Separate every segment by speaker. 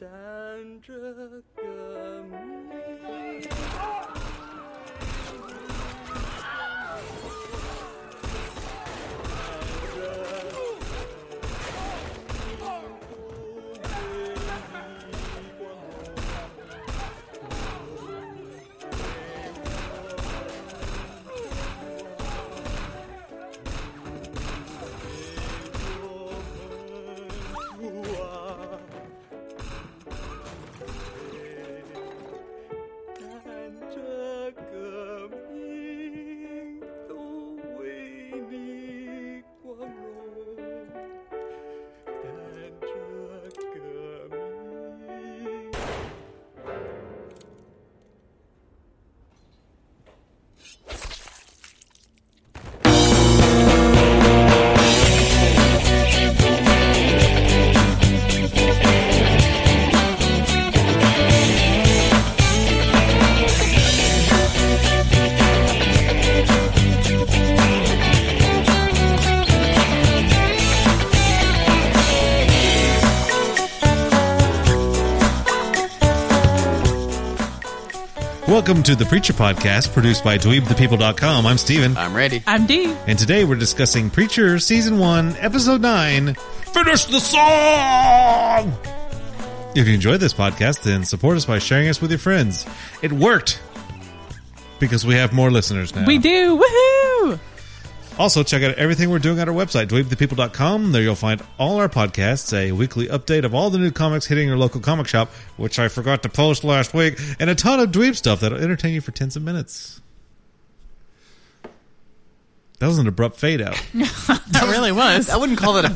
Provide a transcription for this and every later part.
Speaker 1: 担着个谜。看这个命都为你光荣，但这个命。
Speaker 2: Welcome to the Preacher Podcast, produced by DweebThePeople.com. I'm Steven,
Speaker 3: I'm ready.
Speaker 4: I'm Dee.
Speaker 2: and today we're discussing Preacher Season 1, Episode 9 Finish the Song! If you enjoyed this podcast, then support us by sharing us with your friends. It worked! Because we have more listeners now.
Speaker 4: We do. Woohoo!
Speaker 2: Also, check out everything we're doing at our website, dweebthepeople.com. There you'll find all our podcasts, a weekly update of all the new comics hitting your local comic shop, which I forgot to post last week, and a ton of dweeb stuff that'll entertain you for tens of minutes. That was an abrupt fade out.
Speaker 4: That really was.
Speaker 3: I wouldn't call that a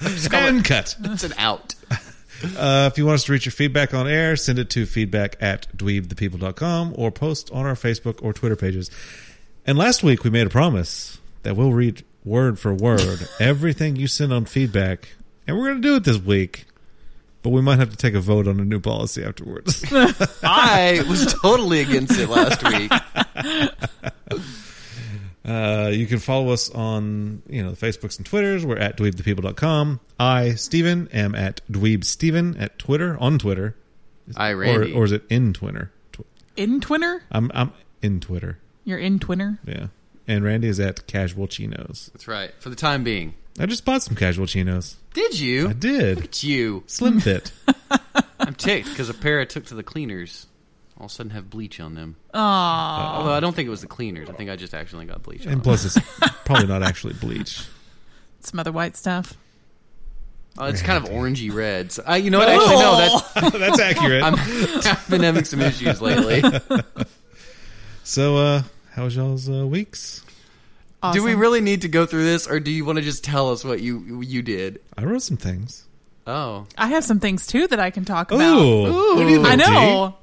Speaker 3: fade.
Speaker 2: and cut.
Speaker 3: it's an out.
Speaker 2: Uh, if you want us to reach your feedback on air, send it to feedback at dweebthepeople.com or post on our Facebook or Twitter pages. And last week we made a promise that we'll read word for word everything you send on feedback, and we're going to do it this week. But we might have to take a vote on a new policy afterwards.
Speaker 3: I was totally against it last week.
Speaker 2: uh, you can follow us on you know the Facebooks and Twitters. We're at dweebthepeople.com. I, Steven, am at dweebsteven at Twitter, on Twitter.
Speaker 3: I
Speaker 2: Or,
Speaker 3: Randy.
Speaker 2: or is it in Twitter? Tw-
Speaker 4: In Twinner?
Speaker 2: I'm, I'm in Twitter.
Speaker 4: You're in Twinner?
Speaker 2: Yeah. And Randy is at Casual Chinos.
Speaker 3: That's right. For the time being.
Speaker 2: I just bought some Casual Chinos.
Speaker 3: Did you?
Speaker 2: I did.
Speaker 3: It's you.
Speaker 2: Slim fit.
Speaker 3: I'm ticked because a pair I took to the cleaners all of a sudden have bleach on them. Uh,
Speaker 4: Aw.
Speaker 3: Although I don't think it was the cleaners. I think I just accidentally got bleach on
Speaker 2: And
Speaker 3: them.
Speaker 2: plus, it's probably not actually bleach.
Speaker 4: Some other white stuff.
Speaker 3: Uh, it's kind of orangey red. So, I, you know what? Actually, no. That,
Speaker 2: That's accurate.
Speaker 3: I'm, I've been having some issues lately.
Speaker 2: so, uh, how was y'all's uh, weeks?
Speaker 4: Awesome.
Speaker 3: Do we really need to go through this, or do you want to just tell us what you you did?
Speaker 2: I wrote some things.
Speaker 3: Oh,
Speaker 4: I have some things too that I can talk
Speaker 2: Ooh.
Speaker 4: about.
Speaker 2: What do you
Speaker 4: I
Speaker 2: know,
Speaker 4: know.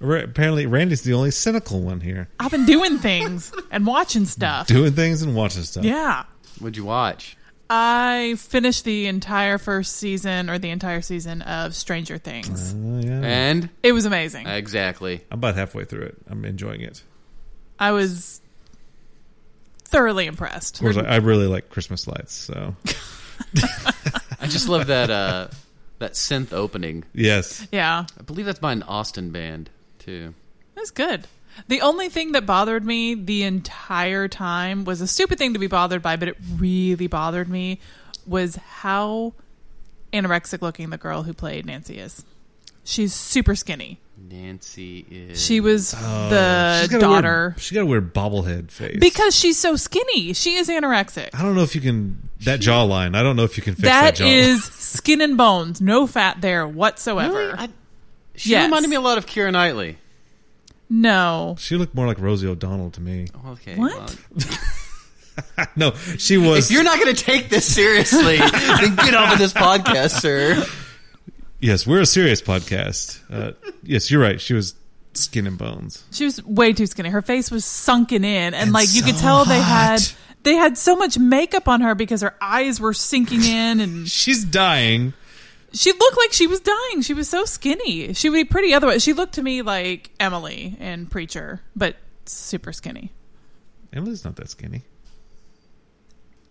Speaker 2: Dee? Ra- apparently, Randy's the only cynical one here.
Speaker 4: I've been doing things and watching stuff.
Speaker 2: Doing things and watching stuff.
Speaker 4: Yeah.
Speaker 3: what'd you watch?
Speaker 4: I finished the entire first season or the entire season of Stranger Things.
Speaker 2: Oh, yeah.
Speaker 4: Eh.
Speaker 3: And
Speaker 4: It was amazing. I,
Speaker 3: exactly.
Speaker 2: I'm about halfway through it. I'm enjoying it.
Speaker 4: was thoroughly impressed.
Speaker 2: Of course, I, I really like Christmas lights. So,
Speaker 3: I just love that uh, that synth opening.
Speaker 2: yes.
Speaker 4: Yeah.
Speaker 3: I believe that's by an Austin band too.
Speaker 4: That's good. The only thing that bothered me the entire time was a stupid thing to be bothered by, but it really bothered me was how anorexic looking the girl who played Nancy is. She's super skinny.
Speaker 3: Nancy is.
Speaker 4: She was
Speaker 2: Oh, She's got a
Speaker 4: the
Speaker 2: weird-
Speaker 4: daughter
Speaker 2: she's got a weird bobblehead face.
Speaker 4: because she's so skinny. She is anorexic.
Speaker 2: I don't know if you can that jawline. I don't know if you can fix that,
Speaker 4: That
Speaker 2: jawline.
Speaker 4: is skin and bones, no fat there whatsoever.
Speaker 3: Really? I, she
Speaker 4: Yes.
Speaker 3: reminded me a lot of Kira Knightley.
Speaker 4: no,
Speaker 2: She looked more like Rosie O'Donnell to me.
Speaker 3: Okay.
Speaker 4: What?
Speaker 3: well,
Speaker 2: No, she was.
Speaker 3: if you're not going to take this seriously, then get off of this podcast, sir.
Speaker 2: yes, we're a serious podcast. Uh, yes, you're right. She was skin and bones.
Speaker 4: she was way too skinny. Her face was sunken in, and, like you could
Speaker 2: so
Speaker 4: tell they had
Speaker 2: hot.
Speaker 4: they had so much makeup on her because her eyes were sinking in, and
Speaker 2: She's dying.
Speaker 4: she looked like she was dying. She was so skinny. She would be pretty otherwise. She looked to me like Emily in Preacher, but super skinny.
Speaker 2: Emily's not that skinny.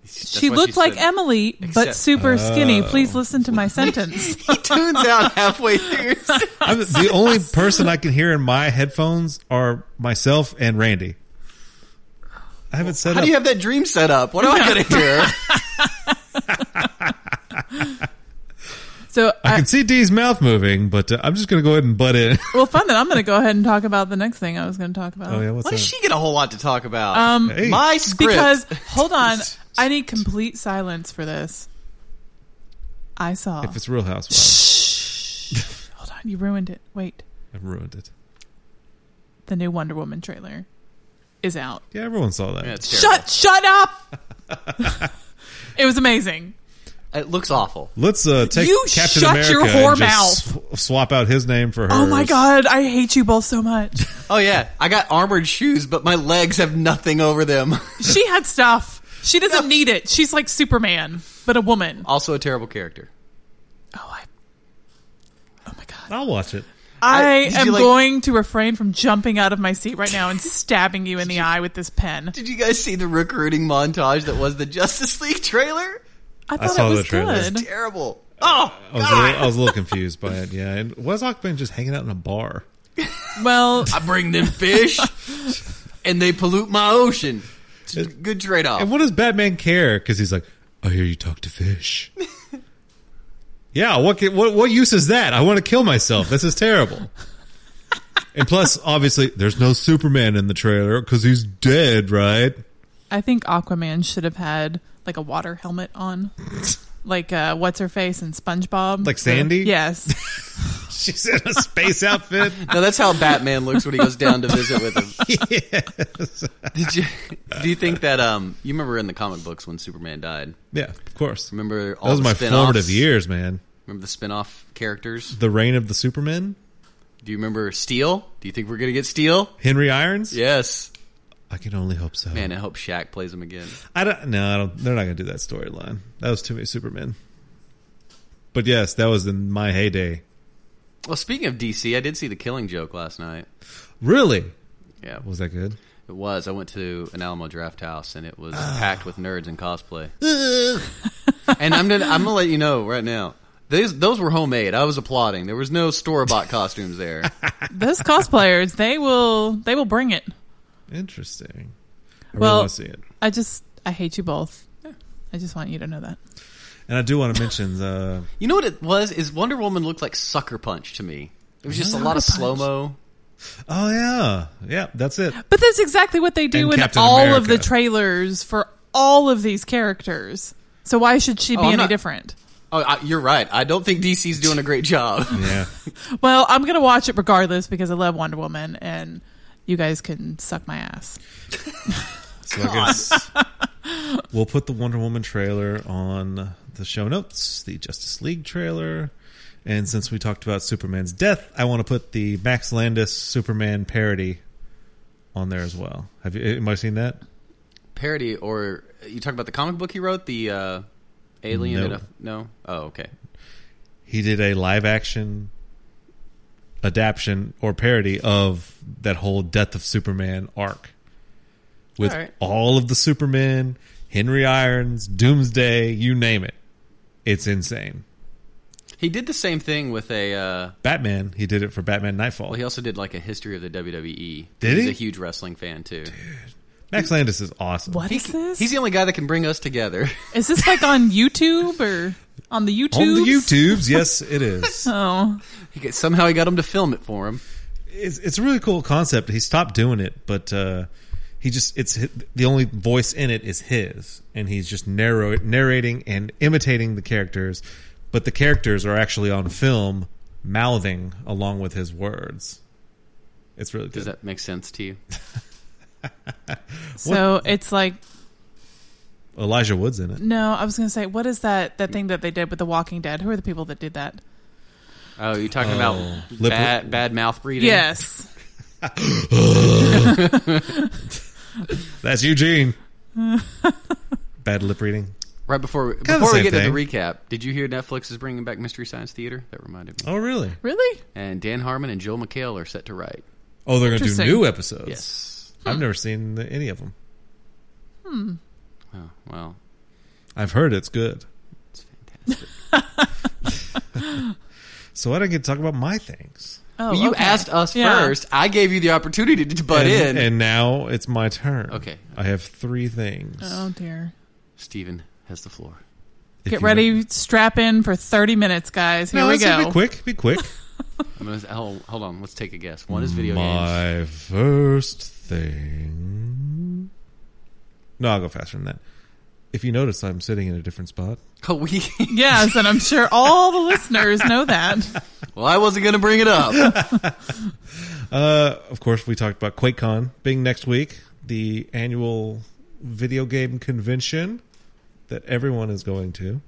Speaker 3: That's
Speaker 4: she
Speaker 3: why
Speaker 4: looked like
Speaker 3: said-
Speaker 4: Emily, but
Speaker 3: Except-
Speaker 2: Oh.
Speaker 4: super skinny. Please listen to my sentence.
Speaker 3: He tunes out halfway through.
Speaker 2: I'm, the only person I can hear in my headphones are myself and Randy. I haven't said
Speaker 3: How
Speaker 2: up.
Speaker 3: do you have that dream set up? What am I going to hear?
Speaker 4: So, uh,
Speaker 2: I
Speaker 4: I,
Speaker 2: can see Dee's mouth moving, but uh, I'm just going to go ahead and butt in.
Speaker 4: well, fun then. I'm going to go ahead and talk about the next thing I was going to talk about.
Speaker 2: oh yeah, what's
Speaker 3: Why
Speaker 2: up?
Speaker 3: does she get a whole lot to talk about?
Speaker 4: Um,
Speaker 2: Hey.
Speaker 3: My script.
Speaker 4: because hold on, I need complete silence for this. I saw.
Speaker 2: if it's Real Housewives,
Speaker 4: Hold on, you ruined it. Wait,
Speaker 2: I ruined it.
Speaker 4: the new Wonder Woman trailer is out.
Speaker 2: Yeah, everyone saw that.
Speaker 3: Yeah, it's terrible.
Speaker 4: Shut, shut up! it was amazing.
Speaker 3: It looks awful.
Speaker 2: Let's uh, take
Speaker 4: You
Speaker 2: Captain
Speaker 4: shut
Speaker 2: America
Speaker 4: your whore
Speaker 2: and just sw- swap out his name for hers.
Speaker 4: Oh my god, I hate you both so much.
Speaker 3: Oh yeah, I got armored shoes, but my legs have nothing over them.
Speaker 4: she had stuff. She doesn't need it. She's like Superman, but a woman. Oh,
Speaker 3: also a terrible character.
Speaker 4: I. Oh my god.
Speaker 2: I'll watch it.
Speaker 4: I,
Speaker 3: I- did
Speaker 4: am
Speaker 3: you, like-
Speaker 4: going to refrain from jumping out of my seat right now and stabbing you in the eye with this pen.
Speaker 3: Did you guys see the recruiting montage that was the Justice League trailer?
Speaker 4: I thought
Speaker 2: saw
Speaker 4: it
Speaker 2: the
Speaker 4: was
Speaker 2: trailer.
Speaker 4: good.
Speaker 3: Terrible. Oh,
Speaker 2: I was, a little, I was a little confused by it. Yeah, and was Ockman just hanging out in a bar?
Speaker 4: Well,
Speaker 3: I bring them fish, and they pollute my ocean. It's a good trade off.
Speaker 2: And what does Batman care? Because he's like, I hear you talk to fish. yeah, what, ca- what what use is that? I want to kill myself. This is terrible. and plus, obviously, there's no Superman in the trailer because he's dead, right?
Speaker 4: I think Aquaman should have had like a water helmet on. Like uh, what's her face and SpongeBob,
Speaker 2: Like Sandy?
Speaker 4: yes,
Speaker 2: She's in a space outfit.
Speaker 3: No, that's how Batman looks when he goes down to visit with him. Did you? Do you think that? Um, you remember in the comic books when Superman died?
Speaker 2: Yeah, of course.
Speaker 3: Remember all
Speaker 2: Those are
Speaker 3: the
Speaker 2: my
Speaker 3: spin-offs?
Speaker 2: formative years, man.
Speaker 3: Remember the spin-off characters?
Speaker 2: The reign of the Superman,
Speaker 3: Do you remember Steel? Do you think we're gonna get Steel?
Speaker 2: Henry Irons.
Speaker 3: Yes.
Speaker 2: I can only hope so.
Speaker 3: Man, I hope Shaq plays him again.
Speaker 2: I don't. No, I don't, they're not going to do that storyline. That was too many Supermen. But yes, that was in my heyday.
Speaker 3: Well, speaking of DC, I did see The Killing Joke last night.
Speaker 2: Really,
Speaker 3: Yeah,
Speaker 2: was that good?
Speaker 3: it was. I went to an Alamo Draft House, and it was
Speaker 4: Ah.
Speaker 3: packed with nerds and cosplay. and I'm gonna, I'm gonna let you know right now. These, those were homemade. I was applauding. There was no store bought costumes there.
Speaker 4: those cosplayers they will they will bring it.
Speaker 2: Interesting. I
Speaker 4: Well-
Speaker 2: really want to see it,
Speaker 4: I just I hate you both. I just want you to know that.
Speaker 2: and I do want to mention the.
Speaker 3: You know what it was? Is Wonder Woman looked like Sucker Punch to me. It was just a lot of
Speaker 4: Sucker
Speaker 3: slow
Speaker 4: Punch.
Speaker 3: mo.
Speaker 2: Oh yeah, yeah. That's it.
Speaker 4: But that's exactly what they do
Speaker 2: And
Speaker 4: in
Speaker 2: Captain
Speaker 4: all of
Speaker 2: America.
Speaker 4: the trailers for all of these characters. So why should she be
Speaker 3: I'm
Speaker 4: any
Speaker 3: not-
Speaker 4: different?
Speaker 3: Oh, I, you're right. I don't think DC's doing a great job.
Speaker 2: Yeah.
Speaker 4: Well, I'm gonna watch it regardless because I love Wonder Woman, and you guys can suck my ass.
Speaker 2: So I guess we'll put the Wonder Woman trailer on the show notes, the Justice League trailer. And since we talked about Superman's death, I want to put the Max Landis Superman parody on there as well. Have you am I seen that?
Speaker 3: Parody, or you talk about the comic book he wrote, the uh, Alien?
Speaker 2: No.
Speaker 3: and a- no. Oh, okay.
Speaker 2: He did a live action adaptation or parody of that whole Death of Superman arc with
Speaker 3: All right.
Speaker 2: all of the Supermen, Henry Irons, Doomsday, you name it. It's insane.
Speaker 3: He did the same thing with a. Uh,
Speaker 2: Batman. He did it for Batman Nightfall.
Speaker 3: well, he also did like a history of the WWE.
Speaker 2: Did
Speaker 3: he's
Speaker 2: he?
Speaker 3: a huge wrestling fan too.
Speaker 2: Max Landis is awesome.
Speaker 4: What
Speaker 3: He
Speaker 4: is
Speaker 3: c-
Speaker 4: this?
Speaker 3: He's the only guy that can bring us together.
Speaker 4: Is this like on YouTube or on the YouTube?
Speaker 2: On the YouTubes, yes, it is.
Speaker 4: Oh,
Speaker 3: He got, somehow he got him to film it for him.
Speaker 2: it's, it's a really cool concept. He stopped doing it, but uh, he just it's hi- the only voice in it is his, and he's just narrow, narrating and imitating the characters. But the characters are actually on film mouthing along with his words. It's really
Speaker 3: Does
Speaker 2: good.
Speaker 3: that make sense to you?
Speaker 4: so it's like
Speaker 2: Elijah Wood's in it.
Speaker 4: no. I was gonna say, what is that that thing that they did with The Walking Dead? Who are the people that did that?
Speaker 3: Oh, you're talking
Speaker 2: Oh.
Speaker 3: about
Speaker 2: Lip-
Speaker 3: bad, bad mouth breathing.
Speaker 4: Yes,
Speaker 2: That's Eugene. Bad lip reading.
Speaker 3: Right before
Speaker 2: the
Speaker 3: before we
Speaker 2: same
Speaker 3: get to the
Speaker 2: thing.
Speaker 3: recap, did you hear Netflix is bringing back Mystery Science Theater? That reminded me.
Speaker 2: Oh, really?
Speaker 4: really?
Speaker 3: And Dan Harmon and Joel McHale are set to write.
Speaker 2: Oh, they're going to do
Speaker 4: Interesting.
Speaker 2: new episodes.
Speaker 3: Yes.
Speaker 2: I've never seen the, any of them.
Speaker 3: Oh, well,
Speaker 2: I've heard it's good.
Speaker 3: It's fantastic.
Speaker 2: So I don't get to talk about my things.
Speaker 4: Oh,
Speaker 3: Well, you
Speaker 4: okay.
Speaker 3: asked us
Speaker 4: Yeah.
Speaker 3: first. I gave you the opportunity to butt
Speaker 2: and,
Speaker 3: in.
Speaker 2: and now it's my turn.
Speaker 3: Okay.
Speaker 2: I have three things.
Speaker 4: Oh dear.
Speaker 3: Steven has the floor.
Speaker 2: If
Speaker 4: Get
Speaker 2: you-
Speaker 4: ready, strap in for 30 minutes, guys. Here
Speaker 2: No,
Speaker 4: we
Speaker 2: it's-
Speaker 4: go.
Speaker 2: Be quick. Be quick.
Speaker 3: I'm gonna, hold, hold on. Let's take a guess. One is video games.
Speaker 2: My first thing. No, I'll go faster than that. If you notice, I'm sitting in a different spot.
Speaker 3: Oh, we,
Speaker 4: Yes, and I'm sure all the listeners know that.
Speaker 3: well, I wasn't going to bring it up.
Speaker 2: Uh, of course, we talked about QuakeCon being next week, the annual video game convention that everyone is going to.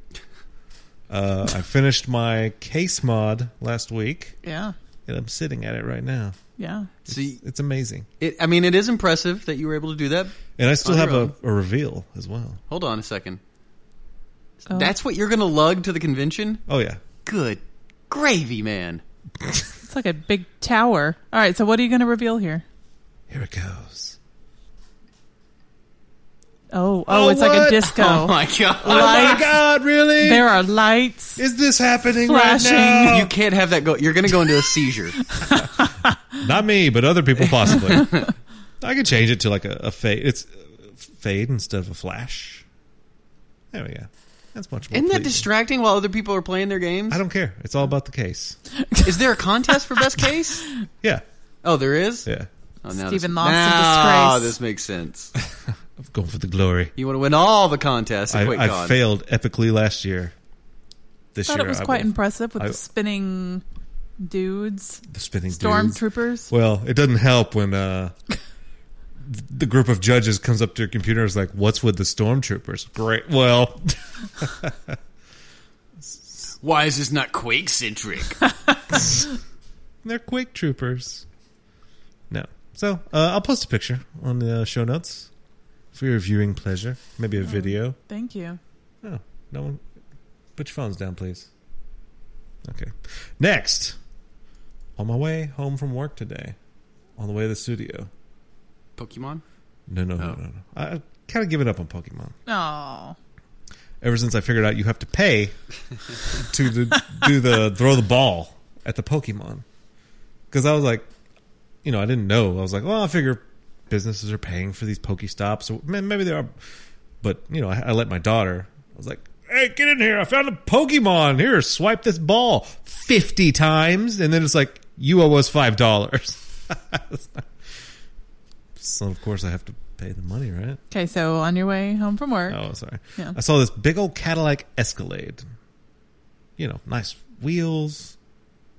Speaker 2: Uh, I finished my case mod last week,
Speaker 4: Yeah.
Speaker 2: and I'm sitting at it right now.
Speaker 4: Yeah.
Speaker 3: See,
Speaker 2: It's amazing,
Speaker 3: it, I mean, it is impressive that you were able to do that.
Speaker 2: and I still
Speaker 3: On
Speaker 2: have
Speaker 3: your
Speaker 2: a, a reveal as well.
Speaker 3: Hold on a second.
Speaker 4: Oh.
Speaker 3: That's what you're going to lug to the convention?
Speaker 2: Oh yeah,
Speaker 3: Good gravy, man.
Speaker 4: It's like a big tower. All right, so what are you going to reveal here?
Speaker 2: here it goes.
Speaker 4: Oh, oh,
Speaker 2: Oh,
Speaker 4: it's like
Speaker 2: what?
Speaker 4: a disco.
Speaker 3: Oh my god.
Speaker 2: Oh
Speaker 4: Lights.
Speaker 2: my god, really?
Speaker 4: There are lights.
Speaker 2: Is this happening
Speaker 4: Flashing.
Speaker 2: right now?
Speaker 3: You can't have that go. You're going to go into a seizure.
Speaker 2: Not me, but other people possibly. I could change it to like a, a fade. It's uh, fade instead of a flash. There we go. That's much more.
Speaker 3: Isn't that
Speaker 2: pleasing.
Speaker 3: distracting while other people are playing their games?
Speaker 2: I don't care. It's all about the case.
Speaker 3: Is there a contest for best case?
Speaker 2: Yeah,
Speaker 3: Oh, there is.
Speaker 2: yeah.
Speaker 3: Oh, this-
Speaker 4: Stephen lost in
Speaker 3: now
Speaker 4: disgrace.
Speaker 3: this makes sense.
Speaker 2: I'm going for the glory.
Speaker 3: You want to win all the contests
Speaker 2: I,
Speaker 3: at
Speaker 2: I
Speaker 3: QuakeCon.
Speaker 2: failed epically last year. This
Speaker 4: thought
Speaker 2: year
Speaker 4: it was
Speaker 2: I
Speaker 4: quite
Speaker 2: will-
Speaker 4: impressive with
Speaker 2: I-
Speaker 4: the spinning dudes,
Speaker 2: the spinning dudes.
Speaker 4: stormtroopers.
Speaker 2: Well, it doesn't help when uh, th- the group of judges comes up to your computer and is like, "What's with the stormtroopers?" Great. Well,
Speaker 3: Why is this not Quake centric?
Speaker 2: They're quake troopers. No. So uh, I'll post a picture on the show notes for your viewing pleasure. Maybe a video.
Speaker 4: Thank you.
Speaker 2: Oh, no one. Put your phones down, please. Okay. Next. On my way home from work today, on the way to the studio.
Speaker 3: Pokemon.
Speaker 2: No, no, no,
Speaker 3: Oh.
Speaker 2: no, no. I I've kind of given up on Pokemon.
Speaker 4: Oh,
Speaker 2: Ever since I figured out you have to pay to the, do the throw the ball at the Pokemon. Because I was like, you know, I didn't know. I was like, well, I figure businesses are paying for these Pokestops. So ma- maybe they are. But, you know, I, I let my daughter, I was like, hey, get in here. I found a Pokemon. Here, swipe this ball 50 times. And then it's like, you owe us $5. so, of course, I have to pay the money, right?
Speaker 4: okay. So on your way home from work,
Speaker 2: Oh, sorry.
Speaker 4: Yeah.
Speaker 2: I saw this big old Cadillac Escalade. You know, nice wheels.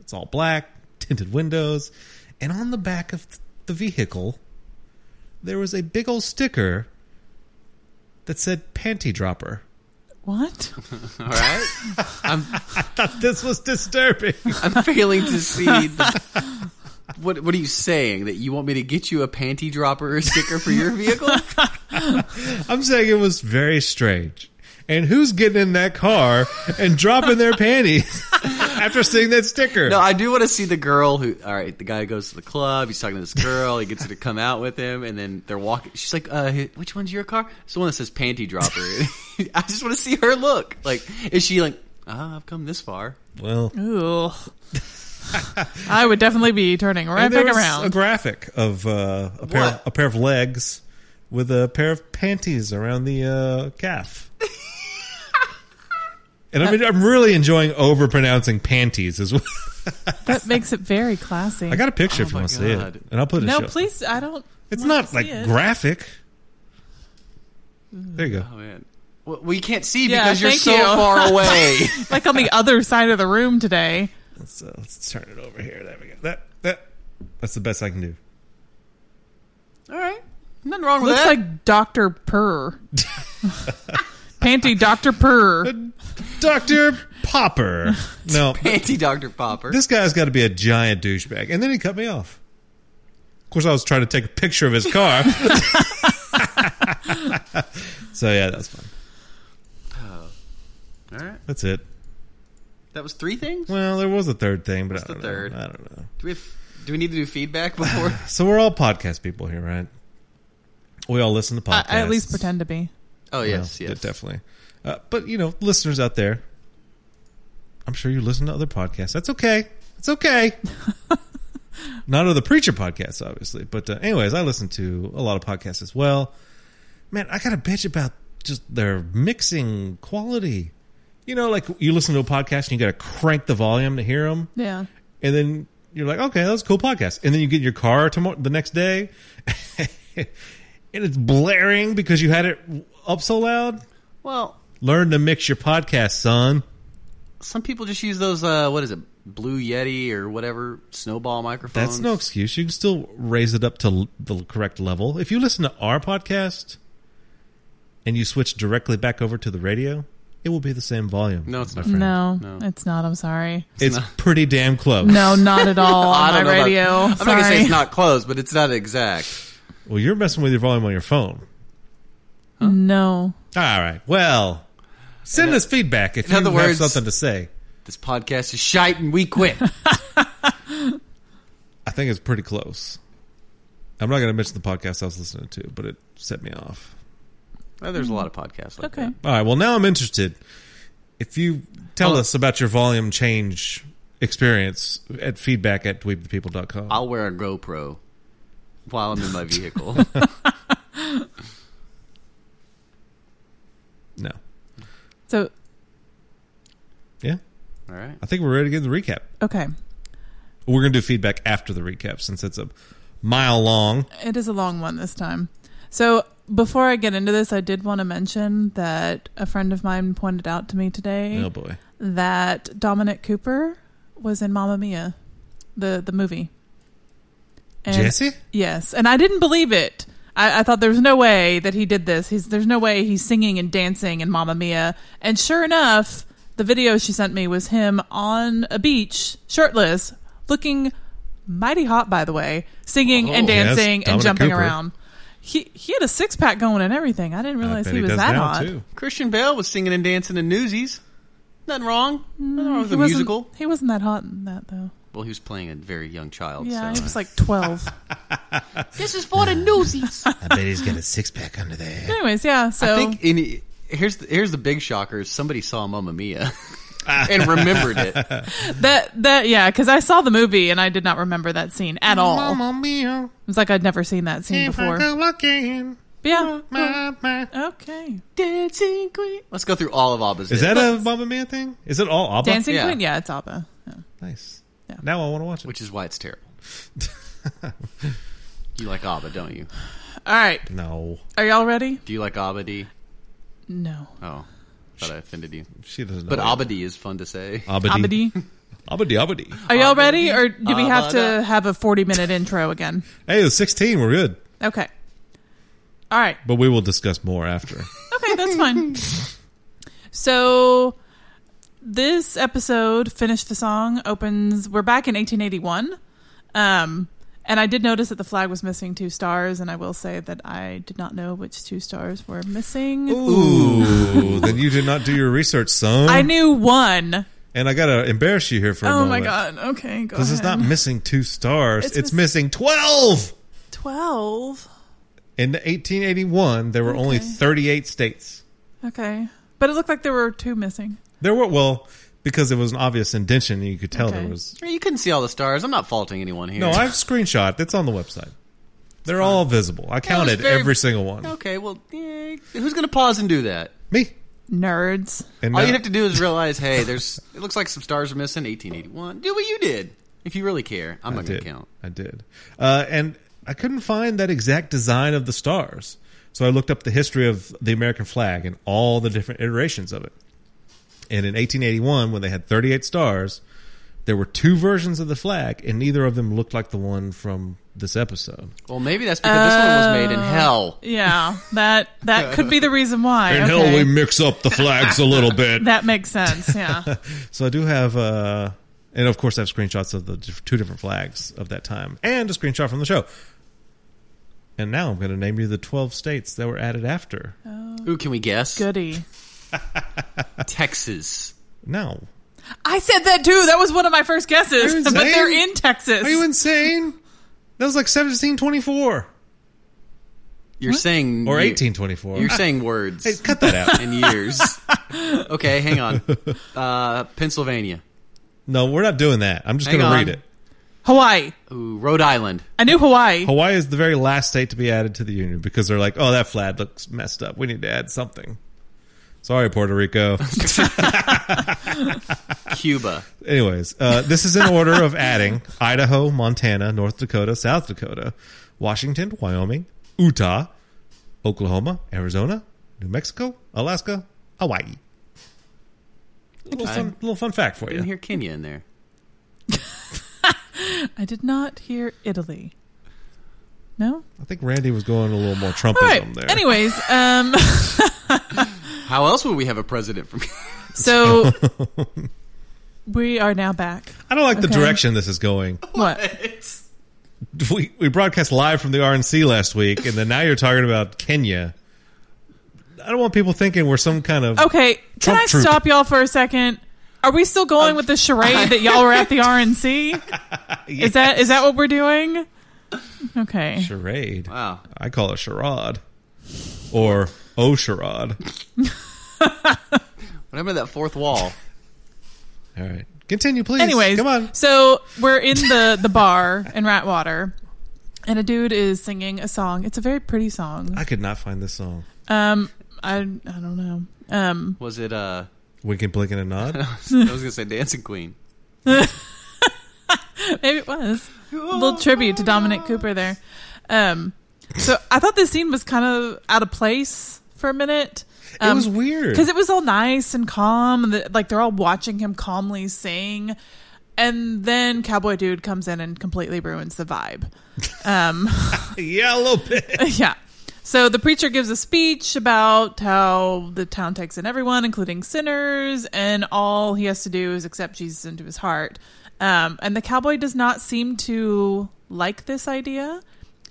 Speaker 2: It's all black, tinted windows, and on the back of th- the vehicle, there was a big old sticker that said "panty dropper."
Speaker 4: what?
Speaker 3: All right. I'm
Speaker 2: This was disturbing.
Speaker 3: I'm failing to see. The, what What are you saying? That you want me to get you a panty dropper or sticker for your vehicle?
Speaker 2: I'm saying it was very strange. And who's getting in that car and dropping their panties after seeing that sticker?
Speaker 3: No, I do want to see the girl who. All right, the guy goes to the club. He's talking to this girl. He gets her to come out with him, and then they're walking. She's like, uh, "Which one's your car?" It's the one that says "panty dropper." I just want to see her look. Like, is she like, "Ah, I've come this far."
Speaker 2: well,
Speaker 4: Ooh. I would definitely be turning right
Speaker 2: And there
Speaker 4: back
Speaker 2: was
Speaker 4: around.
Speaker 2: A graphic of uh, a pair
Speaker 3: What?
Speaker 2: a pair of legs with a pair of panties around the uh, calf. and I mean, I'm really enjoying over pronouncing panties as well.
Speaker 4: that makes it very classy.
Speaker 2: I got a picture
Speaker 3: Oh
Speaker 2: if you
Speaker 3: my
Speaker 2: want to see
Speaker 3: God.
Speaker 2: it, and I'll put it. in
Speaker 4: no,
Speaker 2: the show.
Speaker 4: please. I don't.
Speaker 2: It's
Speaker 4: want
Speaker 2: not
Speaker 4: to
Speaker 2: like
Speaker 4: see it.
Speaker 2: graphic. There you go.
Speaker 3: Oh man, well, we can't see
Speaker 4: Yeah,
Speaker 3: because you're
Speaker 4: thank
Speaker 3: so
Speaker 4: you.
Speaker 3: far away.
Speaker 4: like on the other side of the room today.
Speaker 2: Let's uh, let's turn it over here. There we go. That that that's the best I can do.
Speaker 3: all right, nothing wrong with
Speaker 4: Looks
Speaker 3: that.
Speaker 4: like Doctor Purr. Panty Doctor Purr.
Speaker 2: Doctor Popper. No,
Speaker 3: Panty Doctor Popper.
Speaker 2: this guy's got to be a giant douchebag. And then he cut me off. Of course, I was trying to take a picture of his car. so yeah, that's fine.
Speaker 3: all right,
Speaker 2: That's it.
Speaker 3: that was three things. Do
Speaker 2: Well, there was a third thing, but I
Speaker 3: the
Speaker 2: don't
Speaker 3: third?
Speaker 2: know. I don't know.
Speaker 3: we have, do we need to do feedback before?
Speaker 2: So we're all podcast people here, right? We all listen to
Speaker 4: I,
Speaker 2: podcasts.
Speaker 4: I at least pretend to be.
Speaker 3: Oh
Speaker 2: Well,
Speaker 3: yes,
Speaker 2: yeah,
Speaker 3: yes.
Speaker 2: definitely. Uh, but you know, listeners out there, I'm sure you listen to other podcasts. That's okay. It's okay. Not other preacher podcasts, obviously. But uh, anyways, I listen to a lot of podcasts as well. Man, I got to bitch about just their mixing quality. You know, like you listen to a podcast and you got to crank the volume to hear them
Speaker 4: Yeah.
Speaker 2: and then you're like, okay, that was a cool podcast. And then you get in your car tomorrow, the next day, and it's blaring because you had it up so loud.
Speaker 3: Well,
Speaker 2: Learn to mix your podcast, son.
Speaker 3: some people just use those. Uh, what is it? Blue Yeti or whatever snowball microphones.
Speaker 2: That's no excuse. You can still raise it up to l- the correct level. If you listen to our podcast and you switch directly back over to the radio, it will be the same volume.
Speaker 3: No, it's
Speaker 2: my
Speaker 3: not.
Speaker 2: friend.
Speaker 4: No,
Speaker 3: No.
Speaker 4: it's not. I'm sorry.
Speaker 2: It's pretty damn close.
Speaker 4: No, not at all
Speaker 3: I
Speaker 4: on
Speaker 3: don't know
Speaker 4: my
Speaker 3: about-
Speaker 4: radio.
Speaker 3: I'm
Speaker 4: sorry.
Speaker 3: not gonna say it's not close, but it's not exact.
Speaker 2: Well, you're messing with your volume on your phone.
Speaker 4: No.
Speaker 2: All right. Well, send us feedback if
Speaker 3: in
Speaker 2: you
Speaker 3: other
Speaker 2: have
Speaker 3: words-
Speaker 2: something to say.
Speaker 3: This podcast is shite, and we quit.
Speaker 2: I think it's pretty close. I'm not going to mention the podcast I was listening to, but it set me off.
Speaker 3: well, there's a lot of podcasts like
Speaker 4: Okay.
Speaker 3: that.
Speaker 2: All right. Well, now I'm interested. If you tell
Speaker 3: Oh.
Speaker 2: us about your volume change experience at feedback at dweebthepeople.com.
Speaker 3: I'll wear a GoPro while I'm in my vehicle.
Speaker 2: no.
Speaker 4: So
Speaker 2: Yeah.
Speaker 3: All right.
Speaker 2: I think we're ready to get the recap.
Speaker 4: okay,
Speaker 2: We're going to do feedback after the recap since it's a mile long.
Speaker 4: it is a long one this time. So before I get into this, I did want to mention that a friend of mine pointed out to me today
Speaker 2: Oh, boy.
Speaker 4: that Dominic Cooper was in Mamma Mia, the the movie. And-
Speaker 2: Jesse?
Speaker 4: Yes, and I didn't believe it. I, I thought there was no way that he did this. He's there's no way he's singing and dancing in Mamma Mia. And sure enough, the video she sent me was him on a beach, shirtless, looking mighty hot, by the way, singing and
Speaker 2: Oh, yes,
Speaker 4: dancing and
Speaker 2: Dominic
Speaker 4: jumping
Speaker 2: Cooper.
Speaker 4: around. He he had a six pack going and everything. I didn't
Speaker 2: I
Speaker 4: realize
Speaker 2: bet
Speaker 4: he was
Speaker 2: does
Speaker 4: that
Speaker 2: now,
Speaker 4: hot.
Speaker 3: Christian Bale was singing and dancing in Newsies. Nothing wrong. Nothing wrong with
Speaker 4: Mm, He
Speaker 3: the
Speaker 4: wasn't-
Speaker 3: musical.
Speaker 4: He wasn't that hot in that though.
Speaker 3: Well, he was playing a very young child.
Speaker 4: Yeah,
Speaker 3: so.
Speaker 4: he was like twelve.
Speaker 3: this is for the Newsies.
Speaker 2: I bet he's got a six pack under there.
Speaker 4: Anyways, yeah. So
Speaker 3: I think in, here's the, here's the big shocker: is somebody saw Mamma Mia and remembered it.
Speaker 4: That that yeah, because I saw the movie and I did not remember that scene at all.
Speaker 2: mia,
Speaker 4: It was like I'd never seen that scene before. But
Speaker 2: looking,
Speaker 4: yeah. mm,
Speaker 2: my, my.
Speaker 4: Okay.
Speaker 3: Dancing Queen. Let's go through all of Abba's.
Speaker 2: Is that a Mamma Mia thing? Is it all Abba?
Speaker 4: Dancing
Speaker 3: Yeah.
Speaker 4: Queen. Yeah, it's Abba. Yeah.
Speaker 2: Nice.
Speaker 4: Yeah.
Speaker 2: Now I want to watch it.
Speaker 3: which is why it's terrible. you like Abba, don't you?
Speaker 4: All right.
Speaker 2: no,
Speaker 4: Are y'all ready?
Speaker 3: Do you like Abadi?
Speaker 4: No.
Speaker 3: Oh, thought I offended you.
Speaker 2: she doesn't.
Speaker 3: But
Speaker 2: know
Speaker 3: Abadi is fun to say.
Speaker 2: Abadi.
Speaker 4: Abadi.
Speaker 2: Abadi. Abadi.
Speaker 4: Are y'all ready, or do we have to
Speaker 3: Abada.
Speaker 4: have a forty-minute intro again?
Speaker 2: Hey, it was 16. We're good.
Speaker 4: Okay. All right.
Speaker 2: But we will discuss more after.
Speaker 4: Okay, that's fine. so this episode, Finish the Song, opens we're back in eighteen eighty one. Um and I did notice that the flag was missing two stars, and I will say that I did not know which two stars were missing.
Speaker 2: Ooh, then you did not do your research, son.
Speaker 4: I knew one.
Speaker 2: and I gotta embarrass you here for a
Speaker 4: Oh
Speaker 2: moment.
Speaker 4: my god. Okay, go
Speaker 2: This is
Speaker 4: ahead.
Speaker 2: not missing two stars. It's,
Speaker 4: It's miss-
Speaker 2: missing 12.
Speaker 4: twelve.
Speaker 2: In 1881, there were only
Speaker 4: Okay.
Speaker 2: 38 states.
Speaker 4: Okay. But it looked like there were two missing.
Speaker 2: There were well because it was an obvious indention, you could tell
Speaker 4: Okay.
Speaker 2: there was.
Speaker 3: You couldn't see all the stars. I'm not faulting anyone here.
Speaker 2: No, I've screenshot. It's on the website. They're all visible. I counted
Speaker 3: very-
Speaker 2: every single one.
Speaker 3: Okay, well, eh, who's going to pause and do that?
Speaker 2: Me.
Speaker 4: Nerds.
Speaker 2: And
Speaker 3: All
Speaker 2: now-
Speaker 3: you have to do is realize, hey, there's. It looks like some stars are missing. 1881. Do what you did. If you really care, I'm
Speaker 2: I
Speaker 3: not going
Speaker 2: did.
Speaker 3: to count.
Speaker 2: I did. Uh, and I couldn't find that exact design of the stars. So I looked up the history of the American flag and all the different iterations of it. And in 1881, when they had 38 stars, there were two versions of the flag, and neither of them looked like the one from this episode.
Speaker 3: Well, maybe that's because this one was made in hell.
Speaker 4: Yeah. That that could be the reason why.
Speaker 2: And
Speaker 4: okay.
Speaker 2: hell, we mix up the flags a little bit.
Speaker 4: that makes sense, yeah.
Speaker 2: So I do have, uh, and of course, I have screenshots of the diff- two different flags of that time and a screenshot from the show. And now I'm going to name you the 12 states that were added after.
Speaker 3: Ooh, can we guess?
Speaker 4: Goody.
Speaker 3: Texas.
Speaker 2: No.
Speaker 4: I said that too. That was one of my first
Speaker 2: Are you
Speaker 4: guesses. But they're
Speaker 2: insane?
Speaker 4: in Texas.
Speaker 2: Are you insane? That was like 1724.
Speaker 3: You're saying
Speaker 2: or
Speaker 3: year-
Speaker 2: 1824.
Speaker 3: You're saying words
Speaker 2: Hey, cut that out.
Speaker 3: and years. Okay, hang on. Uh, Pennsylvania.
Speaker 2: No, we're not doing that. I'm just
Speaker 3: Hang
Speaker 2: going to read
Speaker 3: on.
Speaker 2: it.
Speaker 4: Hawaii.
Speaker 3: Ooh, Rhode Island.
Speaker 4: I knew Hawaii.
Speaker 2: Hawaii is the very last state to be added to the union because they're like, oh, that flag looks messed up. We need to add something. Sorry, Puerto Rico.
Speaker 3: Cuba.
Speaker 2: Anyways, uh, this is in order of adding Idaho, Montana, North Dakota, South Dakota, Washington, Wyoming, Utah, Oklahoma, Arizona, New Mexico, Alaska, Hawaii. Little fun, little fun fact for
Speaker 3: I didn't
Speaker 2: you.
Speaker 3: hear Kenya in there.
Speaker 4: I did not hear Italy. No.
Speaker 2: I think Randy was going a little more Trumpism
Speaker 4: All right.
Speaker 2: there.
Speaker 4: Anyways, um,
Speaker 3: How else would we have a president from?
Speaker 4: so we are now back.
Speaker 2: I don't like the
Speaker 4: Okay.
Speaker 2: direction this is going.
Speaker 4: What?
Speaker 2: We, we broadcast live from the RNC last week, and then now you're talking about Kenya. I don't want people thinking we're some kind of.
Speaker 4: Okay. Can
Speaker 2: Trump
Speaker 4: I
Speaker 2: troop.
Speaker 4: stop y'all for a second? Are we still going with the charade that y'all were at the RNC? Is that is that what we're doing? Okay.
Speaker 2: charade.
Speaker 3: Wow.
Speaker 2: I call it charade. Or oh charade.
Speaker 3: What happened to that fourth wall?
Speaker 2: All right. Continue, please.
Speaker 4: Anyways,
Speaker 2: Come on.
Speaker 4: So we're in the the bar in Ratwater, and a dude is singing a song. It's a very pretty song.
Speaker 2: I could not find this song.
Speaker 4: Um, I I don't know. Um,
Speaker 3: Was it? Uh,
Speaker 2: Winking, blinking, and nod.
Speaker 3: I was gonna say Dancing Queen.
Speaker 4: maybe it was a little tribute to Dominic Cooper there. Um, so I thought this scene was kind of out of place for a minute.
Speaker 2: it was weird.
Speaker 4: because it was all nice and calm and the, like they're all watching him calmly sing and then cowboy dude comes in and completely ruins the vibe um
Speaker 2: yeah, a little bit.
Speaker 4: yeah so the preacher gives a speech about how the town takes in everyone including sinners and all he has to do is accept jesus into his heart um and the cowboy does not seem to like this idea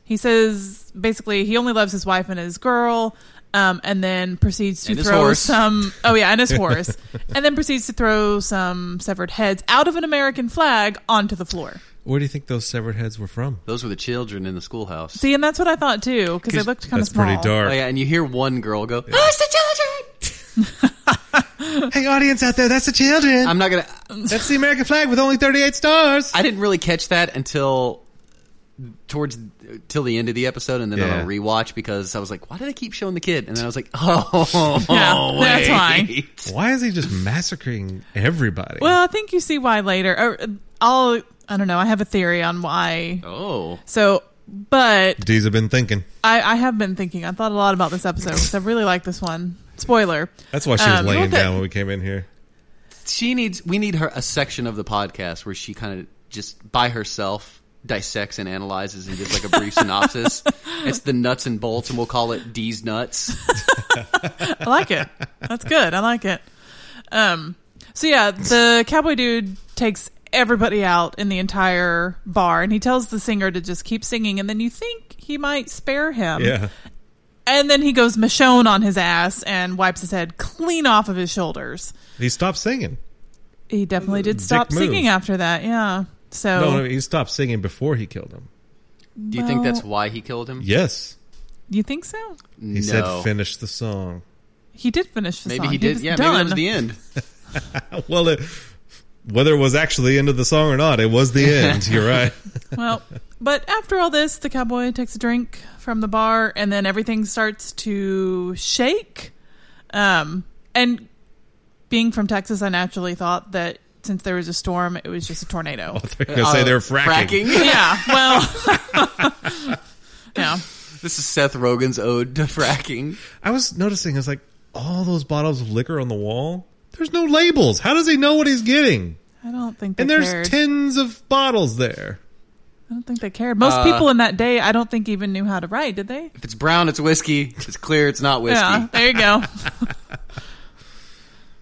Speaker 4: he says basically he only loves his wife and his girl um, and then proceeds to
Speaker 3: And his
Speaker 4: throw
Speaker 3: horse.
Speaker 4: some oh yeah and his horse and then proceeds to throw some severed heads out of an american flag onto the floor
Speaker 2: Where do you think those severed heads were from?
Speaker 3: Those were the children in the schoolhouse.
Speaker 4: see and that's what i thought too because they looked kind of
Speaker 2: That's
Speaker 4: small
Speaker 2: pretty dark.
Speaker 3: Oh yeah, and you hear one girl go. "Ah!"
Speaker 1: Where's the children?
Speaker 2: Hey, audience out there, that's the children.
Speaker 4: Um,
Speaker 3: I'm not gonna.
Speaker 2: that's the American flag with only 38 stars.
Speaker 3: I didn't really catch that until towards till the end of the episode, and then on
Speaker 2: Yeah.
Speaker 3: a rewatch because I was like, why do they keep showing the kid? And then I was like, oh,
Speaker 4: Yeah, that's why.
Speaker 3: wait.
Speaker 2: Why is he just massacring everybody?
Speaker 4: Well, I think you see why later. Or, uh, I'll I don't know. I have a theory on why.
Speaker 3: Oh,
Speaker 4: So, but
Speaker 2: D's have been thinking.
Speaker 4: I, I have been thinking. I thought a lot about this episode because I really like this one. Spoiler.
Speaker 2: That's why she was
Speaker 4: Um,
Speaker 2: laying
Speaker 4: you know that-
Speaker 2: down when we came in here.
Speaker 3: she needs. We need her a section of the podcast where she kind of just by herself dissects and analyzes and gives like a brief synopsis. It's the nuts and bolts, and we'll call it D's nuts.
Speaker 4: I like it. That's good. I like it. Um. So yeah, the cowboy dude takes everybody out in the entire bar, and he tells the singer to just keep singing, and then you think he might spare him.
Speaker 2: Yeah.
Speaker 4: And then he goes Michonne on his ass and wipes his head clean off of his shoulders.
Speaker 2: He stopped singing.
Speaker 4: He definitely did stop
Speaker 2: move.
Speaker 4: singing after that. Yeah. So
Speaker 2: No, no, he stopped singing before he killed him.
Speaker 3: Do you think
Speaker 4: Well-
Speaker 3: that's why he killed him?
Speaker 2: Yes.
Speaker 4: you think so?
Speaker 2: He
Speaker 3: no.
Speaker 2: said, finish the song.
Speaker 4: He did finish the
Speaker 3: Maybe
Speaker 4: song.
Speaker 3: he did.
Speaker 4: was
Speaker 3: yeah,
Speaker 4: done.
Speaker 3: maybe that was the end.
Speaker 2: Well, it, whether it was actually the end of the song or not, it was the end. You're right.
Speaker 4: well, but after all this, the cowboy takes a drink from the bar, and then everything starts to shake. Um, and being from Texas, I naturally thought that since there was a storm, it was just a tornado.
Speaker 2: They're going to say
Speaker 3: Uh,
Speaker 2: they're fracking.
Speaker 3: fracking.
Speaker 4: yeah. Well. yeah.
Speaker 3: This is Seth Rogen's ode to fracking.
Speaker 2: I was noticing, I was like, all those bottles of liquor on the wall, there's no labels. How does he know what he's getting?
Speaker 4: I don't think they
Speaker 2: And there's
Speaker 4: cared.
Speaker 2: tins of bottles there.
Speaker 4: I don't think they cared. Most
Speaker 3: Uh,
Speaker 4: people in that day, I don't think even knew how to write. Did they?
Speaker 3: If it's brown, it's whiskey. If it's clear, it's not whiskey.
Speaker 4: Yeah, there you go.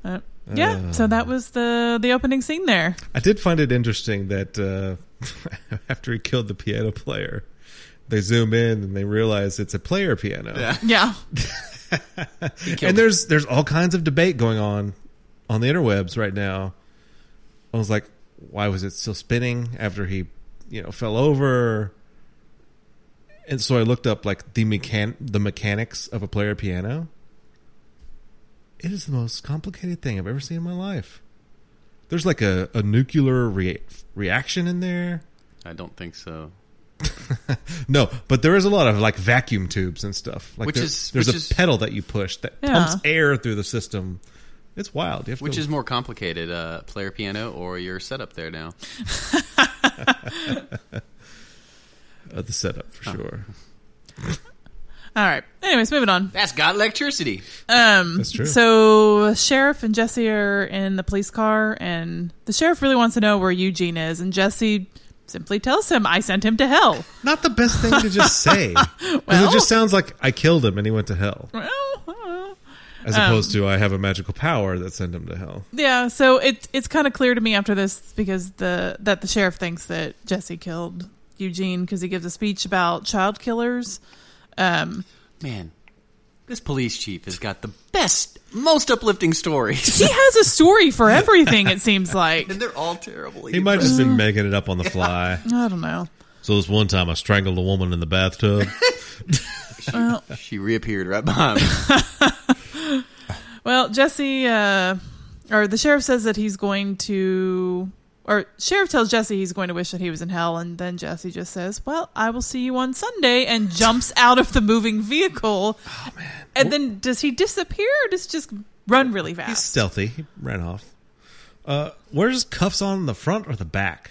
Speaker 4: Uh, yeah, so that was the the opening scene there.
Speaker 2: I did find it interesting that uh, after he killed the piano player, they zoom in and they realize it's a player piano.
Speaker 3: Yeah.
Speaker 4: Yeah,
Speaker 2: and there's there's all kinds of debate going on on the interwebs right now. I was like, why was it still spinning after he, you know, fell over? and so I looked up like the mechan the mechanics of a player piano. It is the most complicated thing I've ever seen in my life. There's like a, a nuclear rea- reaction in there.
Speaker 3: I don't think so.
Speaker 2: No, but there is a lot of like vacuum tubes and stuff. Like
Speaker 3: Which
Speaker 2: there-
Speaker 3: is-
Speaker 2: there's
Speaker 3: which
Speaker 2: a
Speaker 3: is-
Speaker 2: pedal that you push that
Speaker 4: Yeah.
Speaker 2: pumps air through the system. It's wild. You have to
Speaker 3: Which
Speaker 2: go-
Speaker 3: is more complicated, uh, player piano or your setup there now?
Speaker 2: uh, the setup
Speaker 3: Oh.
Speaker 2: for sure.
Speaker 4: All right. Anyways, moving on.
Speaker 3: That's got electricity.
Speaker 4: Um,
Speaker 2: That's true.
Speaker 4: So sheriff and Jesse are in the police car, and the sheriff really wants to know where Eugene is, and Jesse simply tells him, "I sent him to hell."
Speaker 2: Not the best thing to just say. 'Cause
Speaker 4: Well-
Speaker 2: it just sounds like I killed him and he went to hell,
Speaker 4: Well,
Speaker 2: as
Speaker 4: Oh.
Speaker 2: opposed to I have a magical power that sent him to hell.
Speaker 4: yeah. So it's it's kind of clear to me after this because the that the sheriff thinks that Jesse killed Eugene because he gives a speech about child killers. Um,
Speaker 3: Man, this police chief has got the best, most uplifting stories.
Speaker 4: he has a story for everything. It seems like
Speaker 3: And they're all terrible.
Speaker 2: He might have just
Speaker 4: Mm.
Speaker 2: been making it up on the fly.
Speaker 4: I don't know.
Speaker 2: So this one time I strangled a woman in the bathtub.
Speaker 3: She reappeared right behind me.
Speaker 4: Well, Jesse, uh, or the sheriff says that he's going to, or sheriff tells Jesse he's going to wish that he was in hell, and then Jesse just says, "Well, I will see you on Sunday," and jumps out of the moving vehicle. And then does he disappear? or Does he just run really
Speaker 2: He's
Speaker 4: fast?
Speaker 2: stealthy. He ran off. Uh, where's cuffs on the front or the back?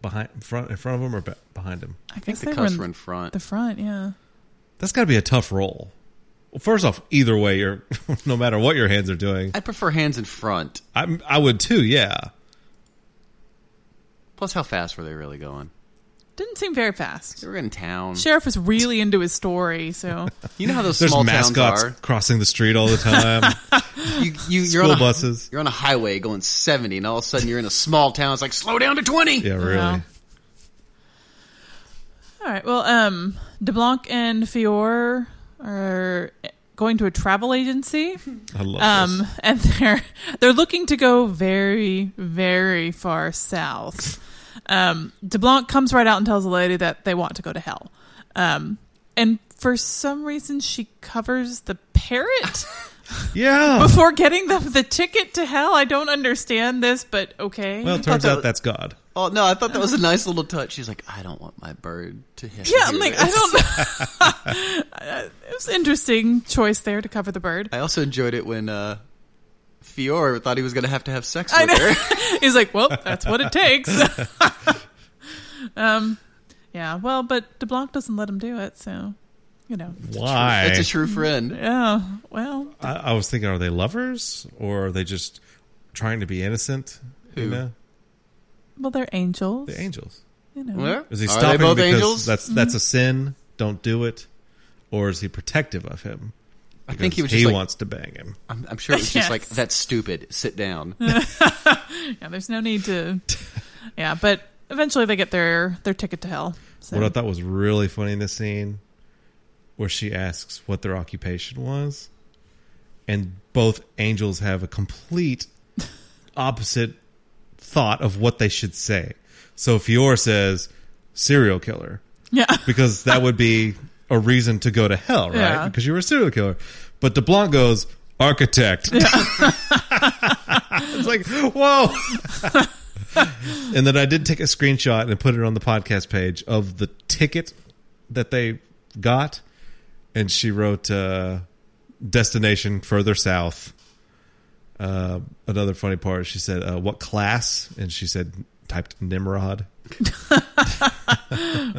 Speaker 2: Behind, front, in front of him or be- behind him?
Speaker 4: I guess
Speaker 3: The
Speaker 4: they were
Speaker 3: cuffs
Speaker 4: in
Speaker 3: were in front.
Speaker 4: the front. Yeah,
Speaker 2: That's got to be a tough role. Well, first off, either way, you're no matter what your hands are doing,
Speaker 3: I prefer hands in front.
Speaker 2: I I would too. Yeah,
Speaker 3: Plus, how fast were they really going?
Speaker 4: didn't seem very fast.
Speaker 3: They were in town.
Speaker 4: Sheriff was really into his story, so
Speaker 3: You know how those
Speaker 2: there's
Speaker 3: small
Speaker 2: mascots
Speaker 3: towns
Speaker 2: crossing the street all the time.
Speaker 3: are. You, you, you're
Speaker 2: School
Speaker 3: on a,
Speaker 2: buses.
Speaker 3: You're on a highway going 70, and all of a sudden you're in a small town. It's like slow down to 20.
Speaker 2: yeah, really.
Speaker 4: Wow. All right. Well, um, DeBlanc and Fior are going to a travel agency,
Speaker 2: I love
Speaker 4: um,
Speaker 2: this.
Speaker 4: and they're they're looking to go very, very far south. Um, DeBlanc comes right out and tells the lady that they want to go to hell, um, and for some reason she covers the parrot
Speaker 2: Yeah.
Speaker 4: before getting them the ticket to hell. I don't understand this, but okay.
Speaker 2: Well, it turns out
Speaker 3: that-
Speaker 2: that's God.
Speaker 3: Oh, no, I thought that was a nice little touch. She's like, I don't want my bird to hit
Speaker 4: Yeah, I'm like, I don't know. Uh, it was interesting choice there to cover the bird.
Speaker 3: I also enjoyed it when uh, Fior thought he was going to have to have sex
Speaker 4: I
Speaker 3: with
Speaker 4: know.
Speaker 3: her.
Speaker 4: He's like, well, that's what it takes. um, yeah, well, but DeBlanc doesn't let him do it, so, you know.
Speaker 2: Why?
Speaker 3: That's a true friend.
Speaker 4: Yeah, well,
Speaker 2: I, I was thinking, are they lovers or are they just trying to be innocent? You
Speaker 3: Who?
Speaker 2: know,
Speaker 4: well, they're angels.
Speaker 2: the angels.
Speaker 4: You know.
Speaker 3: Well,
Speaker 2: Is he
Speaker 3: are
Speaker 2: stopping
Speaker 3: they both
Speaker 2: because
Speaker 3: angels? Mm-hmm.
Speaker 2: that's that's a sin? Don't do it. Or is he protective of him?
Speaker 3: I think he was
Speaker 2: Because
Speaker 3: just like,
Speaker 2: wants to bang him.
Speaker 3: I'm, I'm sure it was just
Speaker 4: Yes.
Speaker 3: like, that's stupid. Sit down.
Speaker 4: Yeah, there's no need to. Yeah, but eventually they get their, their ticket to hell. So.
Speaker 2: What I thought was really funny in this scene, where she asks what their occupation was, and both angels have a complete opposite thought of what they should say. So Fior says serial killer
Speaker 4: yeah.
Speaker 2: because that would be a reason to go to hell, right?
Speaker 4: Yeah.
Speaker 2: Because you were a serial killer. But DeBlanc goes architect. it's like whoa. and then I did take a screenshot and put it on the podcast page of the ticket that they got, and she wrote uh, destination further south. Uh, another funny part, she said, uh, "What class?" and she said, typed Nimrod.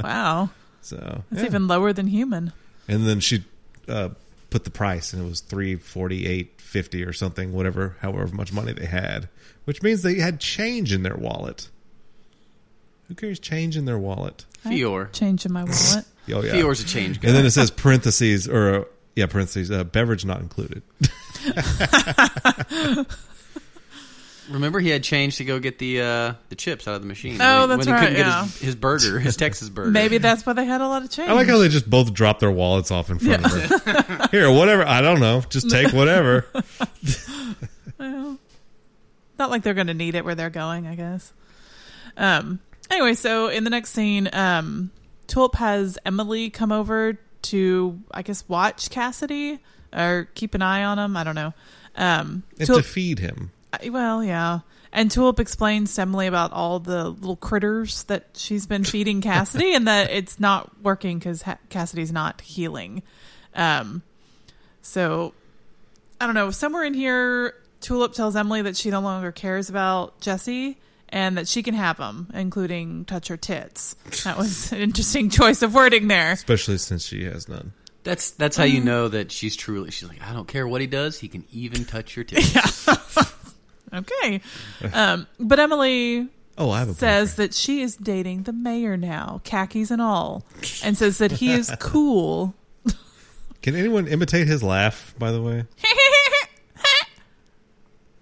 Speaker 4: Wow.
Speaker 2: So
Speaker 4: That's
Speaker 2: yeah.
Speaker 4: even lower than human.
Speaker 2: and then she uh, put the price, and it was three forty eight fifty or something, whatever, however much money they had, which means they had change in their wallet. Who carries change in their wallet?
Speaker 3: Fior.
Speaker 4: Change in my wallet.
Speaker 2: Oh yeah,
Speaker 3: Fior's a change guy.
Speaker 2: and then it says parentheses or uh, yeah parentheses uh, beverage not included.
Speaker 3: Remember, he had change to go get the uh, the chips out of the machine.
Speaker 4: Oh,
Speaker 3: when,
Speaker 4: that's
Speaker 3: he
Speaker 4: right,
Speaker 3: couldn't get
Speaker 4: yeah.
Speaker 3: his, his burger, his Texas burger.
Speaker 4: Maybe that's why they had a lot of change.
Speaker 2: I like how they just both drop their wallets off in front of her. Here, whatever. I don't know. Just take whatever.
Speaker 4: not like they're going to need it where they're going, I guess. Um. Anyway, so in the next scene, um, Tulip has Emily come over to, I guess, watch Cassidy or keep an eye on him. I don't know. Um,
Speaker 2: and
Speaker 4: Tulip,
Speaker 2: to feed him.
Speaker 4: I- well, yeah. And Tulip explains to Emily about all the little critters that she's been feeding Cassidy and that it's not working because ha- Cassidy's not healing. Um, so I don't know. Somewhere in here, Tulip tells Emily that she no longer cares about Jesse and that she can have him, including touch her tits. That was an interesting choice of wording there.
Speaker 2: Especially since she has none.
Speaker 3: That's that's how you
Speaker 4: Mm-hmm.
Speaker 3: know that she's truly. She's like, I don't care what he does. He can even touch your tits.
Speaker 4: Okay. Um, but Emily
Speaker 2: Oh, I have a
Speaker 4: says
Speaker 2: says
Speaker 4: that she is dating the mayor now, khakis and all, and says that he is cool.
Speaker 2: Can anyone imitate his laugh? By the way,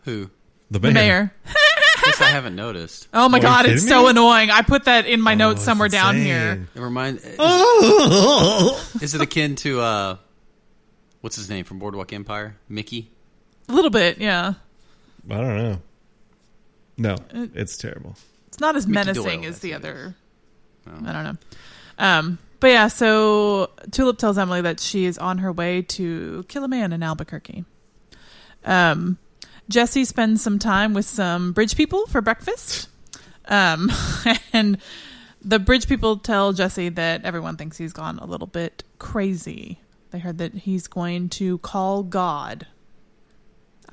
Speaker 3: Who?
Speaker 2: the
Speaker 4: the mayor.
Speaker 3: This I haven't noticed.
Speaker 4: Oh my
Speaker 2: Are you
Speaker 4: god, it's
Speaker 2: kidding
Speaker 4: so
Speaker 2: me? Oh,
Speaker 4: annoying. I put that in my notes
Speaker 2: it's
Speaker 4: somewhere down
Speaker 2: insane.
Speaker 4: here.
Speaker 3: It remind.
Speaker 2: Oh,
Speaker 3: Is it akin to uh, what's his name from Boardwalk Empire? Mickey.
Speaker 4: A little bit, yeah.
Speaker 2: I don't know. Uh, No, it's terrible.
Speaker 4: It's not as
Speaker 3: Mickey
Speaker 4: menacing
Speaker 3: Doyle,
Speaker 4: as the
Speaker 3: I think it
Speaker 4: other. I don't know. Um, but yeah, so Tulip tells Emily that she is on her way to kill a man in Albuquerque. Um, Jesse spends some time with some bridge people for breakfast. Um, and the bridge people tell Jesse that everyone thinks he's gone a little bit crazy. They heard that he's going to call God.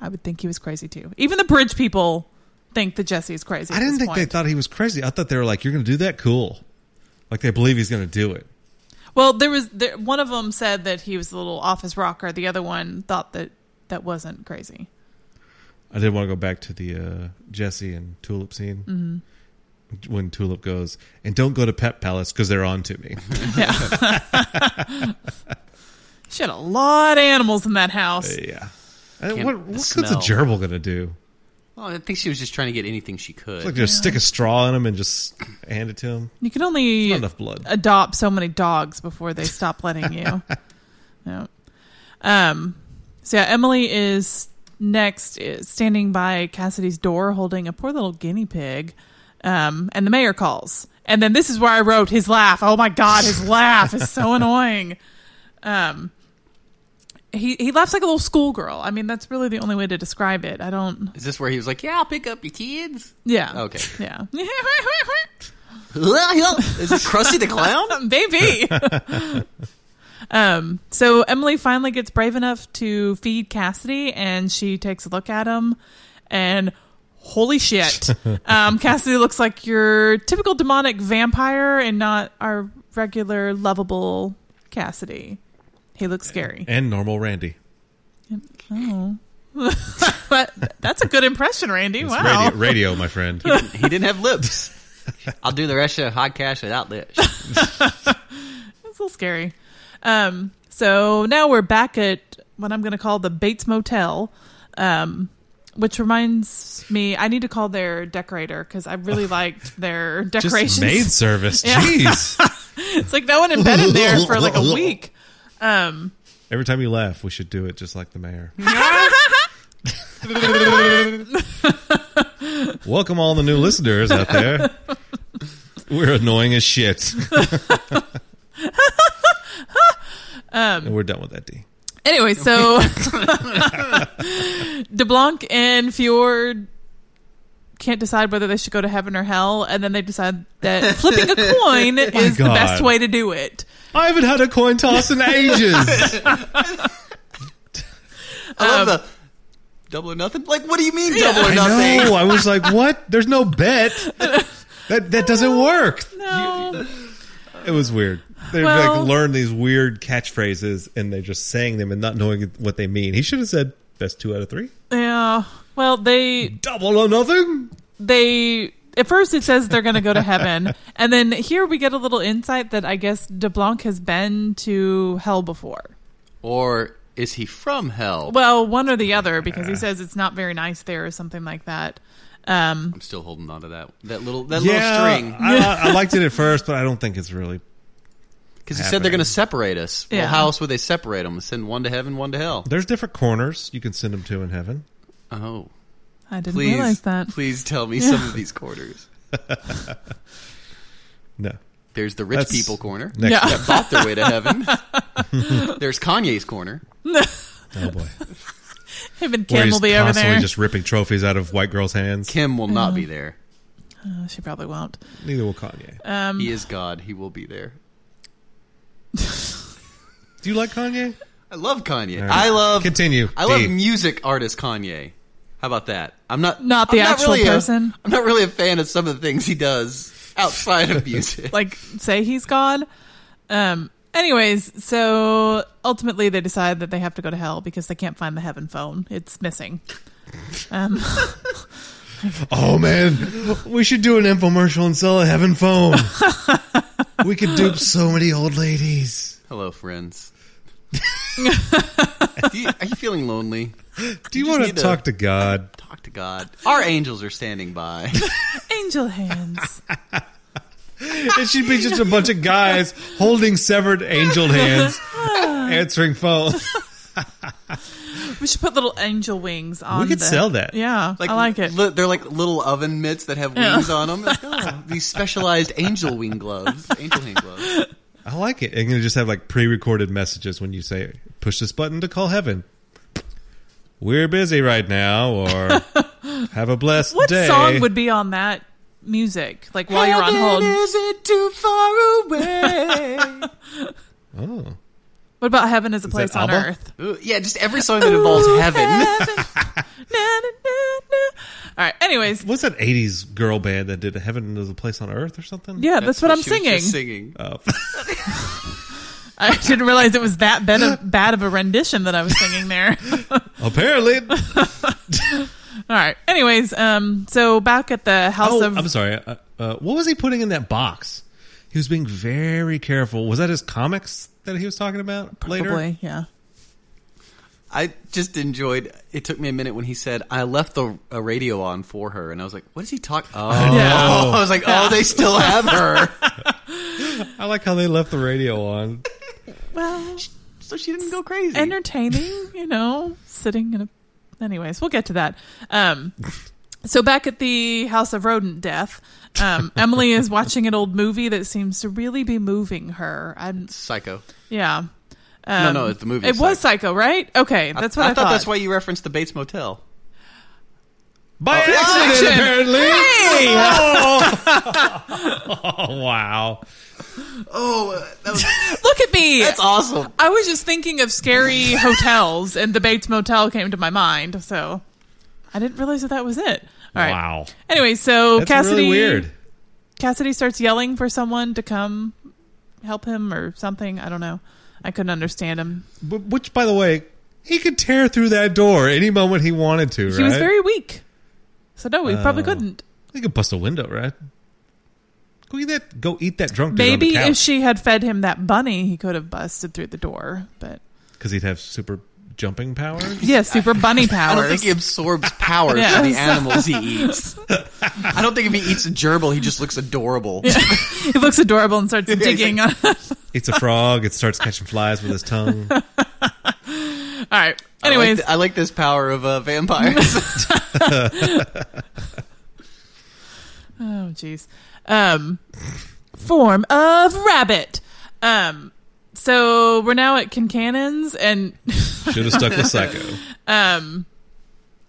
Speaker 4: I would think he was crazy too. Even the bridge people think that Jesse is crazy.
Speaker 2: I
Speaker 4: at
Speaker 2: didn't
Speaker 4: this
Speaker 2: think they
Speaker 4: point.
Speaker 2: thought he was crazy. I thought they were like, "You're going to do that? Cool." Like they believe he's going to do it.
Speaker 4: Well, there was there, one of them said that he was a little office rocker. The other one thought that that wasn't crazy.
Speaker 2: I did want to go back to the uh, Jesse and Tulip scene when Tulip goes, "And don't go to Pet Palace because they're on to me."
Speaker 4: Yeah. she had a lot of animals in that house.
Speaker 2: Uh, yeah. And
Speaker 3: Can't-
Speaker 2: what
Speaker 3: the
Speaker 2: what good's a
Speaker 3: smell.
Speaker 2: gerbil going to do?
Speaker 3: Well, Oh, I think she was just trying to get anything she could.
Speaker 2: It's like just stick a straw in him and just hand it to him.
Speaker 4: You can only
Speaker 2: Not enough blood.
Speaker 4: adopt so many dogs before they stop letting you. yeah. Um. So yeah, Emily is next, is standing by Cassidy's door, holding a poor little guinea pig. Um. And the mayor calls, and then this is where I wrote his laugh. Oh my god, his laugh is so annoying. Um. He he laughs like a little schoolgirl. I mean, that's really the only way to describe it. I don't.
Speaker 3: Is this where he was like, "Yeah, I'll pick up your kids"?
Speaker 4: Yeah.
Speaker 3: Okay.
Speaker 4: Yeah.
Speaker 3: Is it Krusty the Clown?
Speaker 4: baby. um, so Emily finally gets brave enough to feed Cassidy, and she takes a look at him, and holy shit, um, Cassidy looks like your typical demonic vampire, and not our regular lovable Cassidy. He looks scary.
Speaker 2: And normal Randy.
Speaker 4: Oh. but that's a good impression, Randy.
Speaker 2: It's
Speaker 4: wow.
Speaker 2: radio, radio, my friend.
Speaker 3: He didn't have lips. I'll do the rest of the podcast without lips.
Speaker 4: It's a little scary. Um, so now we're back at what I'm going to call the Bates Motel, um, which reminds me I need to call their decorator because I really liked their decorations.
Speaker 2: Just maid service.
Speaker 4: Yeah.
Speaker 2: Jeez.
Speaker 4: it's like no one had been in there for like a week. Um,
Speaker 2: Every time you laugh, we should do it just like the mayor. Welcome all the new listeners out there. We're annoying as shit. and we're done with that D.
Speaker 4: anyway, so DeBlanc and Fjord can't decide whether they should go to heaven or hell, and then they decide that flipping a coin is the
Speaker 2: God.
Speaker 4: best way to do it.
Speaker 2: I haven't had a coin toss in ages.
Speaker 3: I love the double or nothing. Like, what do you mean double or
Speaker 2: Um, I
Speaker 3: nothing?
Speaker 2: know. I was like, what? There's no bet. That that doesn't work.
Speaker 4: No.
Speaker 2: It was weird. They
Speaker 4: Well-
Speaker 2: like learn these weird catchphrases and they're just saying them and not knowing what they mean. He should have said that's two out of three.
Speaker 4: Yeah. Well, they
Speaker 2: Double or nothing.
Speaker 4: they at first it says they're going to go to heaven, and then here we get a little insight that I guess DeBlanc has been to hell before.
Speaker 3: Or is he from hell?
Speaker 4: Well, one or the other, because he says it's not very nice there or something like that. Um,
Speaker 3: I'm still holding on to that that little that
Speaker 2: yeah,
Speaker 3: little string
Speaker 2: I, I liked it at first, but I don't think it's really.
Speaker 3: because he said they're going to separate us.
Speaker 4: Yeah.
Speaker 3: Well, how else would they separate them? Send one to heaven, one to hell.
Speaker 2: There's different corners you can send them to in heaven.
Speaker 3: Oh,
Speaker 4: I didn't
Speaker 3: please,
Speaker 4: realize that.
Speaker 3: please tell me some of these quarters.
Speaker 2: No,
Speaker 3: There's the rich
Speaker 2: That's-
Speaker 3: people corner
Speaker 2: Next
Speaker 4: Yeah.
Speaker 2: step.
Speaker 3: that bought their way to heaven. There's Kanye's corner.
Speaker 2: Oh boy.
Speaker 4: Him and
Speaker 2: Where
Speaker 4: Kim
Speaker 2: he's
Speaker 4: will be over
Speaker 2: constantly
Speaker 4: there.
Speaker 2: just ripping trophies out of white girls' hands.
Speaker 3: Kim will not be there.
Speaker 4: Uh, she probably won't.
Speaker 2: Neither will Kanye.
Speaker 4: Uh, Um,
Speaker 3: he is God. He will be there.
Speaker 2: Do you like Kanye?
Speaker 3: I love Kanye.
Speaker 2: Alright.
Speaker 3: I love
Speaker 2: Continue.
Speaker 3: I love
Speaker 2: D.
Speaker 3: music artist Kanye. How about that? I'm not
Speaker 4: Not the
Speaker 3: I'm
Speaker 4: actual
Speaker 3: really a-
Speaker 4: person.
Speaker 3: I'm not really a fan of some of the things he does outside of music.
Speaker 4: Like, say he's God. Um. Anyways, so ultimately they decide that they have to go to hell because they can't find the heaven phone. It's missing. Um,
Speaker 2: Oh man, we should do an infomercial and sell a heaven phone. we could dupe so many old ladies.
Speaker 3: Hello, friends. Do you- are you feeling lonely?
Speaker 2: Do you,
Speaker 3: just
Speaker 2: want to
Speaker 3: need to-
Speaker 2: talk to God?
Speaker 3: Talk to God. Our angels are standing by.
Speaker 4: angel hands.
Speaker 2: It should be just a bunch of guys holding severed angel hands, answering phones.
Speaker 4: We should put little angel wings on.
Speaker 2: could
Speaker 4: the-
Speaker 2: sell that.
Speaker 4: Yeah, I like it.
Speaker 3: li- they're like little oven mitts that have wings on them. Like, oh, these specialized angel wing gloves, angel hand gloves.
Speaker 2: I like it. I'm gonna just have like pre-recorded messages when you say push this button to call heaven. We're busy right now, or have a blessed
Speaker 4: what
Speaker 2: day.
Speaker 4: song would be on that music? Like while you're on
Speaker 3: Heaven
Speaker 4: hold.
Speaker 3: isn't too far away.
Speaker 2: oh,
Speaker 4: What about heaven is a place on
Speaker 2: ABBA? Oh,
Speaker 4: earth?
Speaker 3: Ooh, yeah, just every song that involves
Speaker 4: Ooh,
Speaker 3: heaven.
Speaker 4: Na, na, na, na. All right. Anyways,
Speaker 2: what's that '80s girl band that did "Heaven is a Place on Earth" or something?
Speaker 4: yeah, that's, what, I'm
Speaker 3: she was
Speaker 4: singing.
Speaker 3: just singing.
Speaker 4: I didn't realize it was that bad of, bad of a rendition that I was singing there.
Speaker 2: Apparently,
Speaker 4: All right. Anyways, um, so back at the house
Speaker 2: Oh,
Speaker 4: of
Speaker 2: I'm sorry. Uh, uh, what was he putting in that box? He was being very careful. Was that his comics that he was talking about later?
Speaker 4: probably, yeah.
Speaker 3: I just enjoyed. It took me a minute when he said, "I left the a radio on for her," and I was like, "What is he talking?" Oh,
Speaker 4: Yeah.
Speaker 3: I was like, "Oh, they still have her."
Speaker 2: I like how they left the radio on.
Speaker 4: Well,
Speaker 3: so she didn't go crazy.
Speaker 4: entertaining, you know, sitting in a. Anyways, we'll get to that. Um, so back at the House of Rodent Death, um, Emily is watching an old movie that seems to really be moving her. And
Speaker 3: Psycho.
Speaker 4: yeah, um,
Speaker 3: No, no, it's the movie
Speaker 4: It was Psycho, right? Okay, that's what I,
Speaker 3: thought. That's why you referenced the Bates Motel.
Speaker 2: By
Speaker 4: Oh,
Speaker 2: accident,
Speaker 4: action.
Speaker 2: apparently. Oh. Oh, wow.
Speaker 3: Oh, uh, that was,
Speaker 4: Look at me.
Speaker 3: that's awesome.
Speaker 4: I was just thinking of scary hotels, and the Bates Motel came to my mind. So I didn't realize that that was it. All right.
Speaker 2: Wow.
Speaker 4: Anyway, so
Speaker 2: That's
Speaker 4: Oh, Cassidy
Speaker 2: really weird.
Speaker 4: Cassidy starts yelling for someone to come help him or something. I don't know. I couldn't understand him.
Speaker 2: But, which, by the way, he could tear through that door any moment he wanted to, right?
Speaker 4: He was very weak. So no, we probably
Speaker 2: Oh.
Speaker 4: couldn't.
Speaker 2: He could bust a window, right? Go eat that. Go eat that drunk dude on the
Speaker 4: Maybe if
Speaker 2: couch.
Speaker 4: she had fed him that bunny, he could have busted through the door. But
Speaker 2: because he'd have super jumping powers.
Speaker 4: yeah, super bunny powers.
Speaker 3: I don't think he absorbs powers
Speaker 4: Yeah.
Speaker 3: from the animals he eats. I don't think if he eats a gerbil, he just looks adorable.
Speaker 4: he looks adorable and starts
Speaker 3: he's
Speaker 4: digging. on
Speaker 2: It's a frog. It starts catching flies with its tongue.
Speaker 4: All right.
Speaker 3: I like
Speaker 4: Anyways,
Speaker 3: th- I like, this power of uh, vampires.
Speaker 4: Oh jeez. Um form of rabbit. Um so we're now at Kincannon's and
Speaker 2: Should have stuck with Psycho.
Speaker 4: um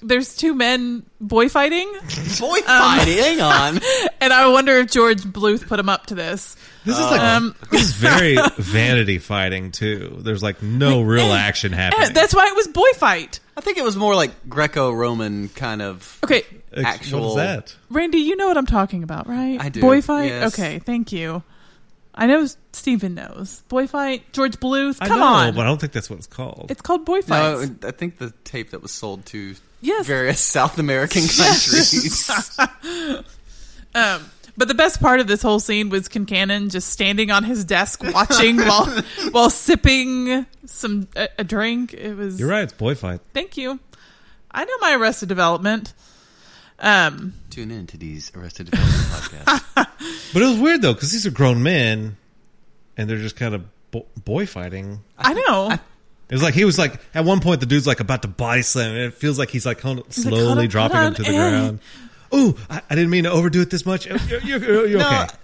Speaker 4: there's two men boy fighting
Speaker 3: Boy, fighting. Hang on.
Speaker 4: and I wonder if George Bluth put him up to this.
Speaker 2: This is like
Speaker 4: Um,
Speaker 2: this is Oh, very vanity fighting too. There's like no real action
Speaker 4: Eh,
Speaker 2: happening.
Speaker 4: That's why it was boy fight.
Speaker 3: I think it was more like Greco-Roman kind of
Speaker 4: Okay.
Speaker 2: Ex-
Speaker 3: actual.
Speaker 2: What is that?
Speaker 4: Randy, you know what I'm talking about, right?
Speaker 3: I do,
Speaker 4: Boy fight?
Speaker 3: yes.
Speaker 4: Okay, thank you. I know Steven knows. Boy fight, George Bluth.
Speaker 2: I
Speaker 4: Come
Speaker 2: know,
Speaker 4: on.
Speaker 2: but I don't think that's what it's called.
Speaker 4: it's called boy
Speaker 3: No,
Speaker 4: fight.
Speaker 3: I think the tape that was sold to
Speaker 4: yes.
Speaker 3: various South American countries.
Speaker 4: Um, but the best part of this whole scene was Kincannon just standing on his desk watching while while sipping some a, a drink. It was
Speaker 2: You're right. It's boy fight.
Speaker 4: thank you. I know my Arrested Development. Um,
Speaker 3: Tune in to these Arrested Development podcasts.
Speaker 2: But it was weird though because these are grown men, and they're just kind of bo- boy fighting.
Speaker 4: I, know.
Speaker 2: It was like he was like at one point the dude's like about to body slam, and it feels like he's like hold-
Speaker 4: like,
Speaker 2: slowly
Speaker 4: hold on,
Speaker 2: dropping
Speaker 4: hold
Speaker 2: him to
Speaker 4: on,
Speaker 2: the
Speaker 4: eh.
Speaker 2: ground. Ooh, I, I didn't mean to overdo it this much. You're, you're- you're- you're
Speaker 3: No,
Speaker 2: okay.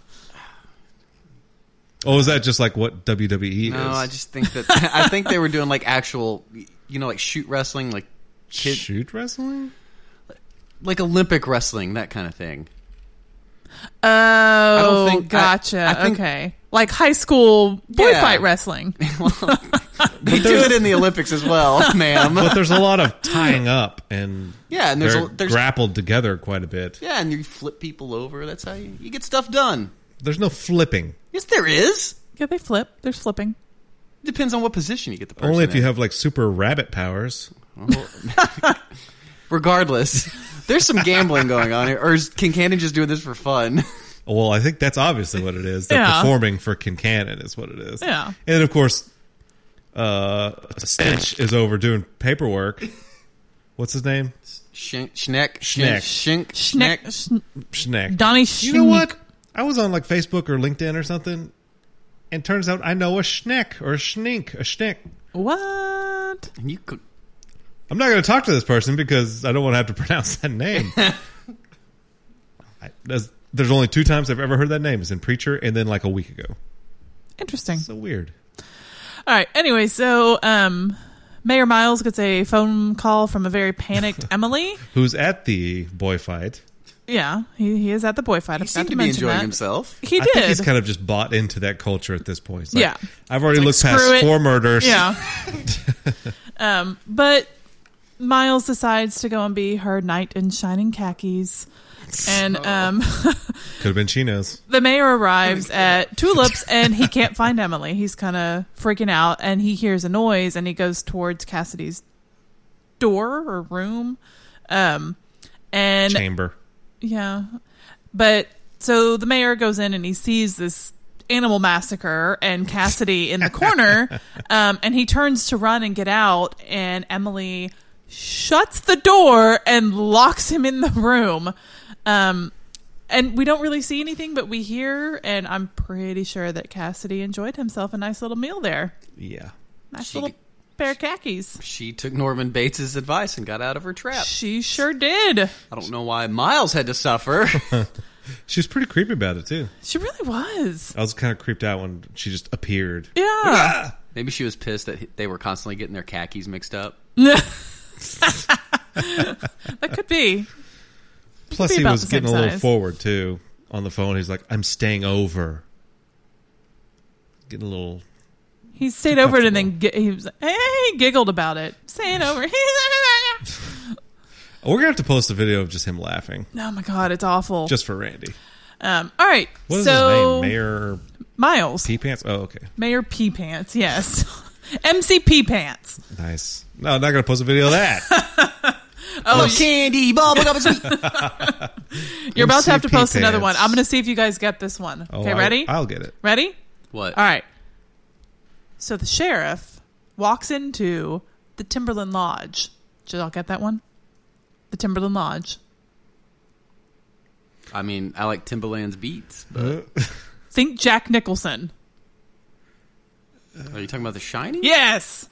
Speaker 2: Oh, is that just like what WWE
Speaker 3: No,
Speaker 2: is?
Speaker 3: I just think that I think they were doing like actual, you know, like shoot wrestling, like kid,
Speaker 2: shoot wrestling.
Speaker 3: like Olympic wrestling, that kind of thing.
Speaker 4: Oh,
Speaker 3: don't think- I-
Speaker 4: gotcha.
Speaker 3: I think-
Speaker 4: okay, like high school boy
Speaker 3: Yeah.
Speaker 4: fight wrestling.
Speaker 3: They do it in the Olympics as well, ma'am.
Speaker 2: But there's a lot of tying up and
Speaker 3: Yeah, and there's
Speaker 2: they're
Speaker 3: a, there's
Speaker 2: grappled together quite a bit.
Speaker 3: yeah, and you flip people over. That's how you, you get stuff done.
Speaker 2: There's no flipping.
Speaker 3: Yes, there is.
Speaker 4: yeah, they flip. There's flipping.
Speaker 3: Depends on what position you get the person.
Speaker 2: Only if you
Speaker 3: in.
Speaker 2: have like super rabbit powers.
Speaker 3: Regardless, there's some gambling going on here. Or is Kincannon just doing this for fun?
Speaker 2: Well, I think that's obviously what it is. They're
Speaker 4: Yeah.
Speaker 2: performing for Kincannon is what it is.
Speaker 4: Yeah.
Speaker 2: And of course, uh, Stench is over doing paperwork. What's his name?
Speaker 3: Shink, schneck, shink, shink,
Speaker 4: Schneck,
Speaker 3: schneck.
Speaker 4: schn-
Speaker 2: Schneck.
Speaker 4: Donnie.
Speaker 2: You know
Speaker 4: Schneck.
Speaker 2: what? I was on like Facebook or LinkedIn or something, and turns out I know a Schneck or a Schnink, a Schneck.
Speaker 4: What?
Speaker 3: And You could,
Speaker 2: I'm not going to talk to this person because I don't want to have to pronounce that name. I, there's, there's only two times I've ever heard that name. It's in Preacher and then like a week ago.
Speaker 4: Interesting.
Speaker 2: So weird.
Speaker 4: All right. Anyway, so um, Mayor Miles gets a phone call from a very panicked Emily.
Speaker 2: Who's at the boy fight?
Speaker 4: Yeah, he, he is at the boy fight. I
Speaker 3: he
Speaker 4: forgot
Speaker 3: seemed
Speaker 4: to
Speaker 3: to be
Speaker 4: mention
Speaker 3: enjoying
Speaker 4: that.
Speaker 3: himself.
Speaker 4: He
Speaker 2: I
Speaker 4: did.
Speaker 2: think he's kind of just bought into that culture at this point. It's like,
Speaker 4: Yeah.
Speaker 2: I've already
Speaker 4: It's
Speaker 2: looked
Speaker 4: like,
Speaker 2: past
Speaker 4: screw it.
Speaker 2: four murders.
Speaker 4: yeah. um, but Miles decides to go and be her knight in shining khakis. And um,
Speaker 2: Could have been Chinos.
Speaker 4: the mayor arrives at Tulips and he can't find Emily. He's kind of freaking out and he hears a noise and he goes towards Cassidy's door or room. Um, and
Speaker 2: Chamber.
Speaker 4: yeah. But so the mayor goes in and he sees this animal massacre and Cassidy in the corner. Um, and he turns to run and get out. And Emily shuts the door and locks him in the room. Um, and we don't really see anything, but we hear. And I'm pretty sure that Cassidy enjoyed himself a nice little meal there.
Speaker 2: Yeah.
Speaker 4: Nice
Speaker 3: She
Speaker 4: little
Speaker 3: did-
Speaker 4: pair of khakis.
Speaker 3: She took Norman Bates' advice and got out of her trap.
Speaker 4: She sure did.
Speaker 3: I don't know why Miles had to suffer.
Speaker 2: She was pretty creepy about it, too.
Speaker 4: She really was.
Speaker 2: I was kind of creeped out when she just appeared.
Speaker 4: Yeah.
Speaker 3: Maybe she was pissed that they were constantly getting their khakis mixed up.
Speaker 4: that could be.
Speaker 2: Plus,
Speaker 4: be
Speaker 2: he
Speaker 4: about
Speaker 2: was
Speaker 4: the same
Speaker 2: getting a little
Speaker 4: size.
Speaker 2: forward, too, on the phone. He's like, I'm staying over. Getting a little.
Speaker 4: He stayed over it and then gi- he was hey, he giggled about it. Staying over. oh
Speaker 2: Oh, we're going to have to post a video of just him laughing,
Speaker 4: Oh my god, it's awful.
Speaker 2: just for Randy.
Speaker 4: um, all right.
Speaker 2: What is
Speaker 4: so
Speaker 2: his name? Mayor
Speaker 4: Miles,
Speaker 2: Pee Pants? Oh, okay.
Speaker 4: Mayor P Pants, yes, MCP Pants.
Speaker 2: Nice. No, I'm not going to post a video of that.
Speaker 3: Oh, candy, bubblegum, and sweet.
Speaker 4: You're about to have to
Speaker 2: MCP
Speaker 4: post another one.
Speaker 2: Pants.
Speaker 4: I'm going to see if you guys get this one.
Speaker 2: Oh,
Speaker 4: okay,
Speaker 2: I'll-
Speaker 4: ready?
Speaker 2: I'll get it.
Speaker 4: ready?
Speaker 3: What?
Speaker 4: All right. So the sheriff walks into the Timberland Lodge. Did y'all get that one? The Timberland Lodge.
Speaker 3: I mean, I like Timbaland's beats. But
Speaker 4: Think Jack Nicholson.
Speaker 3: are you talking about The Shining?
Speaker 4: Yes.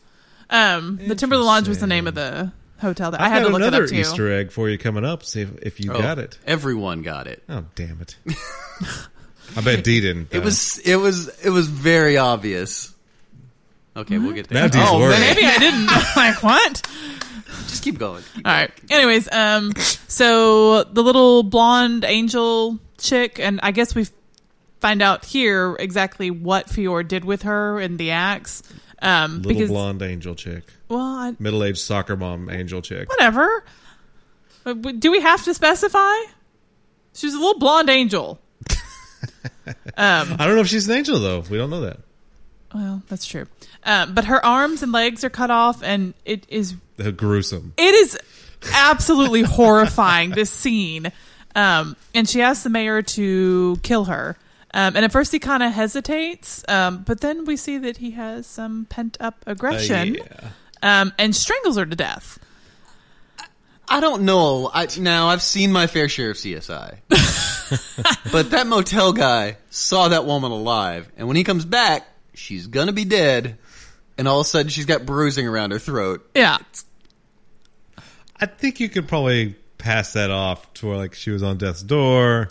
Speaker 4: Um, the Timberland Lodge was the name of the hotel that i had
Speaker 2: Got
Speaker 4: to look it
Speaker 2: another
Speaker 4: up too.
Speaker 2: Easter egg for you coming up. See if, if you
Speaker 3: Oh,
Speaker 2: got it.
Speaker 3: Everyone got it.
Speaker 2: Oh damn it! I bet Dee didn't.
Speaker 3: It was. It was. It was very obvious. Okay, we'll get there.
Speaker 2: Now Dee's
Speaker 3: oh,
Speaker 2: worried.
Speaker 3: man.
Speaker 4: Maybe I didn't. like what?
Speaker 3: Just keep going.
Speaker 4: All right. Anyways, um, so the little blonde angel chick, and I guess we find out here exactly what Fior did with her in the axe. Um,
Speaker 2: little
Speaker 4: because
Speaker 2: blonde angel chick,
Speaker 4: well, I,
Speaker 2: middle aged soccer mom angel chick.
Speaker 4: whatever. But w- Do we have to specify? She's a little blonde angel.
Speaker 2: I don't know if she's an angel though. We don't know that.
Speaker 4: Well, Oh, that's true. Um, but her arms and legs are cut off, and it is
Speaker 2: Uh, gruesome.
Speaker 4: it is absolutely horrifying this scene um, and she asks the mayor to kill her um, and at first he kind of hesitates um, but then we see that he has some pent up
Speaker 2: Uh,
Speaker 4: aggression
Speaker 2: yeah.
Speaker 4: um, and strangles her to death
Speaker 3: I don't know. I, now I've seen my fair share of CSI, but that motel guy saw that woman alive, and when he comes back, she's gonna be dead. And all of a sudden, she's got bruising around her throat.
Speaker 4: yeah
Speaker 2: I think you could probably pass that off to where like she was on death's door,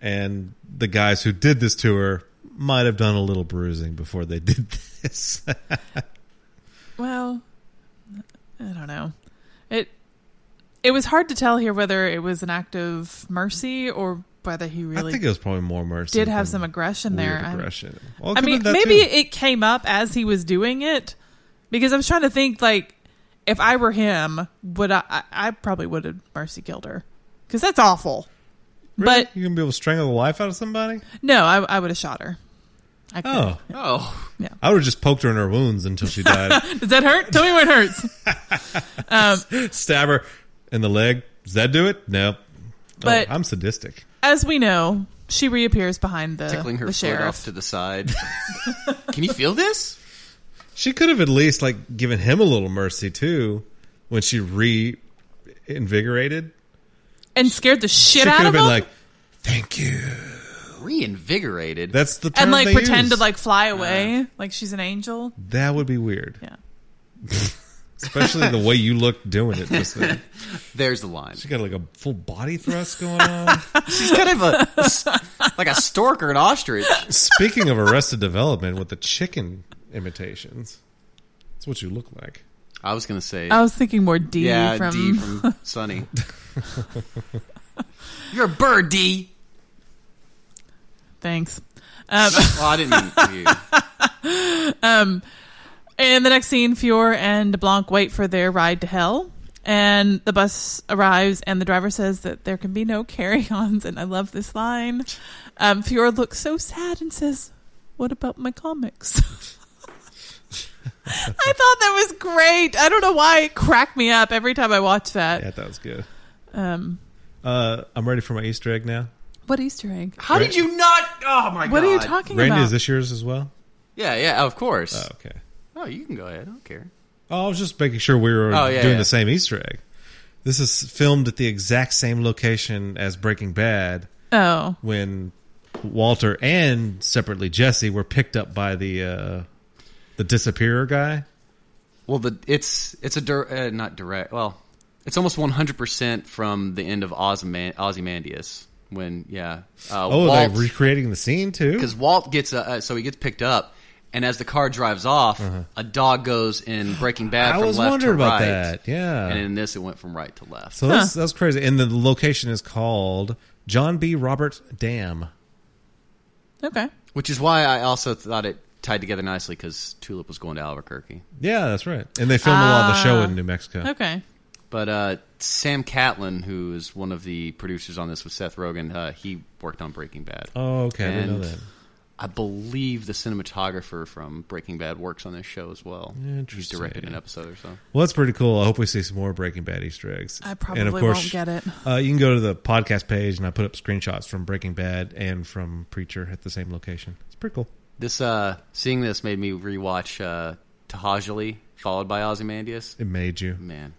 Speaker 2: and the guys who did this to her might have done a little bruising before they did this.
Speaker 4: Well, I don't know. It it was hard to tell here whether it was an act of mercy or whether he
Speaker 2: I
Speaker 4: really
Speaker 2: think it was probably more mercy.
Speaker 4: did have
Speaker 2: than
Speaker 4: some aggression
Speaker 2: weird
Speaker 4: there. I-
Speaker 2: aggression.
Speaker 4: I mean, maybe it came up as he was doing it because I was trying to think like if I were him, would I? I, I probably would have mercy killed her because that's awful. But
Speaker 2: you can be able to strangle the life out of somebody.
Speaker 4: no, I, I would have shot her. I could.
Speaker 2: Oh,
Speaker 3: Oh,
Speaker 2: I would have just poked her in her wounds until she died.
Speaker 4: Does that hurt? Tell me where it hurts.
Speaker 2: Stab her in the leg. Does that do it? No.
Speaker 4: But-
Speaker 2: oh, I'm sadistic.
Speaker 4: As we know, she reappears behind the,
Speaker 3: tickling her
Speaker 4: the
Speaker 3: foot
Speaker 4: sheriff.
Speaker 3: off to the side. Can you feel this?
Speaker 2: She could have at least like given him a little mercy too when she reinvigorated.
Speaker 4: and scared the shit
Speaker 2: she
Speaker 4: out
Speaker 2: could have
Speaker 4: of
Speaker 2: been
Speaker 4: him,
Speaker 2: like, "Thank you."
Speaker 3: Reinvigorated.
Speaker 2: That's the term
Speaker 4: and like
Speaker 2: they
Speaker 4: pretend
Speaker 2: use. Mm-hmm.
Speaker 4: to like fly away, like she's an angel.
Speaker 2: that would be weird,
Speaker 4: Yeah,
Speaker 2: especially the way you looked doing it. Just then.
Speaker 3: There's the line.
Speaker 2: She got like a full body thrust going on.
Speaker 3: She's kind of a like a stork or an ostrich.
Speaker 2: Speaking of Arrested Development with the chicken imitations, that's what you look like.
Speaker 3: I was gonna say,
Speaker 4: I was thinking more Oh, D
Speaker 3: yeah,
Speaker 4: from.
Speaker 3: D from Sunny. You're a bird, D.
Speaker 4: Thanks. Um,
Speaker 3: Well, I didn't mean to you.
Speaker 4: and the next scene, Fior and LeBlanc wait for their ride to hell, and the bus arrives, and the driver says that there can be no carry-ons, and I love this line. Um, Fior looks so sad and says, "What about my comics?" I thought that was great. I don't know why it cracked me up every time I watch that.
Speaker 2: Yeah, that was good.
Speaker 4: Um,
Speaker 2: Uh, I'm ready for my Easter egg now.
Speaker 4: what Easter egg?
Speaker 3: How did you not? Oh my god!
Speaker 4: What are you talking
Speaker 2: Randy,
Speaker 4: about?
Speaker 2: is this yours as well?
Speaker 3: Yeah, yeah, of course.
Speaker 2: Oh, okay.
Speaker 3: Oh, you can go ahead. I don't care.
Speaker 2: Oh, I was just making sure we were
Speaker 3: Oh, yeah,
Speaker 2: doing
Speaker 3: yeah.
Speaker 2: the same Easter egg. This is filmed at the exact same location as Breaking Bad
Speaker 4: oh,
Speaker 2: when Walter and separately Jesse were picked up by the uh, the disappearer guy.
Speaker 3: Well, the it's it's a dir- uh, not direct. Well, it's almost 100 percent from the end of Ozyman- Ozymandias when yeah. Uh,
Speaker 2: Oh,
Speaker 3: Walt,
Speaker 2: they're recreating the scene too.
Speaker 3: because Walt gets uh, uh, so he gets picked up, and as the car drives off, a dog goes in Breaking Bad.
Speaker 2: Uh-huh. I
Speaker 3: from
Speaker 2: was
Speaker 3: left
Speaker 2: wondering
Speaker 3: to
Speaker 2: about
Speaker 3: right,
Speaker 2: that. Yeah.
Speaker 3: and in this it went from right to left.
Speaker 2: so that's that's crazy. And the location is called John B. Robert Dam.
Speaker 4: okay.
Speaker 3: Which is why I also thought it tied together nicely because Tulip was going to Albuquerque.
Speaker 2: Yeah, that's right. And they filmed a lot of the show in New Mexico.
Speaker 4: Okay.
Speaker 3: But uh, Sam Catlin, who is one of the producers on this with Seth Rogen, uh, he worked on Breaking Bad.
Speaker 2: Oh, okay. I didn't
Speaker 3: And
Speaker 2: know that.
Speaker 3: I believe the cinematographer from Breaking Bad works on this show as well. He's
Speaker 2: Interesting.
Speaker 3: directed an episode or so.
Speaker 2: Well, that's pretty cool. I hope we see some more Breaking Bad Easter eggs.
Speaker 4: I probably
Speaker 2: And, of
Speaker 4: won't
Speaker 2: course,
Speaker 4: get it.
Speaker 2: Uh, you can go to the podcast page, and I put up screenshots from Breaking Bad and from Preacher at the same location. It's pretty cool.
Speaker 3: This uh, seeing this made me rewatch uh, Tahajali, followed by Ozymandias.
Speaker 2: It made you.
Speaker 3: Man,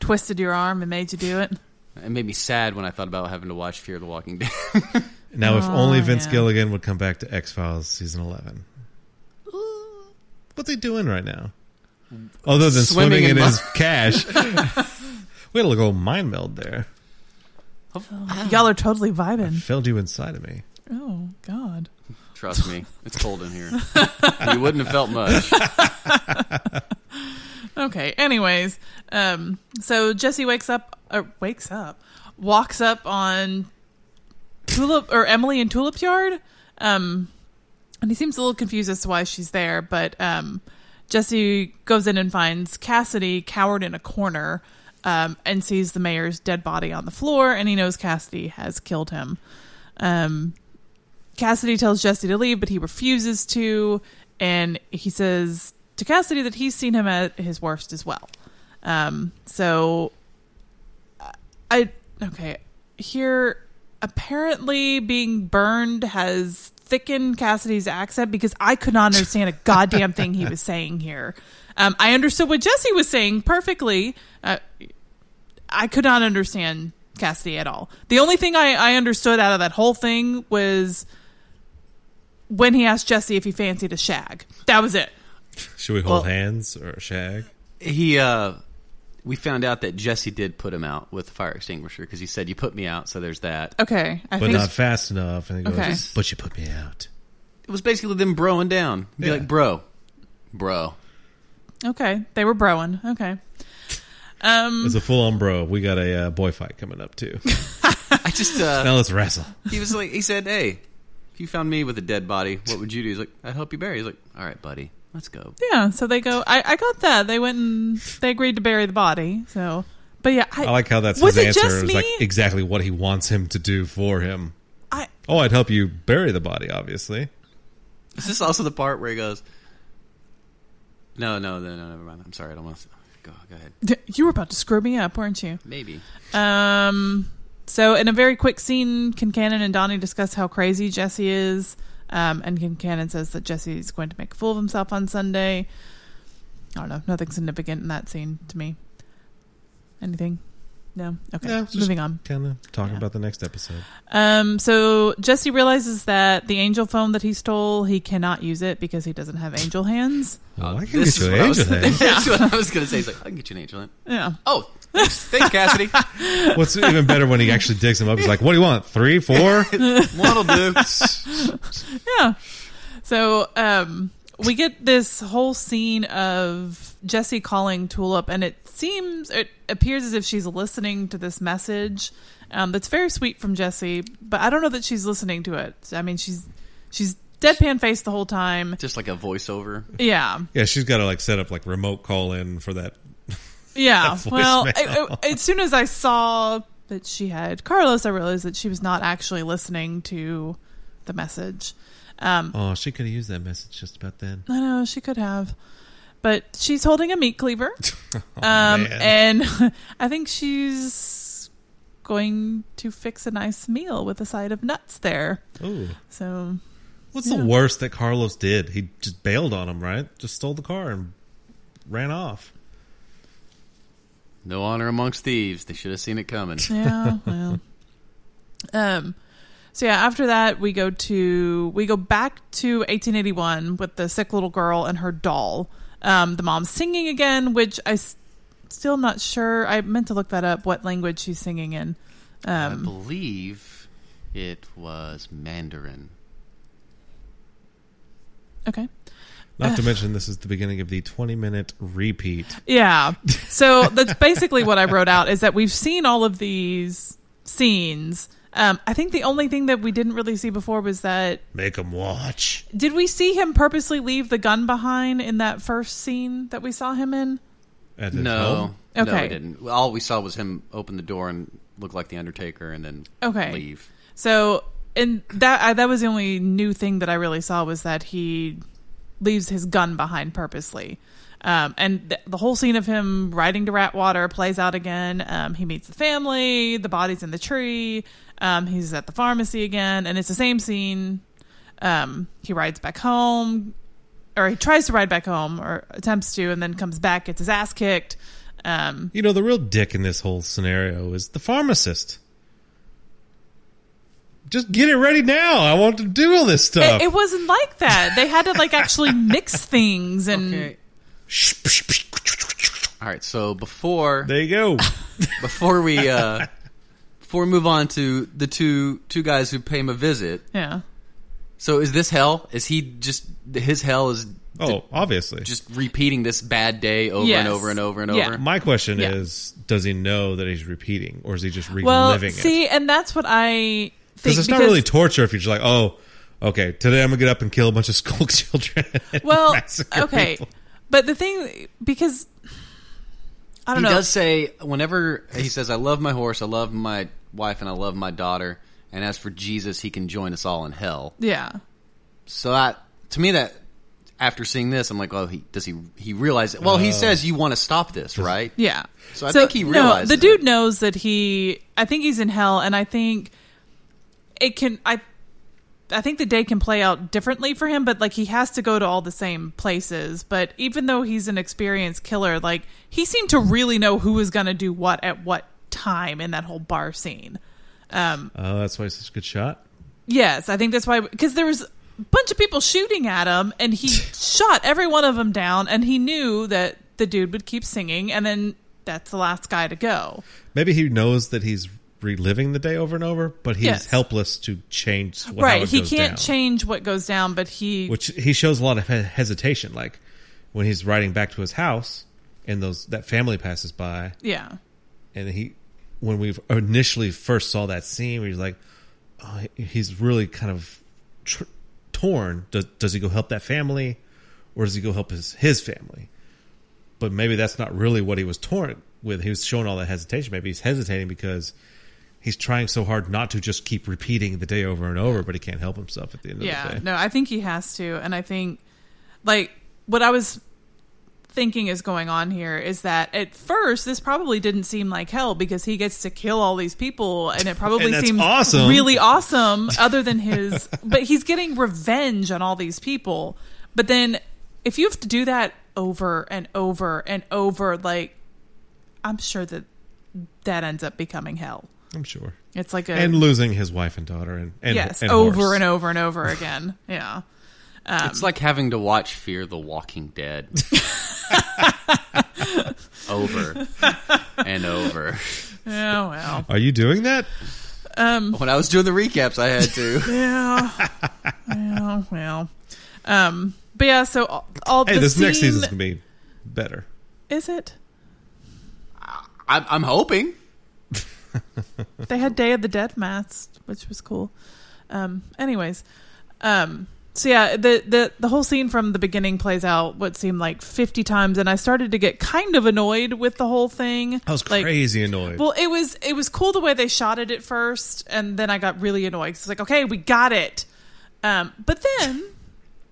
Speaker 4: Twisted your arm and made you do it.
Speaker 3: it made me sad when I thought about having to watch Fear the Walking Dead.
Speaker 2: Now, if
Speaker 4: Oh,
Speaker 2: only Vince
Speaker 4: yeah.
Speaker 2: Gilligan would come back to X Files season eleven. What they doing right now? Other than swimming,
Speaker 3: Swimming in
Speaker 2: in,
Speaker 3: mi-
Speaker 2: his cash, we had a little mind meld there.
Speaker 4: Y'all are totally vibing.
Speaker 2: Filled you inside of me.
Speaker 4: Oh God.
Speaker 3: Trust me, it's cold in here. you wouldn't have felt much.
Speaker 4: Okay. Anyways, um, so Jesse wakes up. Or wakes up. Walks up on Tulip or Emily in Tulip's yard. Um, and he seems a little confused as to why she's there, but um, Jesse goes in and finds Cassidy cowered in a corner. Um, and sees the mayor's dead body on the floor, and he knows Cassidy has killed him. Um, Cassidy tells Jesse to leave, but he refuses to, and he says to Cassidy that he's seen him at his worst as well. Um, so, I okay here. Apparently, being burned has thickened Cassidy's accent because I could not understand a goddamn thing he was saying here. Um, I understood what Jesse was saying perfectly. Uh, I could not understand Cassidy at all. The only thing I, I understood out of that whole thing was when he asked Jesse if he fancied a shag. That was it.
Speaker 2: Should we hold
Speaker 3: Well-
Speaker 2: hands or shag?
Speaker 3: He uh, we found out that Jesse did put him out with the fire extinguisher because he said, "You put me out," so there's that.
Speaker 4: Okay, I
Speaker 2: but
Speaker 4: think
Speaker 2: not fast enough. And it goes,
Speaker 4: Okay.
Speaker 2: but you put me out.
Speaker 3: It was basically them broing down. Be
Speaker 2: Yeah.
Speaker 3: like, "Bro, bro."
Speaker 4: okay they were broing. Okay, um,
Speaker 2: It's a full on bro. We got a uh, boy fight coming up too.
Speaker 3: I just uh,
Speaker 2: now let's wrestle.
Speaker 3: he was like, he said, "Hey, if you found me with a dead body, what would you do?" He's like, "I'd help you bury." He's like, "All right, buddy, let's go."
Speaker 4: yeah. So they go. I, I got that. They went and they agreed to bury the body. So, but yeah, I,
Speaker 2: I like how that's
Speaker 4: was
Speaker 2: his
Speaker 4: it
Speaker 2: answer.
Speaker 4: Just
Speaker 2: It was
Speaker 4: me?
Speaker 2: like exactly what he wants him to do for him.
Speaker 4: I
Speaker 2: Oh, I'd help you bury the body, obviously.
Speaker 3: Is this also the part where he goes? No, no, no, no, never mind. I'm sorry. I don't want to. Go, go ahead.
Speaker 4: you were about to screw me up, weren't you?
Speaker 3: Maybe.
Speaker 4: Um, so in a very quick scene, Kincannon and Donnie discuss how crazy Jesse is. Um, and Kincannon says that Jesse's going to make a fool of himself on Sunday. I don't know. Nothing significant in that scene to me. Anything? No? Okay.
Speaker 2: No, just-
Speaker 4: Moving on.
Speaker 2: Kind of talking
Speaker 4: Yeah.
Speaker 2: about the next episode.
Speaker 4: Um, so Jesse realizes that the angel phone that he stole, he cannot use it because he doesn't have angel hands.
Speaker 2: Well, I can
Speaker 3: Uh, This
Speaker 2: get
Speaker 3: is
Speaker 2: you
Speaker 3: what
Speaker 2: an
Speaker 3: I was-
Speaker 2: angel hand.
Speaker 3: That's what I was going to say. He's like, I can get you an angel hand.
Speaker 4: Yeah.
Speaker 3: Oh, thanks, thanks Cassidy.
Speaker 2: What's even better when he actually digs him up? He's like, "What do you want? Three, four?
Speaker 3: What'll do?
Speaker 4: Yeah. So um, we get this whole scene of Jesse calling Tulip, and it seems, it appears as if she's listening to this message. Um, that's very sweet from Jesse, but I don't know that she's listening to it. I mean, she's she's deadpan faced the whole time.
Speaker 3: Just like a voiceover.
Speaker 4: Yeah,
Speaker 2: Yeah, she's got to like set up like remote call in for that.
Speaker 4: yeah.
Speaker 2: That
Speaker 4: Well, I,
Speaker 2: voicemail.
Speaker 4: I- as soon as I saw that she had Carlos, I realized that she was not actually listening to the message. Um,
Speaker 2: Oh, she could have used that message just about then.
Speaker 4: I know she could have, but she's holding a meat cleaver, um,
Speaker 2: Oh, man.
Speaker 4: and I think she's going to fix a nice meal with a side of nuts there.
Speaker 2: Ooh,
Speaker 4: So
Speaker 2: what's
Speaker 4: Yeah.
Speaker 2: the worst that Carlos did? He just bailed on him, right? Just stole the car and ran off.
Speaker 3: No honor amongst thieves. They should have seen it coming.
Speaker 4: yeah, well, um, so yeah. After that, we go to we go back to 1881 with the sick little girl and her doll. Um, the mom's singing again, which I s- still am not sure. I meant to look that up. What language she's singing in?
Speaker 3: I believe it was Mandarin.
Speaker 4: Okay.
Speaker 2: Not to mention, this is the beginning of the twenty-minute repeat.
Speaker 4: Yeah. So that's basically what I wrote out is that we've seen all of these scenes. Um, I think the only thing that we didn't really see before was that
Speaker 2: Make him watch.
Speaker 4: did we see him purposely leave the gun behind in that first scene that we saw him in?
Speaker 2: At his
Speaker 3: No,
Speaker 2: home?
Speaker 3: no,
Speaker 4: Okay.
Speaker 3: I didn't. All we saw was him open the door and look like the Undertaker, and then
Speaker 4: Okay.
Speaker 3: leave.
Speaker 4: So and that I, that was the only new thing that I really saw was that he leaves his gun behind purposely. Um, and th- the whole scene of him riding to Ratwater plays out again. Um, he meets the family, the body's in the tree. Um, he's at the pharmacy again, and it's the same scene. Um, he rides back home, or he tries to ride back home, or attempts to, and then comes back, gets his ass kicked. Um,
Speaker 2: You know, the real dick in this whole scenario is the pharmacist. Just get it ready now. I want to do all this stuff.
Speaker 4: it, it wasn't like that. They had to like actually mix things and.
Speaker 3: Mm. All right. So before
Speaker 2: there you go.
Speaker 3: before we uh, before we move on to the two two guys who pay him a visit.
Speaker 4: Yeah.
Speaker 3: So is this hell? Is he just his hell is
Speaker 2: Oh, obviously.
Speaker 3: just repeating this bad day over
Speaker 4: Yes.
Speaker 3: and over and over and
Speaker 4: Yeah.
Speaker 3: over?
Speaker 2: My question
Speaker 4: Yeah.
Speaker 2: is does he know that he's repeating or is he just reliving
Speaker 4: Well,
Speaker 2: it?
Speaker 4: see, and that's what I think.
Speaker 2: because it's not really torture if you're just like, oh, okay, today I'm going to get up and kill a bunch of school children. and
Speaker 4: well,
Speaker 2: massacre
Speaker 4: okay,
Speaker 2: people.
Speaker 4: but the thing because I
Speaker 3: He
Speaker 4: don't know.
Speaker 3: does say whenever he says, "I love my horse, I love my wife, and I love my daughter," and as for Jesus, he can join us all in hell.
Speaker 4: yeah,
Speaker 3: So that to me that after seeing this, I'm like, "Oh, he does he he realize it?" Well,
Speaker 4: Uh.
Speaker 3: he says, "You want to stop this, right?"
Speaker 4: yeah.
Speaker 3: So I think he realizes
Speaker 4: No,
Speaker 3: it.
Speaker 4: the dude knows that he. I think he's in hell, and I think it can. I I think the day can play out differently for him, but like he has to go to all the same places. But even though he's an experienced killer, like he seemed to really know who was going to do what at what time in that whole bar scene.
Speaker 2: Oh, that's why he's such a good shot.
Speaker 4: Yes, I think that's why because there was a bunch of people shooting at him, and he shot every one of them down, and he knew that the dude would keep singing, and then that's the last guy to go.
Speaker 2: Maybe he knows that he's reliving the day over and over, but he's
Speaker 4: Yes.
Speaker 2: helpless to change. What,
Speaker 4: right. He
Speaker 2: goes
Speaker 4: can't
Speaker 2: down.
Speaker 4: change what goes down, but he
Speaker 2: which he shows a lot of he- hesitation. Like when he's riding back to his house, and those that family passes by,
Speaker 4: yeah.
Speaker 2: and he, when we initially first saw that scene, where he's like, oh, he- he's really kind of tr- torn. Does does he go help that family, or does he go help his his family? But maybe that's not really what he was torn with. He was showing all that hesitation. Maybe he's hesitating because. He's trying so hard not to just keep repeating the day over and over, but he can't help himself at the end of the
Speaker 4: Yeah.
Speaker 2: day.
Speaker 4: No, I think he has to and I think like what I was thinking is going on here is that at first this probably didn't seem like hell because he gets to kill all these people and it probably
Speaker 2: And that's
Speaker 4: seems
Speaker 2: awesome.
Speaker 4: really awesome other than his but he's getting revenge on all these people. But then if you have to do that over and over and over like I'm sure that that ends up becoming hell.
Speaker 2: I'm sure.
Speaker 4: It's like a
Speaker 2: and losing his wife and daughter and, and
Speaker 4: yes,
Speaker 2: and
Speaker 4: over
Speaker 2: horse.
Speaker 4: and over and over again. Yeah.
Speaker 3: it's like having to watch Fear the Walking Dead over and over.
Speaker 4: Oh well.
Speaker 2: Are you doing that?
Speaker 3: When I was doing the recaps, I had to.
Speaker 4: Yeah. yeah. Well. Um. But yeah. So all, all
Speaker 2: Hey,
Speaker 4: the
Speaker 2: this next
Speaker 4: scene-
Speaker 2: season's gonna be better.
Speaker 4: is it?
Speaker 3: I'm, I'm hoping.
Speaker 4: They had Day of the Dead masks, which was cool. Um. Anyways. Um. So yeah, the the the whole scene from the beginning plays out what seemed like fifty times, and I started to get kind of annoyed with the whole thing.
Speaker 2: I was
Speaker 4: like,
Speaker 2: crazy annoyed.
Speaker 4: Well, it was it was cool the way they shot it at first, and then I got really annoyed. 'cause It's like, okay, we got it, um, but then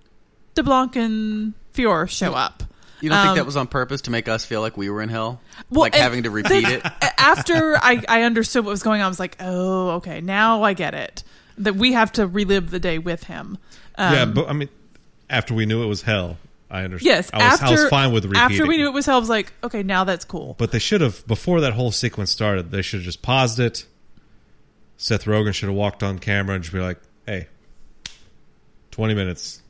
Speaker 4: DeBlanc and Fior show up.
Speaker 3: You don't
Speaker 4: Um,
Speaker 3: think that was on purpose to make us feel like we were in hell?
Speaker 4: Well,
Speaker 3: like
Speaker 4: and
Speaker 3: having to repeat
Speaker 4: the-
Speaker 3: it?
Speaker 4: After I, I understood what was going on, I was like, oh, okay, now I get it. That we have to relive the day with him. Um,
Speaker 2: yeah, but I mean, after we knew it was hell, I understand.
Speaker 4: yes.
Speaker 2: I was,
Speaker 4: after
Speaker 2: I was fine with repeating.
Speaker 4: after we knew it was hell, I was like, okay, now that's cool.
Speaker 2: but they should have before that whole sequence started. They should have just paused it. Seth Rogen should have walked on camera and just be like, "Hey, twenty minutes.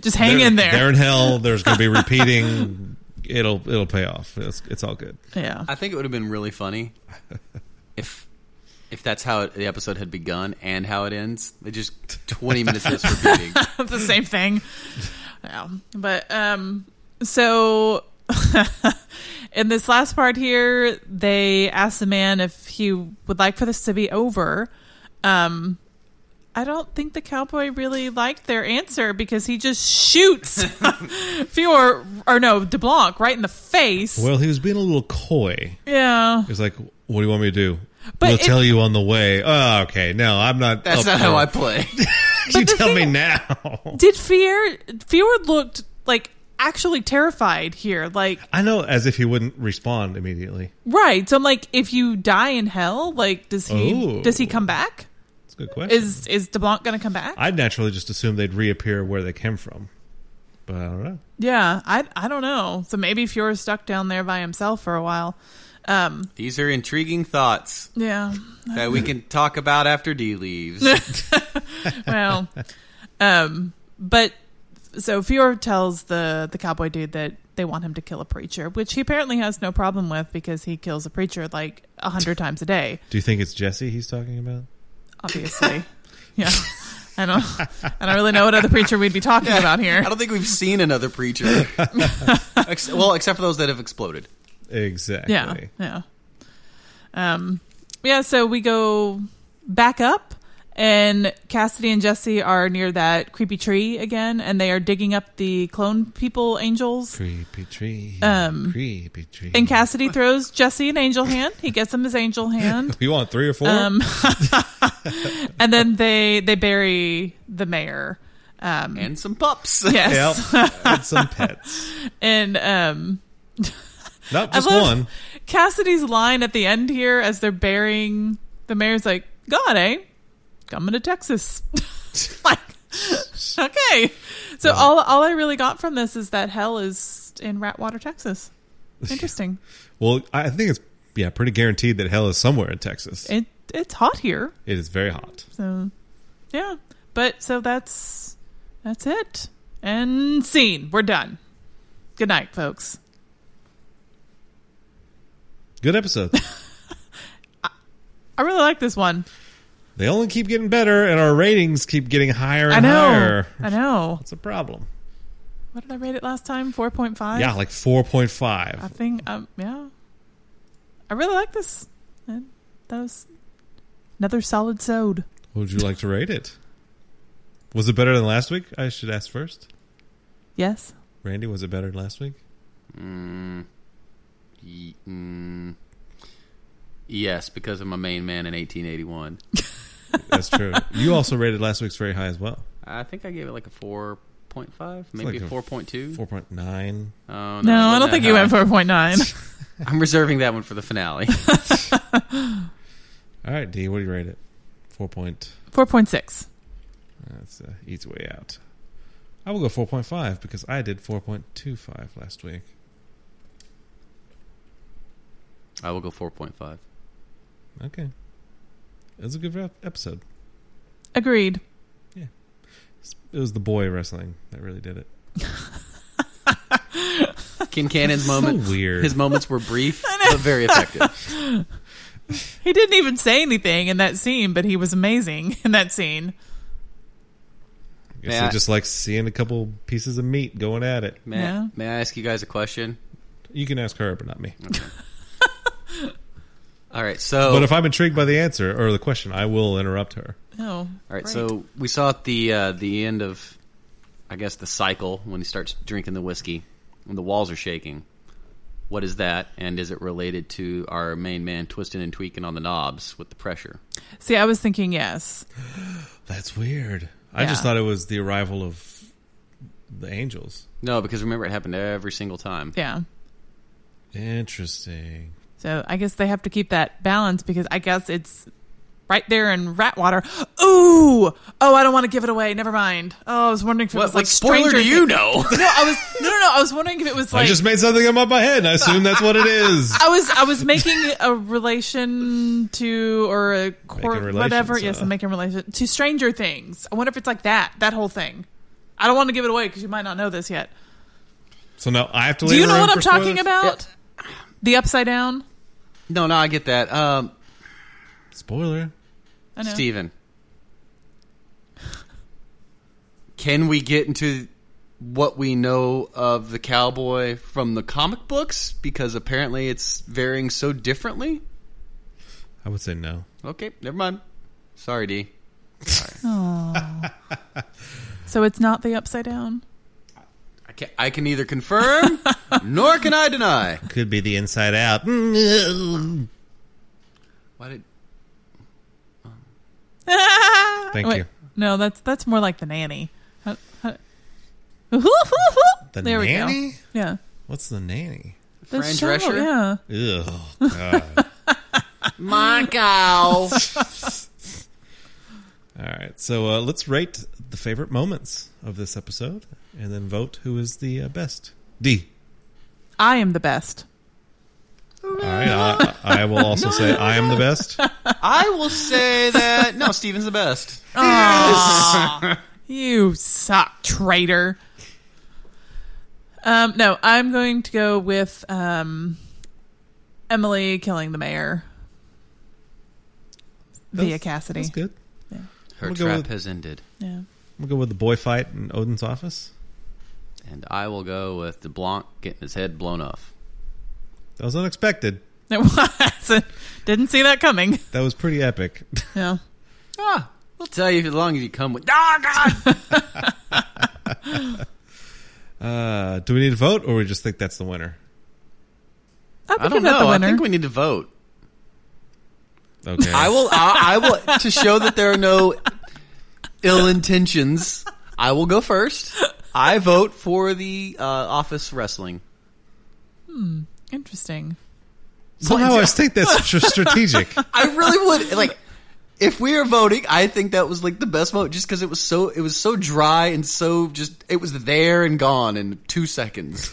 Speaker 4: Just hang
Speaker 2: They're-
Speaker 4: in there.
Speaker 2: They're in hell. There's gonna be repeating. it'll it'll pay off. It's, it's all good.
Speaker 4: yeah.
Speaker 3: I think it would have been really funny if if that's how it, the episode had begun and how it ends. They just twenty minutes of this repeating.
Speaker 4: the same thing. Yeah. But um so in this last part here, they asked the man if he would like for this to be over. Um I don't think the cowboy really liked their answer because he just shoots Fior or no, DeBlanc right in the face.
Speaker 2: Well, he was being a little coy.
Speaker 4: yeah.
Speaker 2: He's like, "What do you want me to do?"
Speaker 4: But
Speaker 2: we'll
Speaker 4: it-
Speaker 2: tell you on the way. Oh, okay. No, I'm not.
Speaker 3: That's
Speaker 2: up for
Speaker 3: not how I
Speaker 2: it.
Speaker 3: play.
Speaker 2: you
Speaker 4: the
Speaker 2: tell me
Speaker 4: thing-
Speaker 2: now.
Speaker 4: Did Fear Fior looked like actually terrified here. Like
Speaker 2: I know, as if he wouldn't respond immediately.
Speaker 4: Right. So I'm like, if you die in hell, like, does he
Speaker 2: Oh.
Speaker 4: does he come back?
Speaker 2: That's a good question.
Speaker 4: Is is DeBlanc gonna come back?
Speaker 2: I'd naturally just assume they'd reappear where they came from, but I don't know.
Speaker 4: yeah, I I don't know. So maybe Fior is stuck down there by himself for a while. Um,
Speaker 3: These are intriguing thoughts
Speaker 4: yeah.
Speaker 3: that we can talk about after D leaves.
Speaker 4: Well, um, but so Fior tells the the cowboy dude that they want him to kill a preacher, which he apparently has no problem with because he kills a preacher like a hundred times a day.
Speaker 2: Do you think it's Jesse he's talking about?
Speaker 4: Obviously, yeah. I don't I don't really know what other preacher we'd be talking about here.
Speaker 3: I don't think we've seen another preacher. Ex- well, except for those that have exploded.
Speaker 2: Exactly.
Speaker 4: Yeah, yeah. Um, yeah. So we go back up, and Cassidy and Jesse are near that creepy tree again, and they are digging up the clone people angels.
Speaker 2: Creepy tree.
Speaker 4: Um,
Speaker 2: creepy tree.
Speaker 4: And Cassidy throws Jesse an angel hand. He gets him his angel hand,
Speaker 2: you want three or four?
Speaker 4: Um, and then they they bury the mayor. Um,
Speaker 3: And some pups.
Speaker 2: yep.
Speaker 4: yes,
Speaker 2: and some pets.
Speaker 4: and um,
Speaker 2: Not
Speaker 4: I
Speaker 2: just
Speaker 4: love
Speaker 2: one.
Speaker 4: Cassidy's line at the end here as they're burying the mayor's like, God, eh? Coming to Texas. like, okay. So all all I really got from this is that hell is in Ratwater, Texas. Interesting.
Speaker 2: Well, I think it's yeah, pretty guaranteed that hell is somewhere in Texas.
Speaker 4: it it's hot here.
Speaker 2: It is very hot.
Speaker 4: So yeah. But so that's that's it. And scene. We're done. Good night, folks.
Speaker 2: Good episode.
Speaker 4: I really like this one.
Speaker 2: they only keep getting better, and our ratings keep getting higher
Speaker 4: I
Speaker 2: and
Speaker 4: know.
Speaker 2: higher.
Speaker 4: I know.
Speaker 2: That's a problem.
Speaker 4: What did I rate it last time? 4.5?
Speaker 2: yeah, like four point five.
Speaker 4: I think, um, yeah. I really like this. That was another solid sode.
Speaker 2: What would you like to rate it? Was it better than last week? I should ask first.
Speaker 4: Yes.
Speaker 2: Randy, was it better than last week?
Speaker 3: Mm, ye- mm, yes, because of my main man in 1881.
Speaker 2: That's true. you also rated last week's very high as well.
Speaker 3: I think I gave it like a 4.5,
Speaker 2: like
Speaker 3: maybe
Speaker 2: a
Speaker 3: a 4.2.
Speaker 2: Four point nine.
Speaker 3: Oh,
Speaker 4: No,
Speaker 3: it
Speaker 4: I
Speaker 3: wasn't
Speaker 4: don't think
Speaker 3: that
Speaker 4: you
Speaker 3: high.
Speaker 4: went 4.9.
Speaker 3: I'm reserving that one for the finale.
Speaker 2: All right, D, what do you rate it? Four point
Speaker 4: 4.6.
Speaker 2: That's uh, easy way out. I will go 4.5 because I did 4.25 last week.
Speaker 3: I will go 4.5.
Speaker 2: Okay. It was a good rep- episode.
Speaker 4: Agreed.
Speaker 2: It's- It was the boy wrestling that really did it.
Speaker 3: Ken Cannon's moment.
Speaker 2: So weird.
Speaker 3: His moments were brief, but very effective.
Speaker 4: He didn't even say anything in that scene, but he was amazing in that scene.
Speaker 2: I guess
Speaker 3: May
Speaker 2: they
Speaker 3: I-
Speaker 2: just like seeing a couple pieces of meat going at it.
Speaker 3: May,
Speaker 4: Yeah.
Speaker 3: may I ask you guys a question?
Speaker 2: You can ask her, but not me.
Speaker 3: All right, so
Speaker 2: But if I'm intrigued by the answer or the question, I will interrupt her.
Speaker 4: Oh.
Speaker 3: all right,
Speaker 4: great.
Speaker 3: so we saw at the uh, the end of, I guess, the cycle when he starts drinking the whiskey, when the walls are shaking. What is that, and is it related to our main man twisting and tweaking on the knobs with the pressure?
Speaker 4: See, I was thinking yes.
Speaker 2: That's weird. I just
Speaker 4: Yeah.
Speaker 2: thought it was the arrival of the angels.
Speaker 3: No, because remember it happened every single time.
Speaker 4: Yeah.
Speaker 2: Interesting.
Speaker 4: So I guess they have to keep that balance because I guess it's right there in Ratwater. Ooh, oh, I don't want to give it away. Never mind. Oh, I was wondering if it
Speaker 3: What,
Speaker 4: was like
Speaker 3: what spoiler
Speaker 4: Stranger
Speaker 3: do you
Speaker 4: Thi-
Speaker 3: know?
Speaker 4: No, I was no, no, no. I was wondering if it was
Speaker 2: I
Speaker 4: like
Speaker 2: just made something up in my head, and I assume that's what it is.
Speaker 4: I was I was making a relation to or a cor-
Speaker 2: Making relations,
Speaker 4: whatever. Yes,
Speaker 2: uh.
Speaker 4: I'm making a relation to Stranger Things. I wonder if it's like that that whole thing. I don't want to give it away because you might not know this yet.
Speaker 2: So now I have to.
Speaker 4: Do
Speaker 2: leave
Speaker 4: you
Speaker 2: the
Speaker 4: know
Speaker 2: room
Speaker 4: what I'm
Speaker 2: for
Speaker 4: talking
Speaker 2: spoilers?
Speaker 4: about? The upside down.
Speaker 3: no, no, I get that. Um,
Speaker 2: Spoiler.
Speaker 4: I know.
Speaker 3: Steven. Can we get into what we know of the cowboy from the comic books? Because apparently it's varying so differently.
Speaker 2: I would say no.
Speaker 3: Okay, never mind. Sorry, D.
Speaker 4: So it's not the upside down.
Speaker 3: I can, I can neither confirm nor can I deny.
Speaker 2: Could be the inside out.
Speaker 3: Why did
Speaker 2: Thank
Speaker 4: Wait,
Speaker 2: you.
Speaker 4: No, that's that's more like the nanny. How- how-
Speaker 2: The
Speaker 4: there we
Speaker 2: nanny?
Speaker 4: go. Yeah,
Speaker 2: What's the nanny?
Speaker 4: the
Speaker 3: Fran
Speaker 4: show,
Speaker 3: Drescher?
Speaker 4: Yeah,
Speaker 2: Ugh. God.
Speaker 3: my cow?
Speaker 2: All right. So uh, let's rate the favorite moments of this episode and then vote who is the uh, best. D.
Speaker 4: I am the best.
Speaker 2: All right. I, I will also say I am the best.
Speaker 3: I will say that no, Steven's the best.
Speaker 4: You suck, traitor. Um, no, I'm going to go with um, Emily killing the mayor via
Speaker 2: That's-
Speaker 4: Cassidy.
Speaker 2: That's good.
Speaker 3: Her
Speaker 2: We'll go
Speaker 3: trap
Speaker 2: with-
Speaker 3: has ended.
Speaker 4: Yeah.
Speaker 2: We'll go with the boy fight in Odin's office.
Speaker 3: And I will go with DeBlanc getting his head blown off.
Speaker 2: That was unexpected.
Speaker 4: It was. Didn't see that coming.
Speaker 2: That was pretty epic.
Speaker 4: Yeah.
Speaker 3: Ah, we'll tell you as long as you come with. Ah, God!
Speaker 2: Uh, do we need to vote or we just think that's the winner?
Speaker 4: I,
Speaker 3: I don't
Speaker 4: about
Speaker 3: know.
Speaker 4: The
Speaker 3: I
Speaker 4: winner.
Speaker 3: think we need to vote.
Speaker 2: Okay.
Speaker 3: I will. I, I will to show that there are no ill intentions. I will go first. I vote for the uh, office wrestling.
Speaker 4: Interesting.
Speaker 2: Somehow I think that's tr- strategic.
Speaker 3: I really would like. If we are voting, I think that was like the best vote, just because it was so it was so dry and so just it was there and gone in two seconds.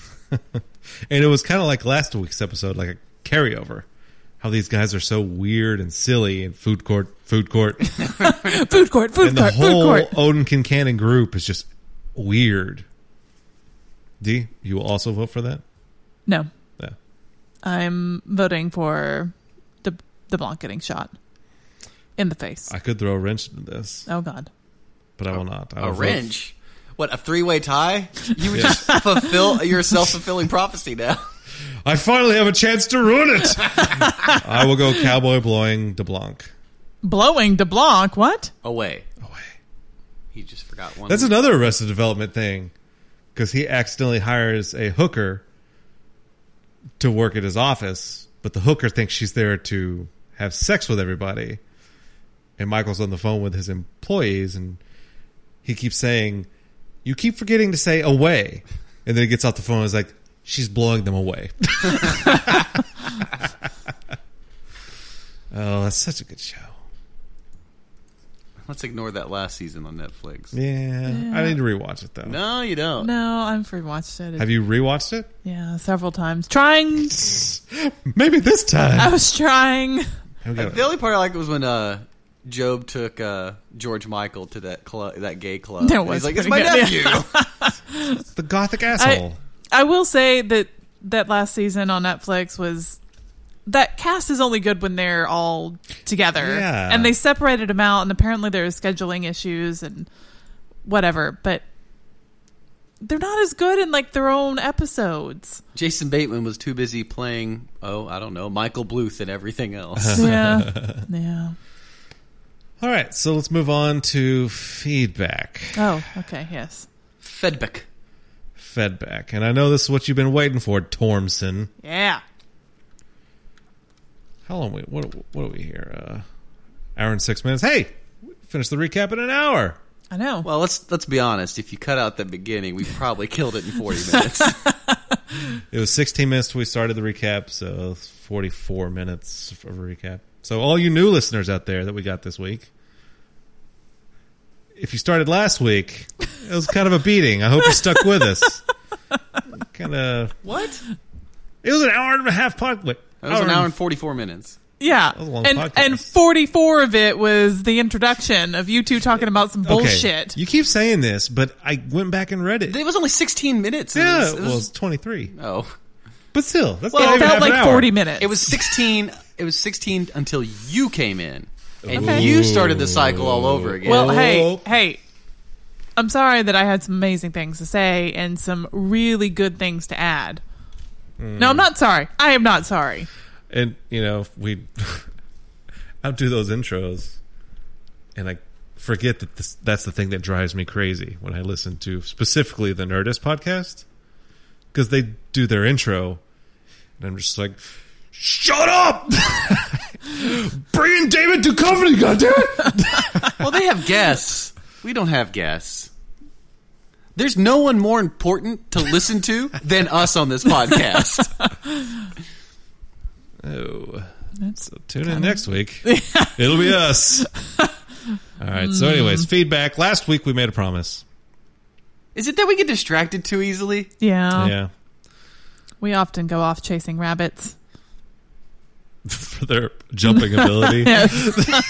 Speaker 2: And it was kind of like last week's episode, like a carryover. How these guys are so weird and silly and food court, food court,
Speaker 4: Food court. Food
Speaker 2: and the
Speaker 4: court. food
Speaker 2: whole
Speaker 4: court.
Speaker 2: Odin Kincannon group is just weird. D, you will also vote for that?
Speaker 4: No.
Speaker 2: Yeah.
Speaker 4: I'm voting for the the blanc getting shot in the face.
Speaker 2: I could throw a wrench into this,
Speaker 4: oh God.
Speaker 2: but I will not. I
Speaker 3: A
Speaker 2: will vote-
Speaker 3: wrench? What, a three way tie? You would just fulfill your self fulfilling prophecy now.
Speaker 2: I finally have a chance to ruin it. I will go cowboy blowing DeBlanc
Speaker 4: Blowing de blanc. What?
Speaker 3: Away.
Speaker 2: away.
Speaker 3: He just forgot one.
Speaker 2: That's another Arrested Development thing, because he accidentally hires a hooker to work at his office, but the hooker thinks she's there to have sex with everybody. And Michael's on the phone with his employees, and he keeps saying, "You keep forgetting to say away," and then he gets off the phone. and is like, "She's blowing them away." oh, that's such a good show.
Speaker 3: Let's ignore that last season on Netflix.
Speaker 2: Yeah, I need to rewatch it though.
Speaker 3: No, you don't.
Speaker 4: No, I've rewatched it.
Speaker 2: Have you rewatched it?
Speaker 4: yeah, several times. Trying.
Speaker 2: Maybe this time.
Speaker 4: I was trying.
Speaker 2: Here we go.
Speaker 3: The only part I liked was when uh, Job took uh, George Michael to that club, that gay club.
Speaker 4: That
Speaker 3: And
Speaker 4: was
Speaker 3: He's like, it's my
Speaker 4: pretty
Speaker 3: nephew.
Speaker 4: good, yeah.
Speaker 2: It's the gothic asshole.
Speaker 4: I will say that that last season on Netflix was that cast is only good when they're all together.
Speaker 2: Yeah.
Speaker 4: And they separated them out and apparently there was scheduling issues and whatever, but they're not as good in like their own episodes.
Speaker 3: Jason Bateman was too busy playing, oh, I don't know, Michael Bluth and everything
Speaker 4: Uh-huh.
Speaker 3: else.
Speaker 4: Yeah. yeah.
Speaker 2: All right, so let's move on to feedback.
Speaker 4: Oh, okay, yes.
Speaker 3: Fedbeck.
Speaker 2: Fedback. And I know this is what you've been waiting for, Tormson.
Speaker 4: Yeah.
Speaker 2: How long we what what are we here? Uh hour and six minutes. Hey! we Finished the recap in an hour.
Speaker 4: I know.
Speaker 3: Well, let's let's be honest. If you cut out the beginning, we probably killed it in forty minutes.
Speaker 2: It was sixteen minutes till we started the recap, so forty four minutes of a recap. So all you new listeners out there that we got this week. If you started last week, it was kind of a beating. I hope you stuck with us. kind of
Speaker 3: what?
Speaker 2: It was an hour and a half podcast. Wait,
Speaker 3: That was an hour and forty-four minutes.
Speaker 4: yeah.
Speaker 2: was a long
Speaker 4: and
Speaker 2: podcast.
Speaker 4: and 44 of it was the introduction of you two talking about some
Speaker 2: Okay,
Speaker 4: bullshit.
Speaker 2: You keep saying this, but I went back and read it.
Speaker 3: It was only sixteen minutes.
Speaker 2: yeah,
Speaker 3: was-
Speaker 2: it was, 23.
Speaker 3: oh,
Speaker 2: But still, that's
Speaker 4: It
Speaker 2: not even half
Speaker 4: felt
Speaker 2: an
Speaker 4: like
Speaker 2: hour.
Speaker 4: 40 minutes.
Speaker 3: it was sixteen. It was sixteen until you came in, and
Speaker 4: Okay.
Speaker 3: you started the cycle all over again.
Speaker 4: Well, hey,
Speaker 2: Oh.
Speaker 4: hey. I'm sorry that I had some amazing things to say and some really good things to add.
Speaker 2: Mm.
Speaker 4: No, I'm not sorry. I am not sorry.
Speaker 2: And, you know, we outdo those intros, and I forget that this, that's the thing that drives me crazy when I listen to specifically the Nerdist podcast because they do their intro, and I'm just like, shut up! Bring in David Duchovny, goddammit!
Speaker 3: well, they have guests. We don't have guests. There's no one more important to listen to than us on this podcast.
Speaker 2: Oh.
Speaker 4: That's
Speaker 2: So tune in next week. It'll be us. All right. So, anyways, feedback. Last week we made a promise.
Speaker 3: Is it that we get distracted too easily?
Speaker 4: yeah.
Speaker 2: Yeah.
Speaker 4: We often go off chasing rabbits.
Speaker 2: For their jumping ability.
Speaker 3: I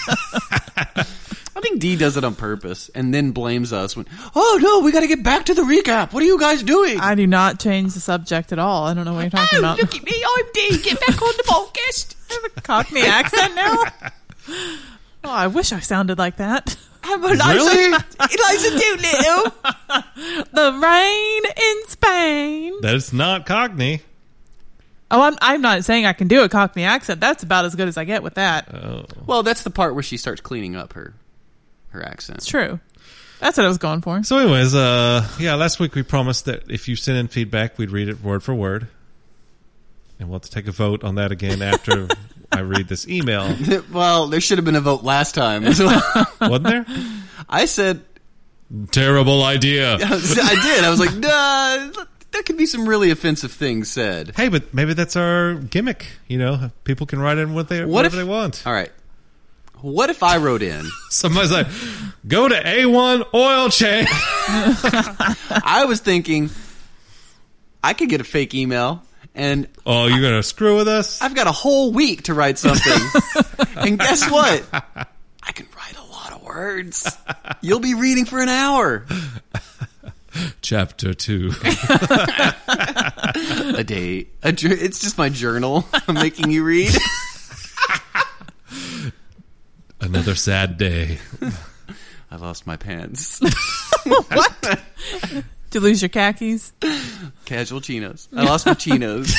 Speaker 3: think D does it on purpose and then blames us when, oh no, we got to get back to the recap. What are you guys doing?
Speaker 4: I do not change the subject at all. I don't know what you're talking about.
Speaker 3: at me, I'm D. Get back on the podcast.
Speaker 4: I have a Cockney accent now. Oh, I wish I sounded like that.
Speaker 3: I'm Eliza,
Speaker 2: Really?
Speaker 3: Eliza Doolittle.
Speaker 4: The rain in Spain.
Speaker 2: That is not Cockney.
Speaker 4: Oh, I'm I'm not saying I can do a Cockney accent. That's about as good as I get with that.
Speaker 2: Oh.
Speaker 3: Well, that's the part where she starts cleaning up her her accent.
Speaker 4: True. That's what I was going for.
Speaker 2: So, anyways, uh, yeah, last week we promised that if you sent in feedback, we'd read it word for word. And we'll have to take a vote on that again after I read this email.
Speaker 3: well, there should have been a vote last time. as well.
Speaker 2: Wasn't there?
Speaker 3: I said
Speaker 2: Terrible idea.
Speaker 3: I was- I did. I was like, nah, there could be some really offensive things said.
Speaker 2: Hey, but maybe that's our gimmick. You know, people can write in what they
Speaker 3: What
Speaker 2: whatever
Speaker 3: if
Speaker 2: they want.
Speaker 3: All right. What if I wrote in?
Speaker 2: Somebody's like, go to A1 oil change.
Speaker 3: I was thinking I could get a fake email, and
Speaker 2: Oh, you're gonna screw with us?
Speaker 3: I've got a whole week to write something. and guess what? I can write a lot of words. You'll be reading for an hour.
Speaker 2: Chapter two.
Speaker 3: a date. A jour- it's just my journal I'm making you read.
Speaker 2: Another sad day.
Speaker 3: I lost my pants.
Speaker 4: To lose your khakis.
Speaker 3: Casual chinos. I lost my chinos.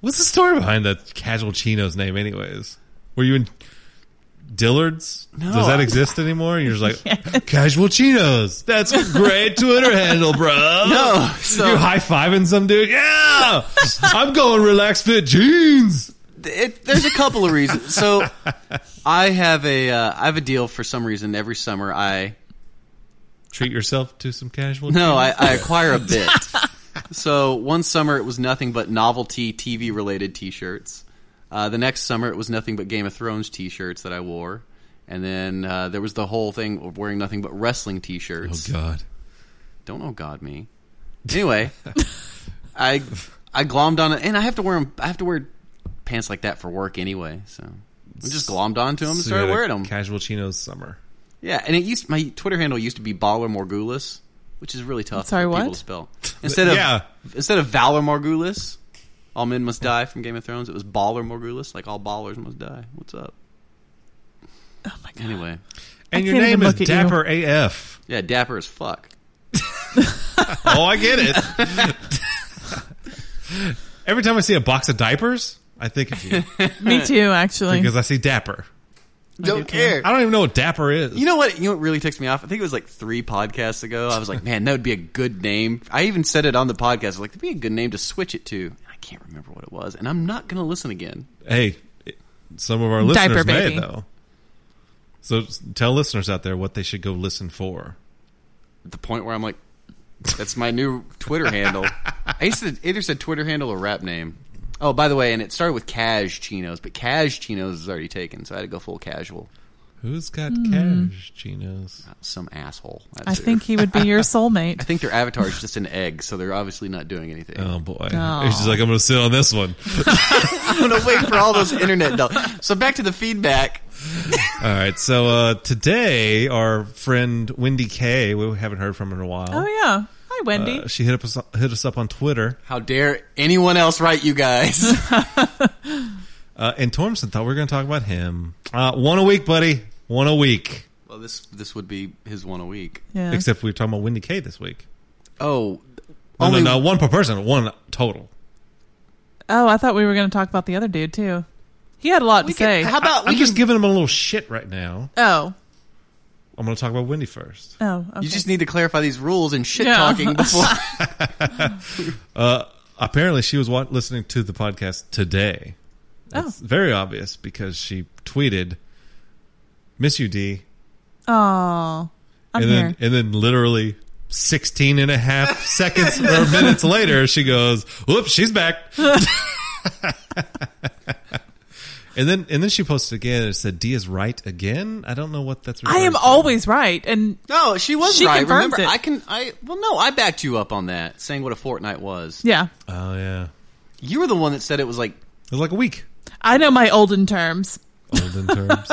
Speaker 2: What's the story behind that casual chinos name, anyways? Were you in Dillard's?
Speaker 3: No,
Speaker 2: Does that
Speaker 3: I-
Speaker 2: exist anymore? You're just like casual chinos. That's a great Twitter handle, bro.
Speaker 3: No, so-
Speaker 2: you high fiving some dude. Yeah, I'm going relaxed fit jeans.
Speaker 3: it, there's a couple of reasons. So I have a uh, I have a deal for some reason every summer. I
Speaker 2: Treat yourself to some casual.
Speaker 3: no, I, I acquire a bit. So one summer it was nothing but novelty TV related T-shirts. Uh, the next summer it was nothing but Game of Thrones T-shirts that I wore, and then uh, there was the whole thing of wearing nothing but wrestling
Speaker 2: Oh
Speaker 3: T-shirts.
Speaker 2: God.
Speaker 3: Don't know God me. Anyway, I I glommed on it, and I have to wear 'em- I have to wear pants like that for work anyway. So I just glommed onto them and
Speaker 2: you
Speaker 3: started
Speaker 2: had a
Speaker 3: wearing them.
Speaker 2: Casual chinos summer.
Speaker 3: Yeah, and it used my Twitter handle used to be Baller Morgulis, which is really tough
Speaker 4: Sorry,
Speaker 3: for people
Speaker 4: what?
Speaker 3: to spell. Instead of
Speaker 2: Yeah.
Speaker 3: instead of Valor Morgulis, all men must die from Game of Thrones. It was Baller Morgulis, like all ballers must die. What's up?
Speaker 4: Oh my god.
Speaker 3: Anyway,
Speaker 2: And
Speaker 4: I
Speaker 2: your
Speaker 4: can't
Speaker 2: name
Speaker 4: even
Speaker 2: is
Speaker 4: look at you.
Speaker 2: Dapper AF.
Speaker 3: yeah, dapper as fuck.
Speaker 2: Oh, I get it. Every time I see a box of diapers, I think of you
Speaker 4: Me too, actually.
Speaker 2: because I see Dapper.
Speaker 3: Don't care.
Speaker 2: I don't even know what Dapper is.
Speaker 3: You know what? You know what really ticks me off? I think it was like three podcasts ago. I was like, man, that would be a good name. I even said it on the podcast. I was like, that'd be a good name to switch it to. I can't remember what it was, and I'm not gonna listen again.
Speaker 2: hey, some of our
Speaker 4: Diaper
Speaker 2: listeners may
Speaker 4: baby.
Speaker 2: though. So s- tell listeners out there what they should go listen for.
Speaker 3: At the point where I'm like, that's my new Twitter handle. I used to either said Twitter handle or rap name. Oh, by the way, and it started with Cash Chinos, but Cash Chinos is already taken, so I had to go full casual.
Speaker 2: Who's got
Speaker 4: Hmm.
Speaker 2: cash, chinos?
Speaker 3: Some asshole.
Speaker 4: I think he would be your soulmate.
Speaker 3: I think their avatar is just an egg, so they're obviously not doing anything.
Speaker 2: Oh boy,
Speaker 4: Aw.
Speaker 2: he's just like I'm going to sit on this one.
Speaker 3: I'm gonna wait for all those internet dollars. So back to the feedback.
Speaker 2: All right, so uh, today our friend Wendy K, we haven't heard from her in a while.
Speaker 4: Oh yeah. Hi Wendy.
Speaker 2: Uh, she hit us hit us up on Twitter,
Speaker 3: How dare anyone else write you guys?
Speaker 2: uh, and Tormson thought we were going to talk about him. Uh, one a week, buddy, one a week.
Speaker 3: well, this this would be his one a week.
Speaker 4: yeah.
Speaker 2: Except we were talking about Wendy K this week.
Speaker 3: Oh,
Speaker 2: No,
Speaker 3: only
Speaker 2: no, no, one per person, one total.
Speaker 4: oh, I thought we were gonna talk about the other dude too. He had a lot
Speaker 3: we
Speaker 4: to
Speaker 3: can-
Speaker 4: say.
Speaker 3: How about
Speaker 2: I'm
Speaker 3: we
Speaker 2: just
Speaker 3: just
Speaker 2: giving him a little shit right now.
Speaker 4: oh.
Speaker 2: I'm going to talk about Wendy first.
Speaker 4: Oh, okay.
Speaker 3: you just need to clarify these rules and shit
Speaker 4: Yeah.
Speaker 3: talking before.
Speaker 2: apparently she was wa- listening to the podcast today.
Speaker 4: Oh.
Speaker 2: It's very obvious because she tweeted, "Miss you, D,"
Speaker 4: Oh. I'm
Speaker 2: and
Speaker 4: here.
Speaker 2: then and then literally 16 and a half seconds or minutes later, she goes, "Whoops, she's back." and then and then she posted again and said, "D is right again." I don't know what that's.
Speaker 4: I am
Speaker 2: referring to.
Speaker 4: always right and
Speaker 3: no, she was
Speaker 4: She
Speaker 3: right.
Speaker 4: confirms
Speaker 3: Remember,
Speaker 4: it.
Speaker 3: I can. I well, no, I backed you up on that, saying what a fortnight was.
Speaker 4: yeah.
Speaker 2: Oh yeah,
Speaker 3: You were the one that said it was like
Speaker 2: it was like a week
Speaker 4: I know my olden terms.
Speaker 2: old in terms.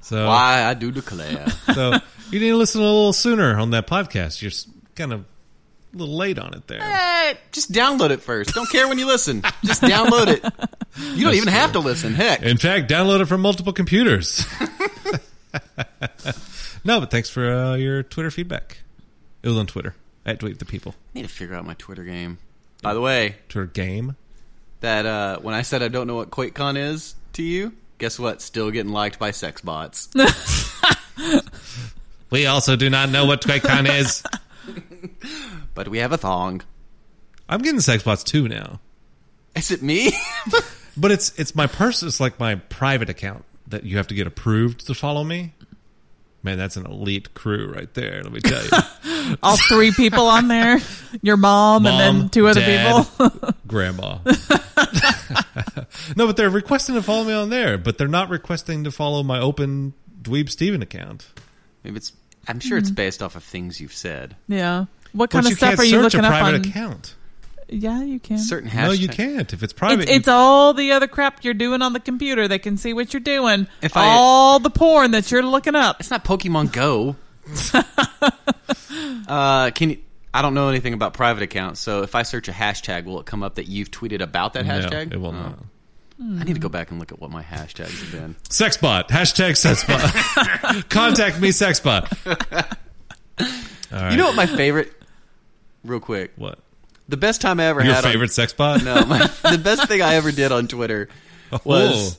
Speaker 2: So
Speaker 3: why I do declare.
Speaker 2: So you need to listen a little sooner on that podcast. You're s- kind of a little late on it there.
Speaker 3: Eh, just download it first. Don't care when you listen. Just download it. You don't even have to listen. Heck,
Speaker 2: In fact, download it from multiple computers. no, but thanks for uh, your Twitter feedback. It was on Twitter at Tweet the People.
Speaker 3: need to figure out my Twitter game. By the way,
Speaker 2: Twitter game.
Speaker 3: that uh, when I said I don't know what QuakeCon is to you, guess what? Still getting liked by sex bots.
Speaker 2: We also do not know what TwitchCon is.
Speaker 3: but we have a thong.
Speaker 2: I'm getting sex bots too now,
Speaker 3: Is it me?
Speaker 2: but it's it's my person. It's like my private account that you have to get approved to follow me. Man, that's an elite crew right there. Let me tell you.
Speaker 4: All three people on there. Your mom, and then two other
Speaker 2: dad,
Speaker 4: people.
Speaker 2: grandma. no, but they're requesting to follow me on there, but they're not requesting to follow my open Dweeb Steven account.
Speaker 3: Maybe it's. I'm sure
Speaker 4: Mm-hmm.
Speaker 3: it's based off of things you've said.
Speaker 4: Yeah.
Speaker 2: But
Speaker 4: What kind
Speaker 2: you
Speaker 4: of stuff
Speaker 2: can't
Speaker 4: are you
Speaker 2: search
Speaker 4: looking
Speaker 2: a
Speaker 4: up
Speaker 2: private
Speaker 4: on?
Speaker 2: account.
Speaker 4: Yeah, you can.
Speaker 3: Certain hashtags.
Speaker 2: No, you can't if it's private.
Speaker 4: It's, it's all the other crap you're doing on the computer. They can see what you're doing.
Speaker 3: If I-
Speaker 4: all the porn that you're looking up.
Speaker 3: It's not Pokemon Go. uh, can you? I don't know anything about private accounts, so if I search a hashtag, will it come up that you've tweeted about that hashtag?
Speaker 2: No, it will
Speaker 3: Oh.
Speaker 2: not.
Speaker 3: I need to go back and look at what my hashtags have been.
Speaker 2: Sexbot. Hashtag sexbot. Contact me, sexbot.
Speaker 3: You know what my favorite? Real quick,
Speaker 2: What?
Speaker 3: the best time I ever
Speaker 2: Your
Speaker 3: had. on-
Speaker 2: favorite sexbot? Oh,
Speaker 3: no, my, the best thing I ever did on Twitter was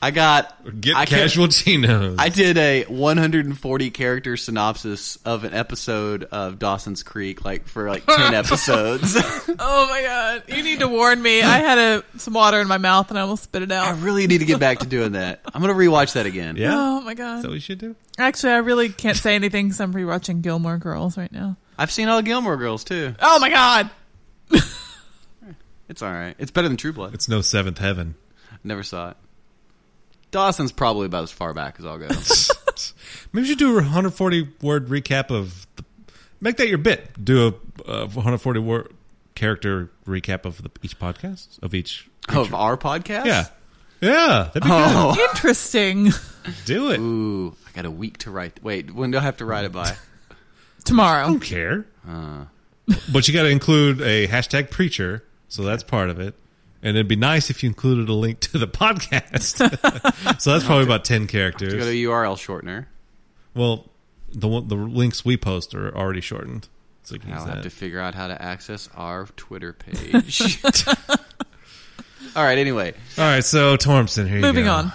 Speaker 3: I got
Speaker 2: Get
Speaker 3: I kept-
Speaker 2: casual chinos.
Speaker 3: I did a 140 character synopsis of an episode of Dawson's Creek, like for like 10 episodes.
Speaker 4: Oh my god! You need to warn me. I had a, some water in my mouth and I almost spit it
Speaker 3: I
Speaker 4: out.
Speaker 3: really need to get back to doing that. I'm gonna rewatch that again.
Speaker 2: yeah.
Speaker 4: Oh my god!
Speaker 2: Is that what you should do?
Speaker 4: Actually, I really can't say anything because I'm rewatching Gilmore Girls right now.
Speaker 3: I've seen all the Gilmore Girls too.
Speaker 4: Oh my god!
Speaker 3: It's all right. It's better than True Blood.
Speaker 2: It's no seventh heaven.
Speaker 3: Never saw it. Dawson's probably about as far back as I'll go.
Speaker 2: Maybe you should do a 140 word recap of. The, make that your bit. Do a, uh 140 word character recap of the, each podcast, of each.
Speaker 3: of our podcast.
Speaker 2: Yeah. Yeah. That'd be
Speaker 3: Oh.
Speaker 4: Interesting.
Speaker 2: good. Do it.
Speaker 3: Ooh, I got a week to write. Wait, when do I have to write it by?
Speaker 4: Tomorrow.
Speaker 2: don't care. But you got to include a hashtag preacher, so that's part of it. And it'd be nice if you included a link to the podcast. so that's probably about ten
Speaker 3: To go to
Speaker 2: characters.
Speaker 3: URL shortener.
Speaker 2: Well, the one, the links we post are already shortened, so you can use
Speaker 3: I'll have
Speaker 2: that.
Speaker 3: to figure out how to access our Twitter page. All right. Anyway,
Speaker 2: All right, so Tormson, here you
Speaker 4: Moving
Speaker 2: go.
Speaker 4: on.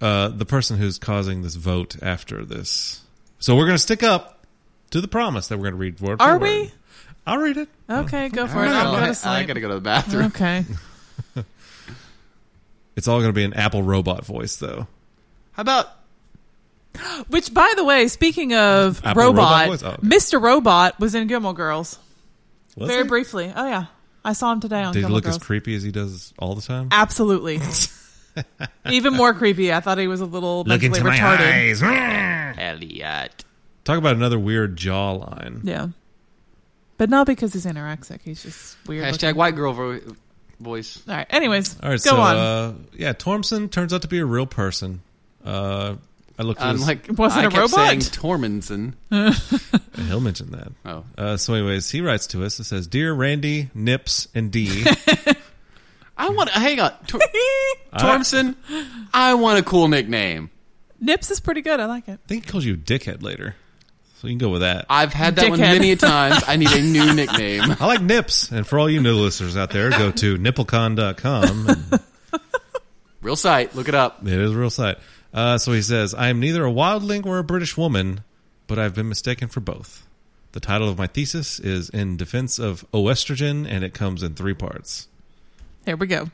Speaker 2: Uh, the person who's causing this vote after this. So we're going to stick up to the promise that we're going to read word. for
Speaker 4: Are
Speaker 2: word.
Speaker 4: we?
Speaker 2: I'll read it.
Speaker 4: Okay, go for it.
Speaker 3: Well,
Speaker 4: I'm
Speaker 3: I-
Speaker 4: going to
Speaker 3: I
Speaker 4: sleep. Uh-huh.
Speaker 3: gotta go to the bathroom.
Speaker 4: Okay.
Speaker 2: It's all going to be an Apple robot voice, though.
Speaker 3: How about
Speaker 4: Which, by the way, speaking of
Speaker 2: Apple
Speaker 4: robot,
Speaker 2: Robot was- oh, okay.
Speaker 4: Mr. Robot was in Gilmore Girls
Speaker 2: Was
Speaker 4: very
Speaker 2: it?
Speaker 4: briefly. Oh yeah, I saw him today on
Speaker 2: Did he
Speaker 4: Gilmore
Speaker 2: look
Speaker 4: Girls.
Speaker 2: as creepy as he does all the time?
Speaker 4: Absolutely. Even more creepy. I thought he was a little mentally retarded.
Speaker 3: Elliot?
Speaker 2: Talk about another weird jawline.
Speaker 4: Yeah. But not because he's anorexic. He's just weird.
Speaker 3: Hashtag white girl vo- voice.
Speaker 4: looking. All right. Anyways,
Speaker 2: All right,
Speaker 4: go
Speaker 2: so
Speaker 4: on.
Speaker 2: Uh, yeah, Tormson turns out to be a real person. Uh, I looked at
Speaker 3: I'm
Speaker 2: his,
Speaker 3: like,
Speaker 4: Was it
Speaker 3: I
Speaker 4: a
Speaker 3: kept
Speaker 4: robot?
Speaker 3: saying Tormenson.
Speaker 2: he'll mention that.
Speaker 3: Oh,
Speaker 2: Uh, so, anyways, he writes to us. It says, "Dear Randy, Nips, and D,
Speaker 3: I want. Hang on, Tor- Tormson. I want a cool nickname.
Speaker 4: Nips is pretty good. I like it.
Speaker 2: I think he calls you dickhead later, so you can go with that. I,
Speaker 3: I've had that one
Speaker 4: Dickhead.
Speaker 3: many a times. I need a new nickname.
Speaker 2: like Nips, and for all you new listeners out there, go to nipplecon.com. And
Speaker 3: Real site. Look it up.
Speaker 2: it is a real site. Uh, so he says, "I am neither a wildling or a British woman, but I've been mistaken for both." The title of my thesis is "In Defense of Oestrogen," and it comes in three parts.
Speaker 4: Here we go.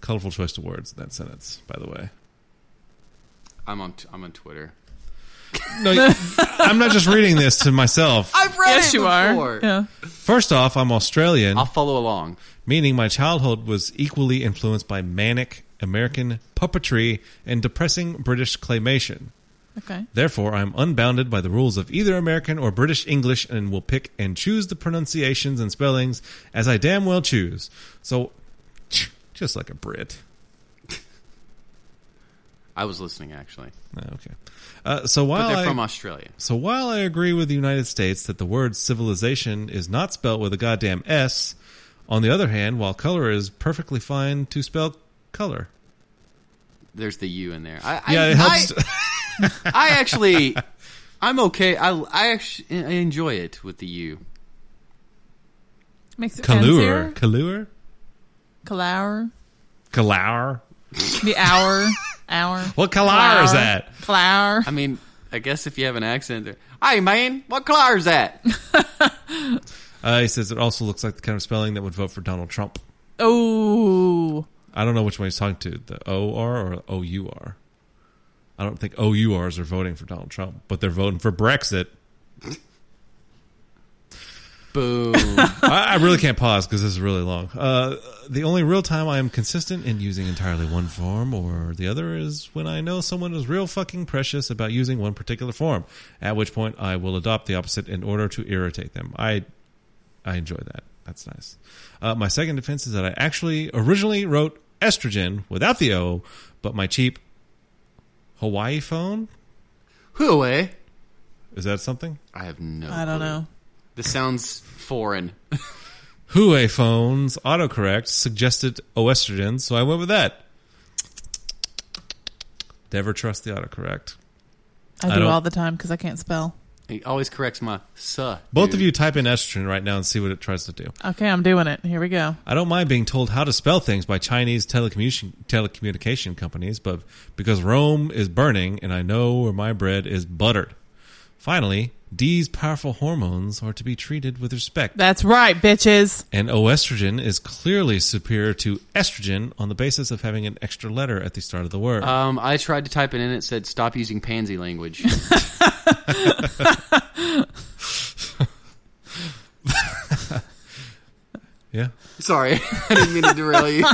Speaker 2: colorful choice of words in that sentence, by the way.
Speaker 3: I'm on. T- I'm on Twitter.
Speaker 2: No, you- I'm not just reading this to myself.
Speaker 3: I've read
Speaker 4: yes, you are. Yeah.
Speaker 2: First off, I'm Australian,
Speaker 3: I'll follow along.
Speaker 2: meaning my childhood was equally influenced by manic American puppetry and depressing British claymation.
Speaker 4: Okay.
Speaker 2: Therefore, I am unbounded by the rules of either American or British English and will pick and choose the pronunciations and spellings as I damn well choose. So, just like a Brit.
Speaker 3: I was listening actually,
Speaker 2: Ah, Okay. Uh, so
Speaker 3: but
Speaker 2: while
Speaker 3: they're
Speaker 2: I,
Speaker 3: from Australia.
Speaker 2: So while I agree with the United States that the word civilization is not spelled with a goddamn S, on the other hand, while color is perfectly fine to spell color.
Speaker 3: There's the U in there. I, I,
Speaker 2: Yeah, it helps.
Speaker 3: I, I actually, I'm okay. I, I actually I enjoy it with the U.
Speaker 4: Makes it
Speaker 2: Kalur.
Speaker 4: fancier.
Speaker 2: Kalur?
Speaker 4: Kalauer.
Speaker 2: Kalaur?
Speaker 4: The hour. hour.
Speaker 2: What Kalaur is that?
Speaker 4: Clower.
Speaker 3: I mean, I guess if you have an accent, there. Hey man, what car is that?
Speaker 2: Uh, he says it also looks like the kind of spelling that would vote for Donald Trump.
Speaker 4: Oh.
Speaker 2: I don't know which one he's talking to, the O R or O U R. I don't think O U Rs are voting for Donald Trump, but they're voting for Brexit.
Speaker 3: Boom.
Speaker 2: I, I really can't pause because this is really long. Uh, the only real time I am consistent in using entirely one form or the other is when I know someone is real fucking precious about using one particular form. At which point, I will adopt the opposite in order to irritate them. I, I enjoy that. That's nice. Uh, my second defense is that I actually originally wrote estrogen without the O, but my cheap Hawaii phone
Speaker 3: Who away?
Speaker 2: is that something?
Speaker 3: I have no.
Speaker 4: I don't know.
Speaker 3: This sounds foreign.
Speaker 2: Huawei phones autocorrect suggested Oestrogen, so I went with that. Never trust the autocorrect. I
Speaker 4: I do
Speaker 2: don't-
Speaker 4: all the time because I can't spell.
Speaker 3: He always corrects my "suh."
Speaker 2: Both
Speaker 3: dude.
Speaker 2: of you type in estrogen right now and see what it tries to do.
Speaker 4: Okay, I'm doing it. Here we go.
Speaker 2: I don't mind being told how to spell things by Chinese telecommunication, telecommunication companies, but because Rome is burning and I know where my bread is buttered. Finally, D's powerful hormones are to be treated with respect.
Speaker 4: That's right, bitches.
Speaker 2: And oestrogen is clearly superior to estrogen on the basis of having an extra letter at the start of the word.
Speaker 3: Um, I tried to type it in. It said, "Stop using pansy language."
Speaker 2: yeah.
Speaker 3: Sorry, I didn't mean to derail you.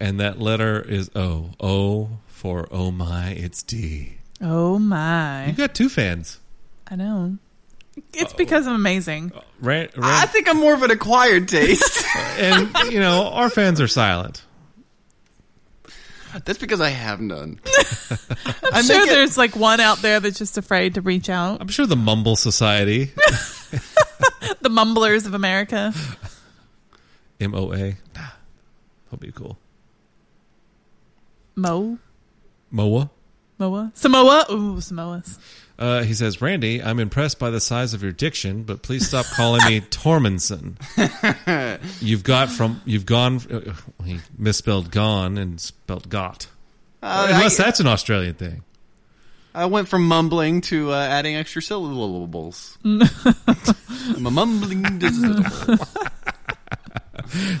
Speaker 2: And that letter is O. O for oh my, it's D.
Speaker 4: Oh
Speaker 2: You
Speaker 4: my.
Speaker 2: got two fans.
Speaker 4: I know. It's because I'm amazing.
Speaker 2: Right,
Speaker 3: I
Speaker 2: right.
Speaker 3: think I'm more of an acquired taste.
Speaker 2: and you know, our fans are silent.
Speaker 3: That's because I have none.
Speaker 4: I'm
Speaker 3: make
Speaker 4: sure
Speaker 3: it-
Speaker 4: there's like one out there that's just afraid to reach out.
Speaker 2: I'm sure the Mumble Society,
Speaker 4: The mumblers of America.
Speaker 2: M O A, that'll be cool.
Speaker 4: Mo.
Speaker 2: Moa.
Speaker 4: Moa. Samoa. Ooh, Samoas.
Speaker 2: Uh, he says, Randy, I'm impressed by the size of your diction, but please stop calling me Tormenson. You've got from you've gone. Uh, he misspelled gone and spelled got.
Speaker 3: Uh,
Speaker 2: Unless
Speaker 3: I,
Speaker 2: that's an Australian thing.
Speaker 3: I went from mumbling to uh, adding extra syllables. I'm a mumbling dizzle.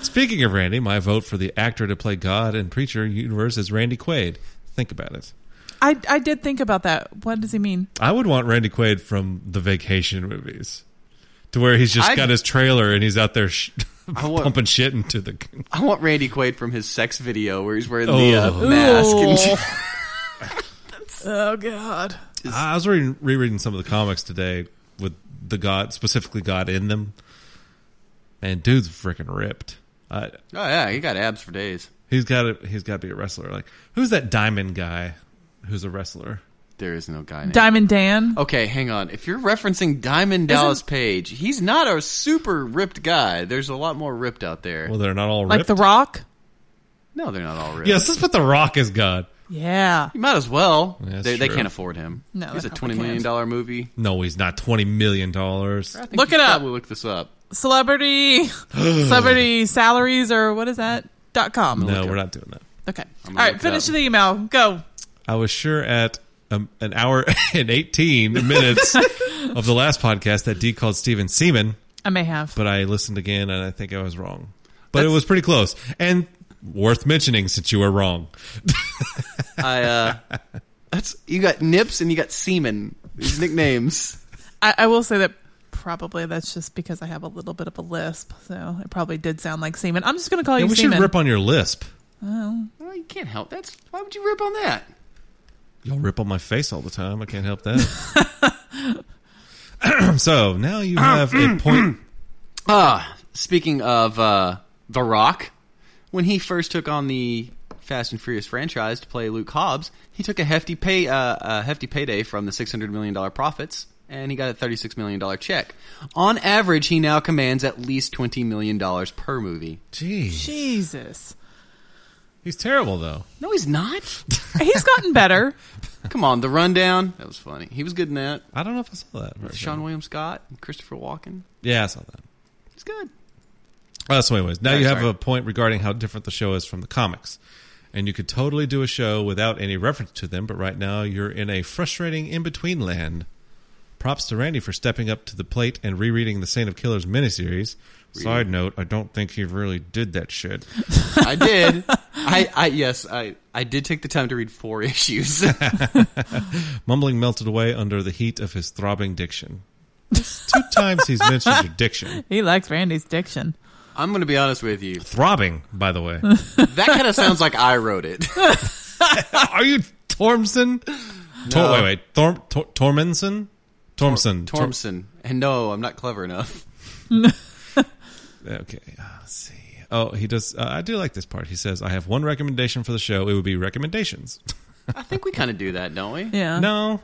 Speaker 2: Speaking of Randy, my vote for the actor to play God in Preacher Universe is Randy Quaid. Think about it.
Speaker 4: I, I did think about that. What does he mean?
Speaker 2: I would want Randy Quaid from the Vacation movies, to where he's just
Speaker 3: I'd-
Speaker 2: got his trailer and he's out there sh-
Speaker 3: I want-
Speaker 2: pumping shit into the.
Speaker 3: I want Randy Quaid from his sex video where he's wearing the
Speaker 2: Oh.
Speaker 3: uh, mask.
Speaker 4: Ooh.
Speaker 3: And
Speaker 4: Oh, God.
Speaker 2: I was reading, rereading some of the comics today with the God specifically God in them, and dude's freaking ripped. Uh,
Speaker 3: oh yeah, he got abs for days.
Speaker 2: he's got to he's got to be a wrestler. Like who's that Diamond guy? Who's a wrestler?
Speaker 3: There is no guy named.
Speaker 4: Diamond Dan.
Speaker 3: Okay, hang on. If you're referencing Diamond Dallas Page, he's not a super ripped guy. There's a lot more ripped out there.
Speaker 2: Well, they're not all
Speaker 4: like
Speaker 2: ripped.
Speaker 4: The Rock.
Speaker 3: no, they're not all ripped.
Speaker 2: yes, let's put the Rock as God.
Speaker 4: Yeah.
Speaker 3: You might as well.
Speaker 2: Yeah, that's
Speaker 3: They, they
Speaker 2: true.
Speaker 3: can't afford him.
Speaker 4: No,
Speaker 3: he's
Speaker 4: they
Speaker 3: a twenty
Speaker 4: probably
Speaker 3: million
Speaker 4: can't.
Speaker 3: dollar movie.
Speaker 2: No, he's not twenty million dollars.
Speaker 3: I think
Speaker 4: Look
Speaker 3: you
Speaker 4: it up.
Speaker 3: Probably look this up.
Speaker 4: Celebrity. celebrity salaries or what is that? Dot com.
Speaker 2: No, we're not doing that.
Speaker 4: Okay. All
Speaker 3: gonna
Speaker 4: right.
Speaker 3: look it
Speaker 4: Finish
Speaker 3: up.
Speaker 4: the email. Go.
Speaker 2: I was sure at um, an hour and eighteen minutes of the last podcast that D called Steven Seaman.
Speaker 4: I may have.
Speaker 2: but I listened again and I think I was wrong. But it was pretty close and worth mentioning since you were wrong.
Speaker 3: I uh, that's you got nips and you got semen. These nicknames.
Speaker 4: I, I will say that probably that's just because I have a little bit of a lisp, so it probably did sound like semen. I'm just going to call
Speaker 2: Yeah,
Speaker 4: you
Speaker 2: we should
Speaker 4: semen.
Speaker 2: rip on your lisp.
Speaker 3: well, you can't help. That's why would you rip on that?
Speaker 2: Y'all rip on my face all the time. I can't help that. so now you have a point.
Speaker 3: Ah, speaking of uh, The Rock, when he first took on the Fast and Furious franchise to play Luke Hobbs, he took a hefty pay uh, a hefty payday from the six hundred million dollar profits, and he got a thirty six million dollar check. On average, he now commands at least twenty million dollars per movie.
Speaker 2: Jeez,
Speaker 4: Jesus.
Speaker 2: he's terrible though.
Speaker 3: No, he's not.
Speaker 4: He's gotten better.
Speaker 3: Come on, The Rundown. That was funny. He was good in that.
Speaker 2: I don't know if I saw that. version.
Speaker 3: Sean William Scott, and Christopher Walken.
Speaker 2: Yeah, I saw that.
Speaker 3: He's good.
Speaker 2: Uh, so, anyways, now
Speaker 3: Oh,
Speaker 2: you have
Speaker 3: sorry.
Speaker 2: a point regarding how different the show is from the comics. And you could totally do a show without any reference to them, but right now you're in a frustrating in between land. Props to Randy for stepping up to the plate and rereading the Saint of Killers miniseries. Side note, I don't think he really did that shit.
Speaker 3: I did. I, I yes, I I did take the time to read four issues.
Speaker 2: Mumbling melted away under the heat of his throbbing diction. That's two times he's mentioned your diction.
Speaker 4: He likes Randy's diction.
Speaker 3: I'm going to be honest with you.
Speaker 2: Throbbing, by the way.
Speaker 3: That kind of sounds like I wrote it.
Speaker 2: Are you Tormson? Tor-
Speaker 3: No.
Speaker 2: wait, wait. Thorm- Tor- Tormenson? Tormson. Tor-
Speaker 3: Tormson. And no, I'm not clever enough.
Speaker 2: Okay, uh, let's see. Oh, he does. Uh, I do like this part. He says, "I have one recommendation for the show. It would be recommendations."
Speaker 3: I think we kind of do that, don't we?
Speaker 4: Yeah.
Speaker 2: no,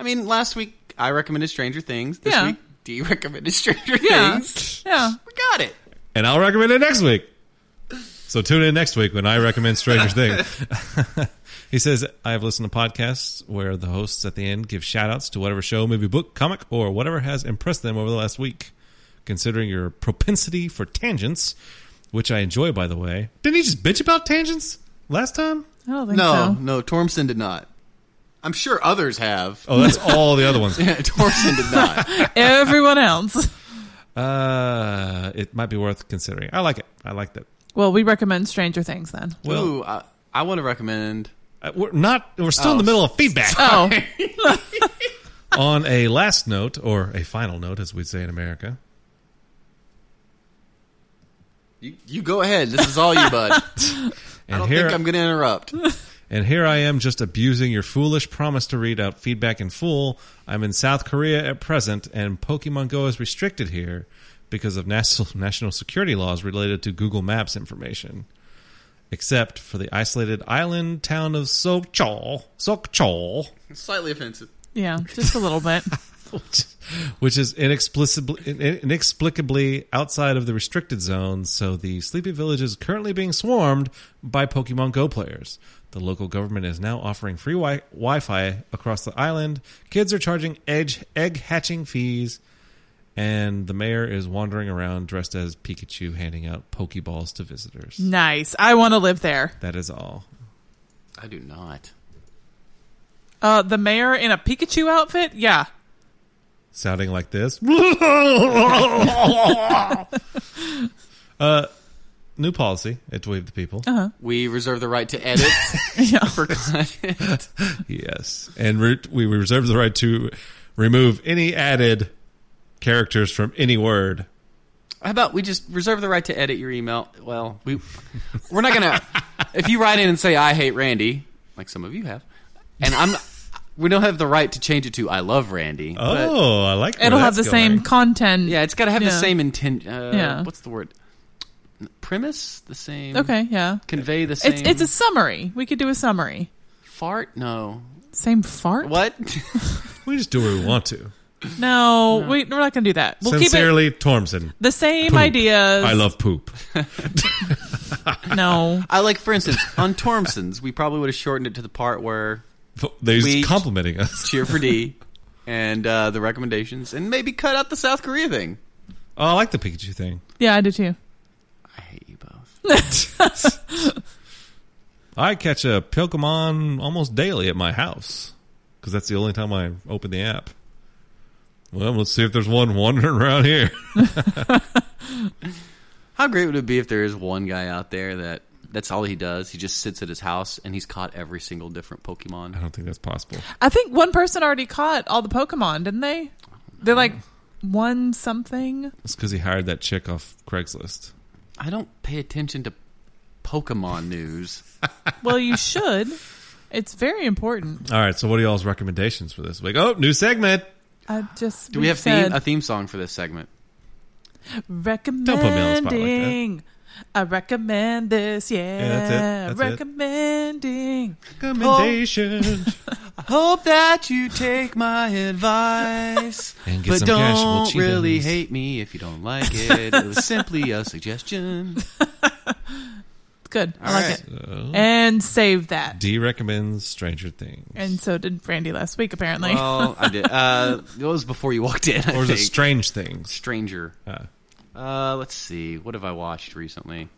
Speaker 3: I mean, last week I recommended Stranger Things. This
Speaker 4: Yeah.
Speaker 3: week D recommended Stranger
Speaker 4: Yeah.
Speaker 3: Things.
Speaker 4: Yeah.
Speaker 3: We got it.
Speaker 2: and I'll recommend it next week. So tune in next week when I recommend Stranger Things. he says, I have listened to podcasts where the hosts at the end give shout outs to whatever show, movie, book, comic, or whatever has impressed them over the last week. Considering your propensity for tangents, which I enjoy, by the way. Didn't he just bitch about tangents last time?
Speaker 4: I don't think
Speaker 3: No,
Speaker 4: so.
Speaker 3: no, Tormson did not. I'm sure others have.
Speaker 2: Oh, that's all the other ones.
Speaker 3: Tormson did not.
Speaker 4: Everyone else.
Speaker 2: Uh, it might be worth considering. I like it. I like that.
Speaker 4: Well, we recommend Stranger Things then.
Speaker 2: Well,
Speaker 3: Ooh, I, I want to recommend.
Speaker 2: uh, we're not. We're still in the
Speaker 3: Oh.
Speaker 2: middle of feedback.
Speaker 4: Oh,
Speaker 2: on a last note or a final note as we'd say in america
Speaker 3: You, you go ahead. This is all you, bud. I
Speaker 2: and
Speaker 3: don't
Speaker 2: here
Speaker 3: think I'm going to interrupt.
Speaker 2: and here i am just abusing your foolish promise to read out feedback in full i'm in south korea at present and pokemon go is restricted here because of national national security laws related to google maps information except for the isolated island town of sokchol sokchol
Speaker 3: Slightly offensive.
Speaker 4: yeah, just a little bit.
Speaker 2: which is inexplicably inexplicably outside of the restricted zone. So the Sleepy Village is currently being swarmed by Pokemon Go players. The local government is now offering free wi- Wi-Fi across the island. Kids are charging edge egg hatching fees, and the mayor is wandering around dressed as Pikachu, handing out Pokeballs to visitors.
Speaker 4: Nice. I want to live there.
Speaker 2: That is all.
Speaker 3: I do not.
Speaker 4: Uh, the mayor in a Pikachu outfit? Yeah.
Speaker 2: sounding like this. uh, new policy at Wave the People.
Speaker 4: Uh-huh.
Speaker 3: We reserve the right to edit
Speaker 4: Yeah.
Speaker 3: for content.
Speaker 2: Yes. And re- we reserve the right to remove any added characters from any word.
Speaker 3: How about we just reserve the right to edit your email? Well, we we're not gonna. if you write in and say I hate Randy, like some of you have, and I'm, we don't have the right to change it to I love Randy. but-
Speaker 2: Oh, I like where
Speaker 4: It'll have the
Speaker 2: that's
Speaker 4: same
Speaker 2: going.
Speaker 4: content.
Speaker 3: yeah, it's got to have the
Speaker 4: Yeah.
Speaker 3: same intent. Uh,
Speaker 4: Yeah.
Speaker 3: what's the word? Premise, the same.
Speaker 4: Okay, yeah.
Speaker 3: convey the same.
Speaker 4: It's it's a summary. We could do a summary.
Speaker 3: fart. No,
Speaker 4: Same fart?
Speaker 3: what?
Speaker 2: We just do what we want to.
Speaker 4: No, We, we're not going to do that. We'll keep
Speaker 2: Sincerely, Tormson.
Speaker 4: it the same
Speaker 2: Poop.
Speaker 4: ideas.
Speaker 2: I love poop.
Speaker 4: No.
Speaker 3: I like, for instance, on Tormson's, we probably would have shortened it to the part where
Speaker 2: They're just
Speaker 3: We-
Speaker 2: complimenting us.
Speaker 3: cheer for D, and uh, the recommendations, and maybe cut out the South Korea thing.
Speaker 2: Oh, I like the Pikachu thing.
Speaker 4: Yeah, I do too.
Speaker 3: I hate you both.
Speaker 2: I catch a Pokemon almost daily at my house because that's the only time I open the app. Well, let's see if there's one wandering around here.
Speaker 3: How great would it be if there is one guy out there that that's all he does? He just sits at his house and he's caught every single different
Speaker 2: I
Speaker 3: Pokemon.
Speaker 2: don't think that's possible.
Speaker 4: I think one person already caught all the Pokemon, didn't they? They like won something.
Speaker 2: It's because he hired that chick off Craigslist.
Speaker 3: I don't pay attention to Pokemon news.
Speaker 4: Well, you should. It's very important.
Speaker 2: All right, so what are y'all's recommendations for this week? Oh, new segment.
Speaker 4: I just
Speaker 3: Do we have
Speaker 4: said,
Speaker 3: theme, a theme song for this segment?
Speaker 2: Uh,
Speaker 4: recommending.
Speaker 2: Don't put me on the spot like that.
Speaker 4: I recommend this. Yeah,
Speaker 2: that's it. That's it.
Speaker 4: recommending.
Speaker 2: Recommendation.
Speaker 3: Oh. I hope that you take my advice,
Speaker 2: And get
Speaker 3: but
Speaker 2: some
Speaker 3: don't
Speaker 2: cashable Cheetos.
Speaker 3: really hate me if you don't like it. It was simply a suggestion.
Speaker 4: Good. I
Speaker 3: All
Speaker 4: like
Speaker 3: right.
Speaker 4: it. And save that.
Speaker 2: D recommends Stranger Things.
Speaker 4: And so did Brandy last week, apparently.
Speaker 3: Well, I did. Uh, it was before you walked in. I
Speaker 2: or is it
Speaker 3: think.
Speaker 2: Strange Things?
Speaker 3: stranger?
Speaker 2: Uh,
Speaker 3: Uh, let's see. What have I watched recently?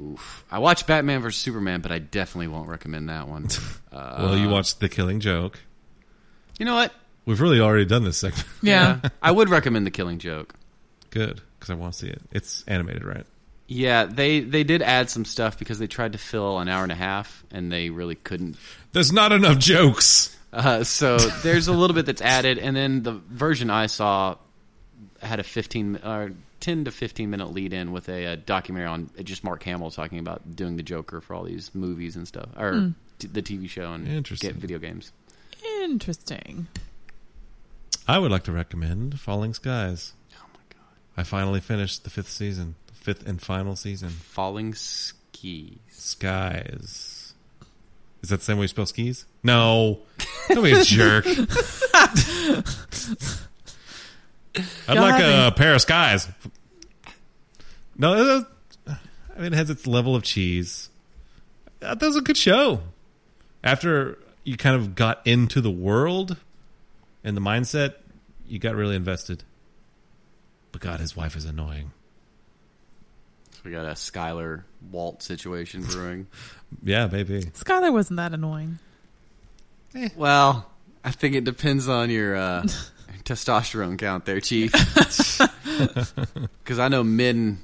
Speaker 3: Oof. I watched Batman vs Superman, but I definitely won't recommend that one. Uh,
Speaker 2: well, you watched The Killing Joke.
Speaker 3: you know what?
Speaker 2: We've really already done this segment.
Speaker 4: yeah.
Speaker 3: I would recommend The Killing Joke.
Speaker 2: Good, because I want to see it. It's animated, right?
Speaker 3: Yeah, they they did add some stuff because they tried to fill an hour and a half, and they really couldn't.
Speaker 2: There's not enough jokes.
Speaker 3: Uh, so there's a little bit that's added, and then the version I saw had a 15 or 10 to 15 minute lead in with a, uh documentary on just Mark Hamill talking about doing the Joker for all these movies and stuff, or t- the TV show and
Speaker 2: Interesting.
Speaker 3: get video games.
Speaker 4: Interesting.
Speaker 2: I would like to recommend Falling Skies.
Speaker 3: Oh my god,
Speaker 2: I finally finished the fifth season, the fifth and final season.
Speaker 3: falling skis.
Speaker 2: Skies. Is that the same way you spell skis? No. Don't be a jerk. I'd
Speaker 4: Y'all
Speaker 2: like
Speaker 4: have
Speaker 2: a pair of skies. No, it- I mean it has its level of cheese. Uh, That was a good show. After you kind of got into the world and the mindset, you got really invested. But God, his wife is annoying.
Speaker 3: We got a Skylar Walt situation brewing.
Speaker 2: Yeah, baby.
Speaker 4: Skylar wasn't that annoying.
Speaker 3: well, I think it depends on your uh, testosterone count there, Chief. Because I know men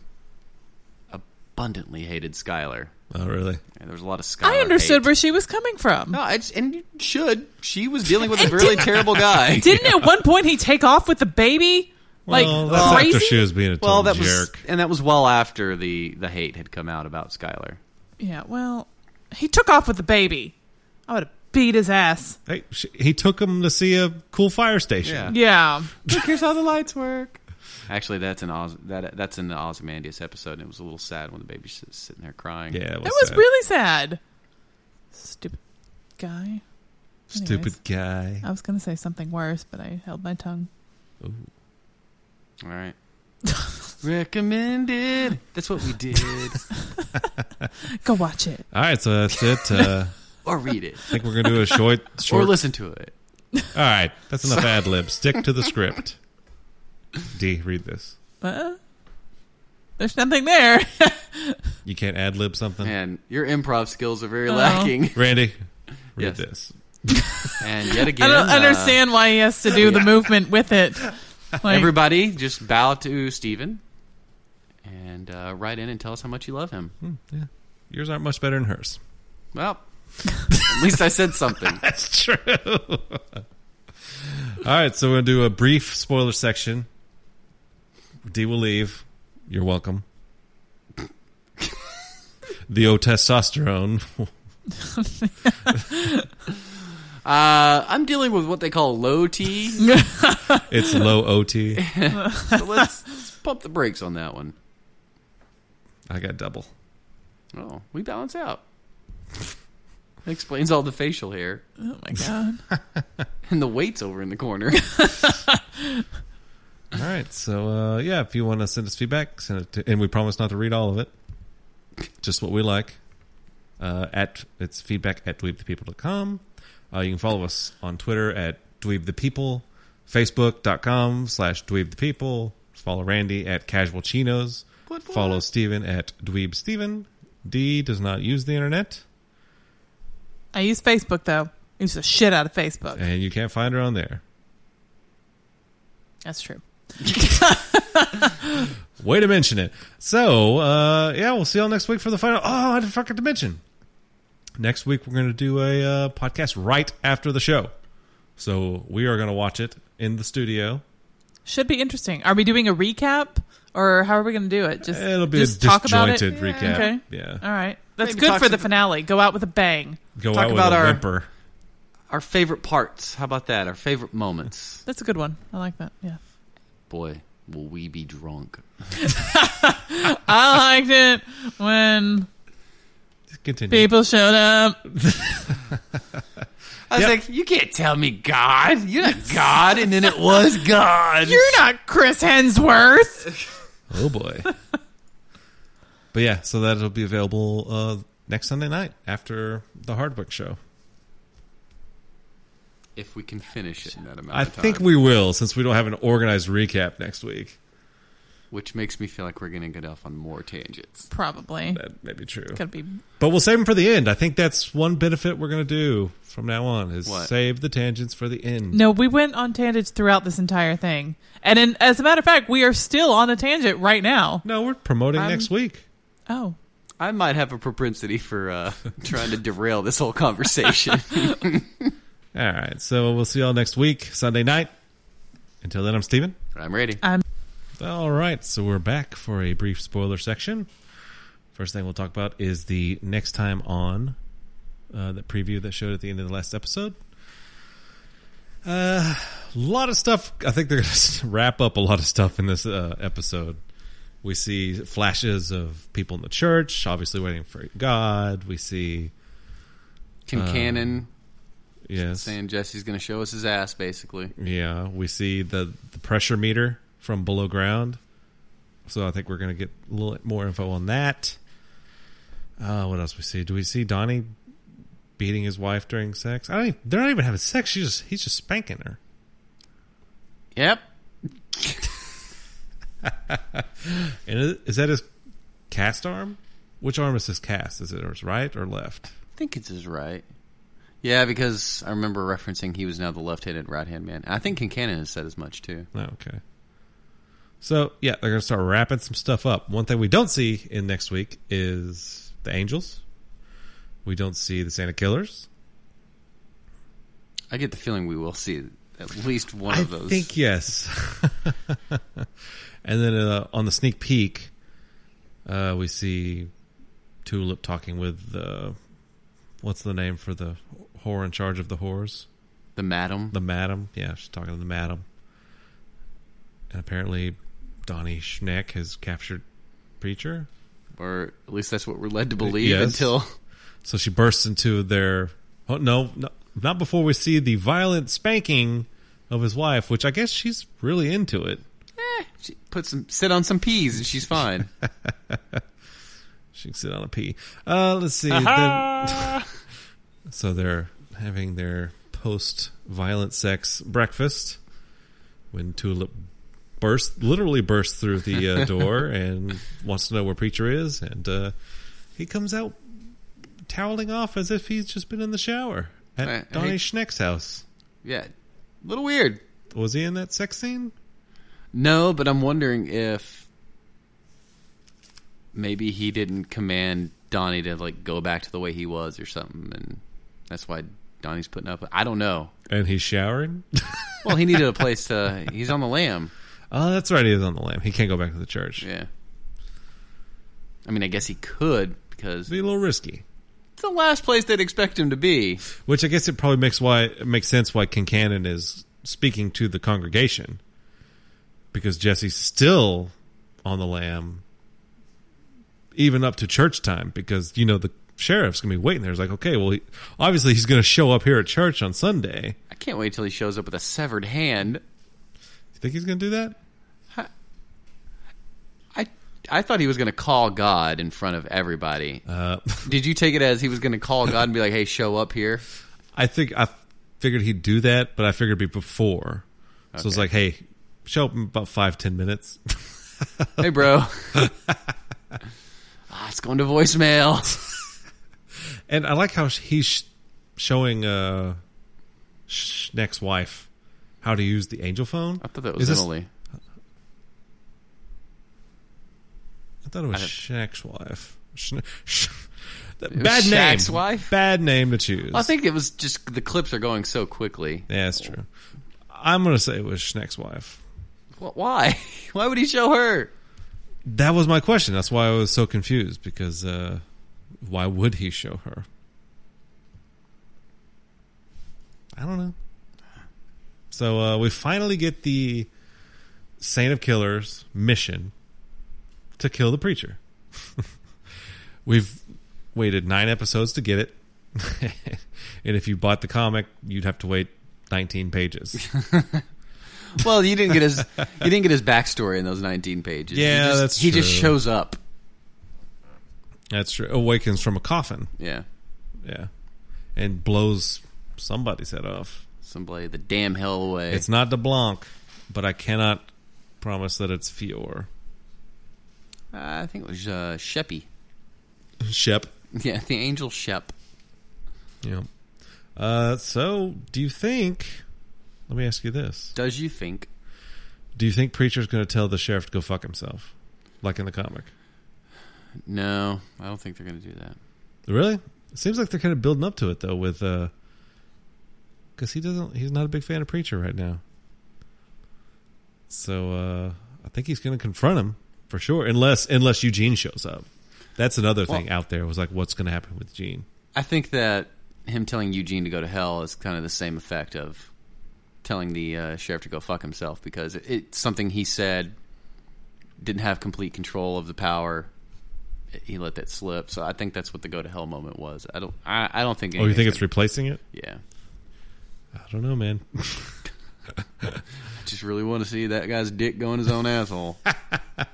Speaker 3: abundantly hated Skylar.
Speaker 2: Oh, really?
Speaker 3: And there was a lot of Skylar.
Speaker 4: I understood
Speaker 3: hate. Oh.
Speaker 4: where she was coming from.
Speaker 3: No, it's, and you should. She was dealing with a really terrible guy.
Speaker 4: Didn't at one point he take off with the baby? Like
Speaker 2: well, that's
Speaker 4: crazy?
Speaker 2: after she was being a total
Speaker 3: Well, that
Speaker 2: jerk.
Speaker 3: was, and that was well after the the hate had come out about Skylar.
Speaker 4: Yeah, well, he took off with the baby. I would have beat his ass.
Speaker 2: Hey, sh he took him to see a cool fire station.
Speaker 3: Yeah.
Speaker 4: Yeah.
Speaker 3: Look, here's how the lights work. Actually, that's an Oz, that that's in the Ozymandias episode. and It was a little sad when the baby's s- sitting there crying.
Speaker 2: yeah, it
Speaker 4: That was
Speaker 2: sad.
Speaker 4: really sad. Stupid guy.
Speaker 2: stupid guy.
Speaker 4: I was going to say something worse, but I held my tongue.
Speaker 3: All right. Recommended. That's what we did.
Speaker 4: Go watch it.
Speaker 2: All right, so that's it. Uh,
Speaker 3: or read it.
Speaker 2: I think we're gonna do a short.
Speaker 3: Or
Speaker 2: short
Speaker 3: listen to it.
Speaker 2: All right, that's enough ad lib. Stick to the script. D, read this.
Speaker 4: Uh, there's nothing there.
Speaker 2: You can't ad lib something.
Speaker 3: And your improv skills are very
Speaker 4: Oh.
Speaker 3: lacking.
Speaker 2: Randy, read
Speaker 3: Yes.
Speaker 2: this.
Speaker 3: And yet again,
Speaker 4: I don't
Speaker 3: uh,
Speaker 4: understand why he has to do the movement with it. Like,
Speaker 3: everybody, just bow to Steven and uh, write in and tell us how much you love him.
Speaker 4: Hmm.
Speaker 2: Yeah, yours aren't much better than hers.
Speaker 3: Well, at least I said something.
Speaker 2: That's true. All right, so we're gonna do a brief spoiler section. D will leave. You're welcome. the O testosterone.
Speaker 3: Uh, I'm dealing with what they call low T.
Speaker 2: it's low OT.
Speaker 3: So let's, let's pump the brakes on that one.
Speaker 2: I got double.
Speaker 3: Oh, we balance out. That explains all the facial hair
Speaker 4: oh my god.
Speaker 3: and the weights over in the corner.
Speaker 2: All right. So uh, yeah, if you want to send us feedback, send it to, and we promise not to read all of it, just what we like. Uh, at it's feedback at dweebthepeople.com. Uh, you can follow us on Twitter at dweebthepeople, facebook.com slash dweebthepeople. Follow Randy at casual chinos.
Speaker 3: What, what?
Speaker 2: Follow Steven at dweebsteven. D does not use the internet,
Speaker 4: I use Facebook though. I use the shit out of Facebook.
Speaker 2: and you can't find her on there.
Speaker 4: That's true.
Speaker 2: Way to mention it. So, uh, yeah, we'll see y'all next week for the final. Oh, I forgot to mention. Next week, we're going to do a uh, podcast right after the show. So, we are going to watch it in the studio.
Speaker 4: Should be interesting. Are we doing a recap or how are we going to do it? Just
Speaker 2: It'll be
Speaker 4: just
Speaker 2: a
Speaker 4: talk about it.
Speaker 2: disjointed recap.
Speaker 4: Okay.
Speaker 2: Yeah.
Speaker 4: All right. That's
Speaker 3: Maybe
Speaker 4: good
Speaker 3: talk
Speaker 4: for
Speaker 3: to
Speaker 4: the
Speaker 3: the-
Speaker 4: finale. Go out with a bang.
Speaker 2: Go
Speaker 3: Talk
Speaker 2: out
Speaker 3: about
Speaker 2: with a
Speaker 3: our-
Speaker 2: whimper.
Speaker 3: Our favorite parts. How about that? Our favorite moments.
Speaker 4: That's a good one. I like that. Yeah.
Speaker 3: Boy, will we be drunk.
Speaker 4: I liked it when
Speaker 2: Continue.
Speaker 4: people showed up.
Speaker 3: I was
Speaker 2: Yep.
Speaker 3: like, you can't tell me God. You're not God. And then it was God.
Speaker 4: You're not Chris Hemsworth.
Speaker 2: Oh, boy. but, yeah, so that'll be available uh, next Sunday night after the Hardwick show.
Speaker 3: If we can finish it in that amount
Speaker 2: I
Speaker 3: of time.
Speaker 2: think we will, since we don't have an organized recap next week.
Speaker 3: Which makes me feel like we're going to get off on more tangents.
Speaker 4: Probably.
Speaker 2: That may be true.
Speaker 4: Could be.
Speaker 2: But we'll save them for the end. I think that's one benefit we're going to do from now on is
Speaker 3: What?
Speaker 2: save the tangents for the end.
Speaker 4: No, we went on tangents throughout this entire thing. And in, as a matter of fact, we are still on a tangent right now.
Speaker 2: No, we're promoting next week.
Speaker 4: Oh.
Speaker 3: I might have a propensity for uh, trying to derail this whole conversation.
Speaker 2: All right. So we'll see y'all next week, Sunday night. Until then, I'm Steven.
Speaker 3: I'm ready.
Speaker 2: All right. So we're back for a brief spoiler section. First thing we'll talk about is the next time on uh, the preview that showed at the end of the last episode. A lot of stuff. I think they're going to wrap up a lot of stuff in this uh, episode. We see flashes of people in the church, obviously waiting for God. We see,
Speaker 3: Concannon
Speaker 2: yes,
Speaker 3: saying Jesse's going to show us his ass, basically.
Speaker 2: yeah, we see the the pressure meter from below ground. So I think we're going to get a little more info on that. Uh, what else we see? Do we see Donnie beating his wife during sex? I don't. Even, they're not even having sex. She just he's just spanking her.
Speaker 3: Yep.
Speaker 2: And is, is that his cast arm? Which arm is his cast? Is it his right or left?
Speaker 3: I think it's his right. Yeah, because I remember referencing he was now the left-handed right-hand man. I think Kincannon has said as much too.
Speaker 2: Oh, okay. So yeah, they're gonna start wrapping some stuff up. One thing we don't see in next week is the angels. We don't see the Santa Killers.
Speaker 3: I get the feeling we will see at least one
Speaker 2: I
Speaker 3: of those.
Speaker 2: think yes. and then uh, on the sneak peek, uh, we see Tulip talking with uh, what's the name for the whore in charge of the whores?
Speaker 3: the madam.
Speaker 2: The madam. Yeah, she's talking to the madam. And apparently, Donnie Schneck has captured Preacher.
Speaker 3: or at least that's what we're led to believe
Speaker 2: Yes.
Speaker 3: until
Speaker 2: So she bursts into their. Oh no, no, not before we see the violent spanking of his wife, which I guess she's really into it.
Speaker 3: she put some sit on some peas and she's fine.
Speaker 2: She can sit on a pee. Uh, let's see. then- so they're having their post-violent sex breakfast when Tulip burst, literally bursts through the uh, door and wants to know where Preacher is, and uh, he comes out toweling off as if he's just been in the shower at
Speaker 3: Right,
Speaker 2: Donnie
Speaker 3: hey.
Speaker 2: Schneck's house.
Speaker 3: yeah, a little weird.
Speaker 2: Was he in that sex scene?
Speaker 3: No, but I'm wondering if maybe he didn't command Donnie to like go back to the way he was or something, and that's why Donnie's putting up. I don't know.
Speaker 2: And he's showering.
Speaker 3: Well, he needed a place to. He's on the lamb.
Speaker 2: oh, that's right. He is on the lamb. He can't go back to the church.
Speaker 3: Yeah. I mean, I guess he could because
Speaker 2: Be a little risky.
Speaker 3: it's the last place they'd expect him to be.
Speaker 2: Which I guess it probably makes why it makes sense why Kincannon is speaking to the congregation because Jesse's still on the lamb, even up to church time because you know the sheriff's gonna be waiting there. It's like, okay, well, he, obviously he's gonna show up here at church on Sunday.
Speaker 3: I can't wait till he shows up with a severed hand.
Speaker 2: You think he's gonna do that?
Speaker 3: I I thought he was going to call God in front of everybody.
Speaker 2: Uh,
Speaker 3: Did you take it as he was going to call God and be like, "Hey, show up here"?
Speaker 2: I think I figured he'd do that, but I figured it'd be before. So it's
Speaker 3: Okay.
Speaker 2: like, hey, show up in about five ten minutes.
Speaker 3: Hey, bro. ah, it's going to voicemail.
Speaker 2: And I like how sh- he's sh- showing uh, Schneck's wife how to use the angel phone.
Speaker 3: I thought that
Speaker 2: Is
Speaker 3: was
Speaker 2: this-
Speaker 3: Emily.
Speaker 2: I thought it was
Speaker 3: I don't-
Speaker 2: Schneck's wife. Schne- Sh- that
Speaker 3: was
Speaker 2: bad
Speaker 3: Shaq's
Speaker 2: name.
Speaker 3: wife?
Speaker 2: Bad name to choose.
Speaker 3: I think it was just the clips are going so quickly.
Speaker 2: yeah, that's true. I'm gonna say it was Schneck's wife.
Speaker 3: Wh- Why? Why would he show her?
Speaker 2: That was my question. That's why I was so confused because uh, why would he show her? I don't know. So uh, we finally get the Saint of Killers mission to kill the preacher. We've waited nine episodes to get it. and if you bought the comic, you'd have to wait 19 pages.
Speaker 3: Well, you didn't get his you didn't get his backstory in those 19 pages.
Speaker 2: Yeah,
Speaker 3: he just,
Speaker 2: that's
Speaker 3: he just
Speaker 2: true.
Speaker 3: shows up.
Speaker 2: That's true. Awakens from a coffin.
Speaker 3: Yeah,
Speaker 2: Yeah. And blows somebody's head off.
Speaker 3: somebody the damn hell away.
Speaker 2: It's not DeBlanc, but I cannot promise that it's Fior.
Speaker 3: Uh, I think it was uh, Sheppy.
Speaker 2: Shep.
Speaker 3: Yeah, the angel Shep.
Speaker 2: Yeah. Uh, so, do you think? Let me ask you this:
Speaker 3: Does you think?
Speaker 2: Do you think Preacher's going to tell the sheriff to go fuck himself, like in the comic?
Speaker 3: No, I don't think they're going to do that.
Speaker 2: Really? It seems like they're kind of building up to it though, with uh, because he doesn't. He's not a big fan of Preacher right now. So uh, I think he's going to confront him for sure, unless unless Eugene shows up. That's another thing
Speaker 3: Well-
Speaker 2: out there was like, what's going to happen with Gene?
Speaker 3: I think that him telling Eugene to go to hell is kind of the same effect of telling the uh, sheriff to go fuck himself because it, it's something he said didn't have complete control of the power. He let that slip, so I think that's what the go to hell moment was. I don't. I, I don't think.
Speaker 2: Oh, you think
Speaker 3: anything's
Speaker 2: it's replacing it? Uh,
Speaker 3: gonna- yeah.
Speaker 2: I don't know, man.
Speaker 3: just really want to see that guy's dick go in his own asshole. I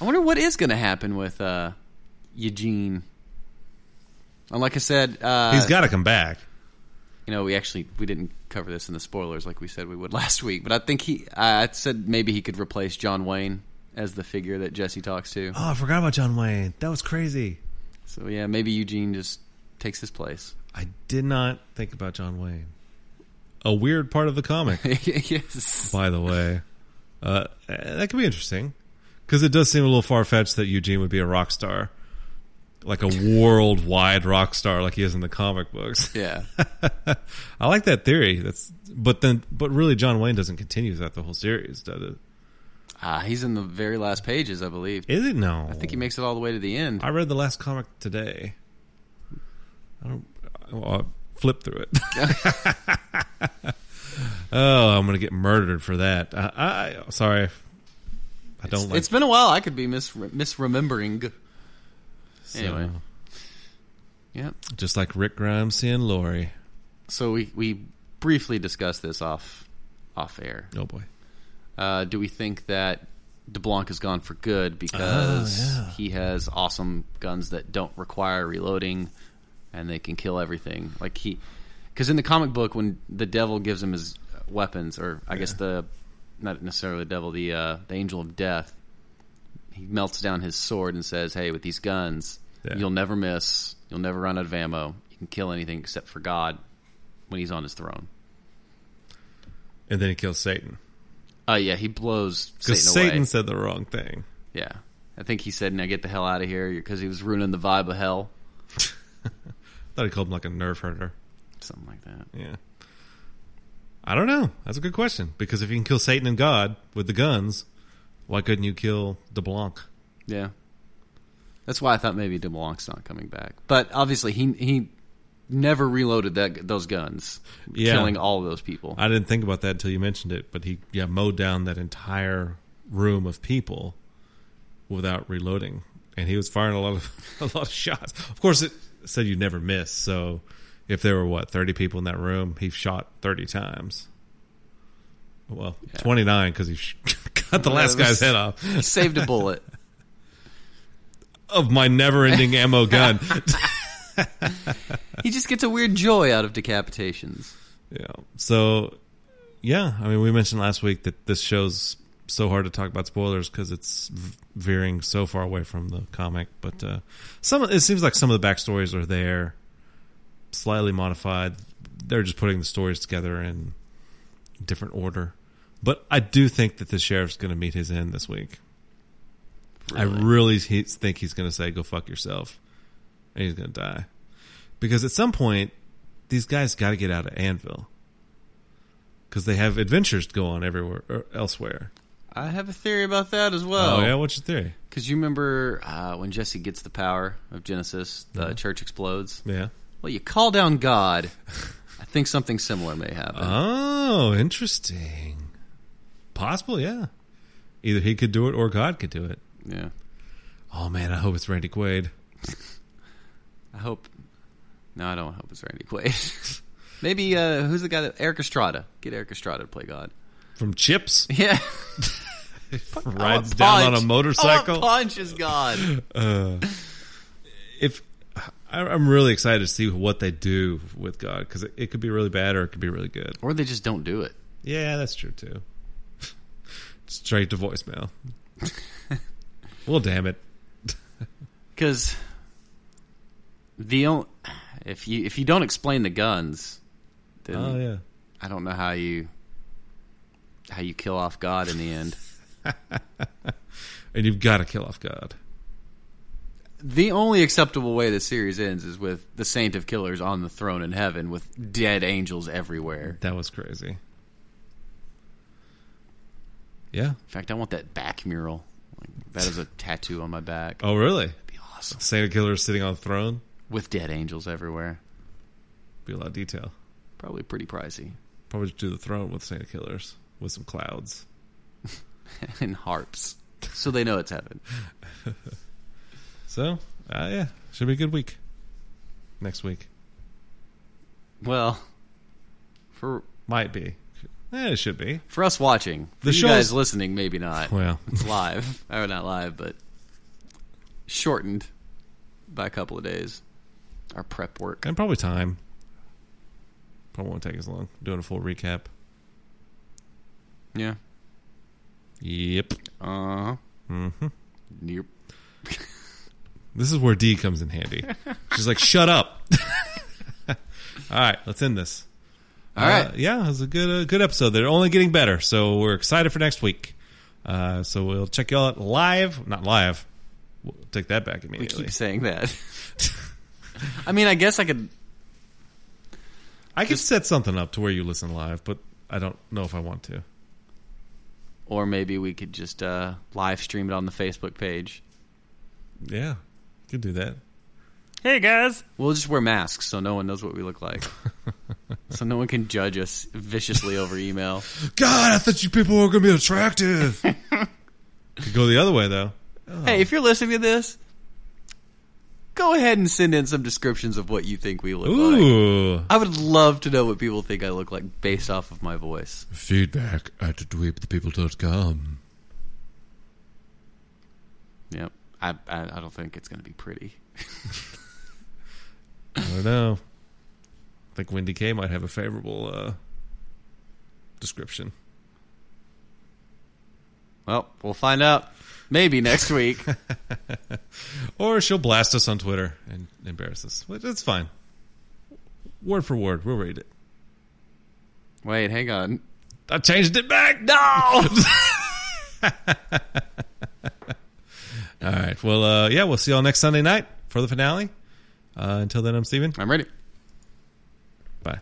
Speaker 3: wonder what is going to happen with uh, Eugene. And like I said, uh,
Speaker 2: He's got to come back.
Speaker 3: you know, we actually we didn't cover this in the spoilers like we said we would last week, but I think he I I said maybe he could replace John Wayne as the figure that Jesse talks to.
Speaker 2: Oh, I forgot about John Wayne. That was crazy.
Speaker 3: So yeah, maybe Eugene just takes his place.
Speaker 2: I did not think about John Wayne. A weird part of the comic,
Speaker 3: yes.
Speaker 2: by the way. Uh, that could be interesting because it does seem a little far fetched that Eugene would be a rock star, like a worldwide rock star, like he is in the comic books.
Speaker 3: Yeah.
Speaker 2: I like that theory. That's but then, but really, John Wayne doesn't continue throughout the whole series, does it?
Speaker 3: Ah, he's in the very last pages, I believe.
Speaker 2: Is it no?
Speaker 3: I think he makes it all the way to the end.
Speaker 2: I read the last comic today. I don't. Well, I flipped through it. oh, I'm gonna get murdered for that. I, I sorry. I don't like.
Speaker 3: it's been a while. I could be mis- misremembering.
Speaker 2: so,
Speaker 3: anyway. Yep.
Speaker 2: Just like Rick Grimes seeing Lori.
Speaker 3: So we we briefly discussed this off off air.
Speaker 2: Oh boy.
Speaker 3: Uh, do we think that DeBlanc is gone for good because
Speaker 2: Oh, yeah.
Speaker 3: he has awesome guns that don't require reloading and they can kill everything? Like he, because in the comic book, when the devil gives him his weapons, or I guess the not necessarily the devil, the uh, the angel of death, he melts down his sword and says, "Hey, with these guns,
Speaker 2: Yeah.
Speaker 3: you'll never miss. You'll never run out of ammo. You can kill anything except for God when he's on his throne."
Speaker 2: And then he kills Satan
Speaker 3: Oh yeah, he blows Satan,
Speaker 2: because Satan,
Speaker 3: away.
Speaker 2: said the wrong thing.
Speaker 3: Yeah. I think he said, now get the hell out of here because he was ruining the vibe of hell.
Speaker 2: thought he called him like a nerve herder.
Speaker 3: Something like that.
Speaker 2: Yeah. I don't know. That's a good question because if you can kill Satan and God with the guns, why couldn't you kill DeBlanc?
Speaker 3: Yeah. That's why I thought maybe DeBlanc's not coming back. But obviously, he he never reloaded that those guns,
Speaker 2: Yeah.
Speaker 3: killing all of those people.
Speaker 2: I didn't think about that until you mentioned it, but he yeah mowed down that entire room of people without reloading, and he was firing a lot of a lot of shots. Of course, it said you never miss. So if there were what thirty people in that room, he shot thirty times. Well,
Speaker 3: Yeah.
Speaker 2: twenty nine because he sh- cut the
Speaker 3: Yeah,
Speaker 2: last
Speaker 3: it was-
Speaker 2: guy's head off
Speaker 3: he saved a bullet.
Speaker 2: of my never-ending ammo gun.
Speaker 3: He just gets a weird joy out of decapitations.
Speaker 2: Yeah. So, yeah, I mean, we mentioned last week that this show's so hard to talk about spoilers because it's v- veering so far away from the comic. But uh, some, it seems like some of the backstories are there, slightly modified. They're just putting the stories together in different order. But I do think that the sheriff's going to meet his end this week. I really he- think he's going to say, "Go fuck yourself," and he's going to die because at some point these guys got to get out of Anvil because they have adventures to go on everywhere or elsewhere.
Speaker 3: I have a theory about that as well.
Speaker 2: oh yeah, what's your theory?
Speaker 3: Because you remember uh, when Jesse gets the power of Genesis, the church explodes.
Speaker 2: Yeah.
Speaker 3: Well, you call down God. I think something similar may happen.
Speaker 2: Oh, interesting. Possible, yeah. Either he could do it or God could do it.
Speaker 3: Yeah.
Speaker 2: Oh man, I hope it's Randy Quaid.
Speaker 3: I hope. No, I don't hope it's Randy Quaid. Maybe uh, who's the guy that Eric Estrada? Get Eric Estrada to play God.
Speaker 2: From Chips
Speaker 3: Yeah, I want
Speaker 2: rides down on a
Speaker 3: Punch. I want
Speaker 2: motorcycle.
Speaker 3: Punch is God.
Speaker 2: if I- I'm really excited to see what they do with God because it, it could be really bad or it could be really good.
Speaker 3: or they just don't do it.
Speaker 2: Yeah, that's true too. Straight to voicemail. well, damn it.
Speaker 3: Because the on- if you if you don't explain the guns, then
Speaker 2: Oh yeah.
Speaker 3: I don't know how you how you kill off God in the end.
Speaker 2: And you've got to kill off God.
Speaker 3: The only acceptable way the series ends is with the Saint of Killers on the throne in heaven with dead angels everywhere.
Speaker 2: That was crazy. Yeah.
Speaker 3: In fact, I want that back mural. Like, that is a tattoo on my back.
Speaker 2: Oh really?
Speaker 3: be awesome.
Speaker 2: Santa Killer is sitting on a throne.
Speaker 3: With dead angels everywhere.
Speaker 2: Be a lot of detail.
Speaker 3: Probably pretty pricey.
Speaker 2: Probably just do the throne with Santa Killers with some clouds.
Speaker 3: and harps. So they know it's heaven.
Speaker 2: So, uh, yeah, should be a good week. Next week
Speaker 3: Well, for
Speaker 2: might be. Eh, it should be.
Speaker 3: For us watching,
Speaker 2: The
Speaker 3: for you
Speaker 2: show's-
Speaker 3: guys listening, maybe not.
Speaker 2: Well,
Speaker 3: It's live. or not live, but shortened by a couple of days. Our prep work.
Speaker 2: and probably time. Probably won't take as long. Doing a full recap.
Speaker 3: Yeah.
Speaker 2: Yep.
Speaker 3: Uh huh.
Speaker 2: hmm
Speaker 3: Yep.
Speaker 2: This is where D comes in handy. She's like, "Shut up." All right, let's end this.
Speaker 3: All right.
Speaker 2: Uh, yeah, it was a good uh, good episode. They're only getting better, so we're excited for next week. Uh, so we'll check y'all out live. Not live. We'll take that back
Speaker 3: We
Speaker 2: immediately.
Speaker 3: keep saying that. I mean, I guess I could.
Speaker 2: I could set something up to where you listen live, but I don't know if I want to.
Speaker 3: Or maybe we could just uh, live stream it on the Facebook page.
Speaker 2: Yeah, could do that.
Speaker 4: Hey guys.
Speaker 3: We'll just wear masks so no one knows what we look like. so no one can judge us viciously over email.
Speaker 2: God, I thought you people were going to be attractive. could go the other way though.
Speaker 3: Hey, if you're listening to this, go ahead and send in some descriptions of what you think we look like.
Speaker 2: Ooh,
Speaker 3: I would love to know what people think I look like based off of my voice.
Speaker 2: feedback at dweebthepeople.com.
Speaker 3: Yep. I, I, I don't think it's going to be pretty.
Speaker 2: I don't know. I think Wendy K might have a favorable uh, description.
Speaker 3: Well, we'll find out maybe next week.
Speaker 2: Or she'll blast us on Twitter and embarrass us. Which it's fine. Word for word, we'll read it.
Speaker 3: Wait, hang on.
Speaker 2: I changed it back. No. All right. Well, uh, yeah, we'll see y'all next Sunday night for the finale. Uh, until then, I'm Steven.
Speaker 3: I'm ready.
Speaker 2: Bye.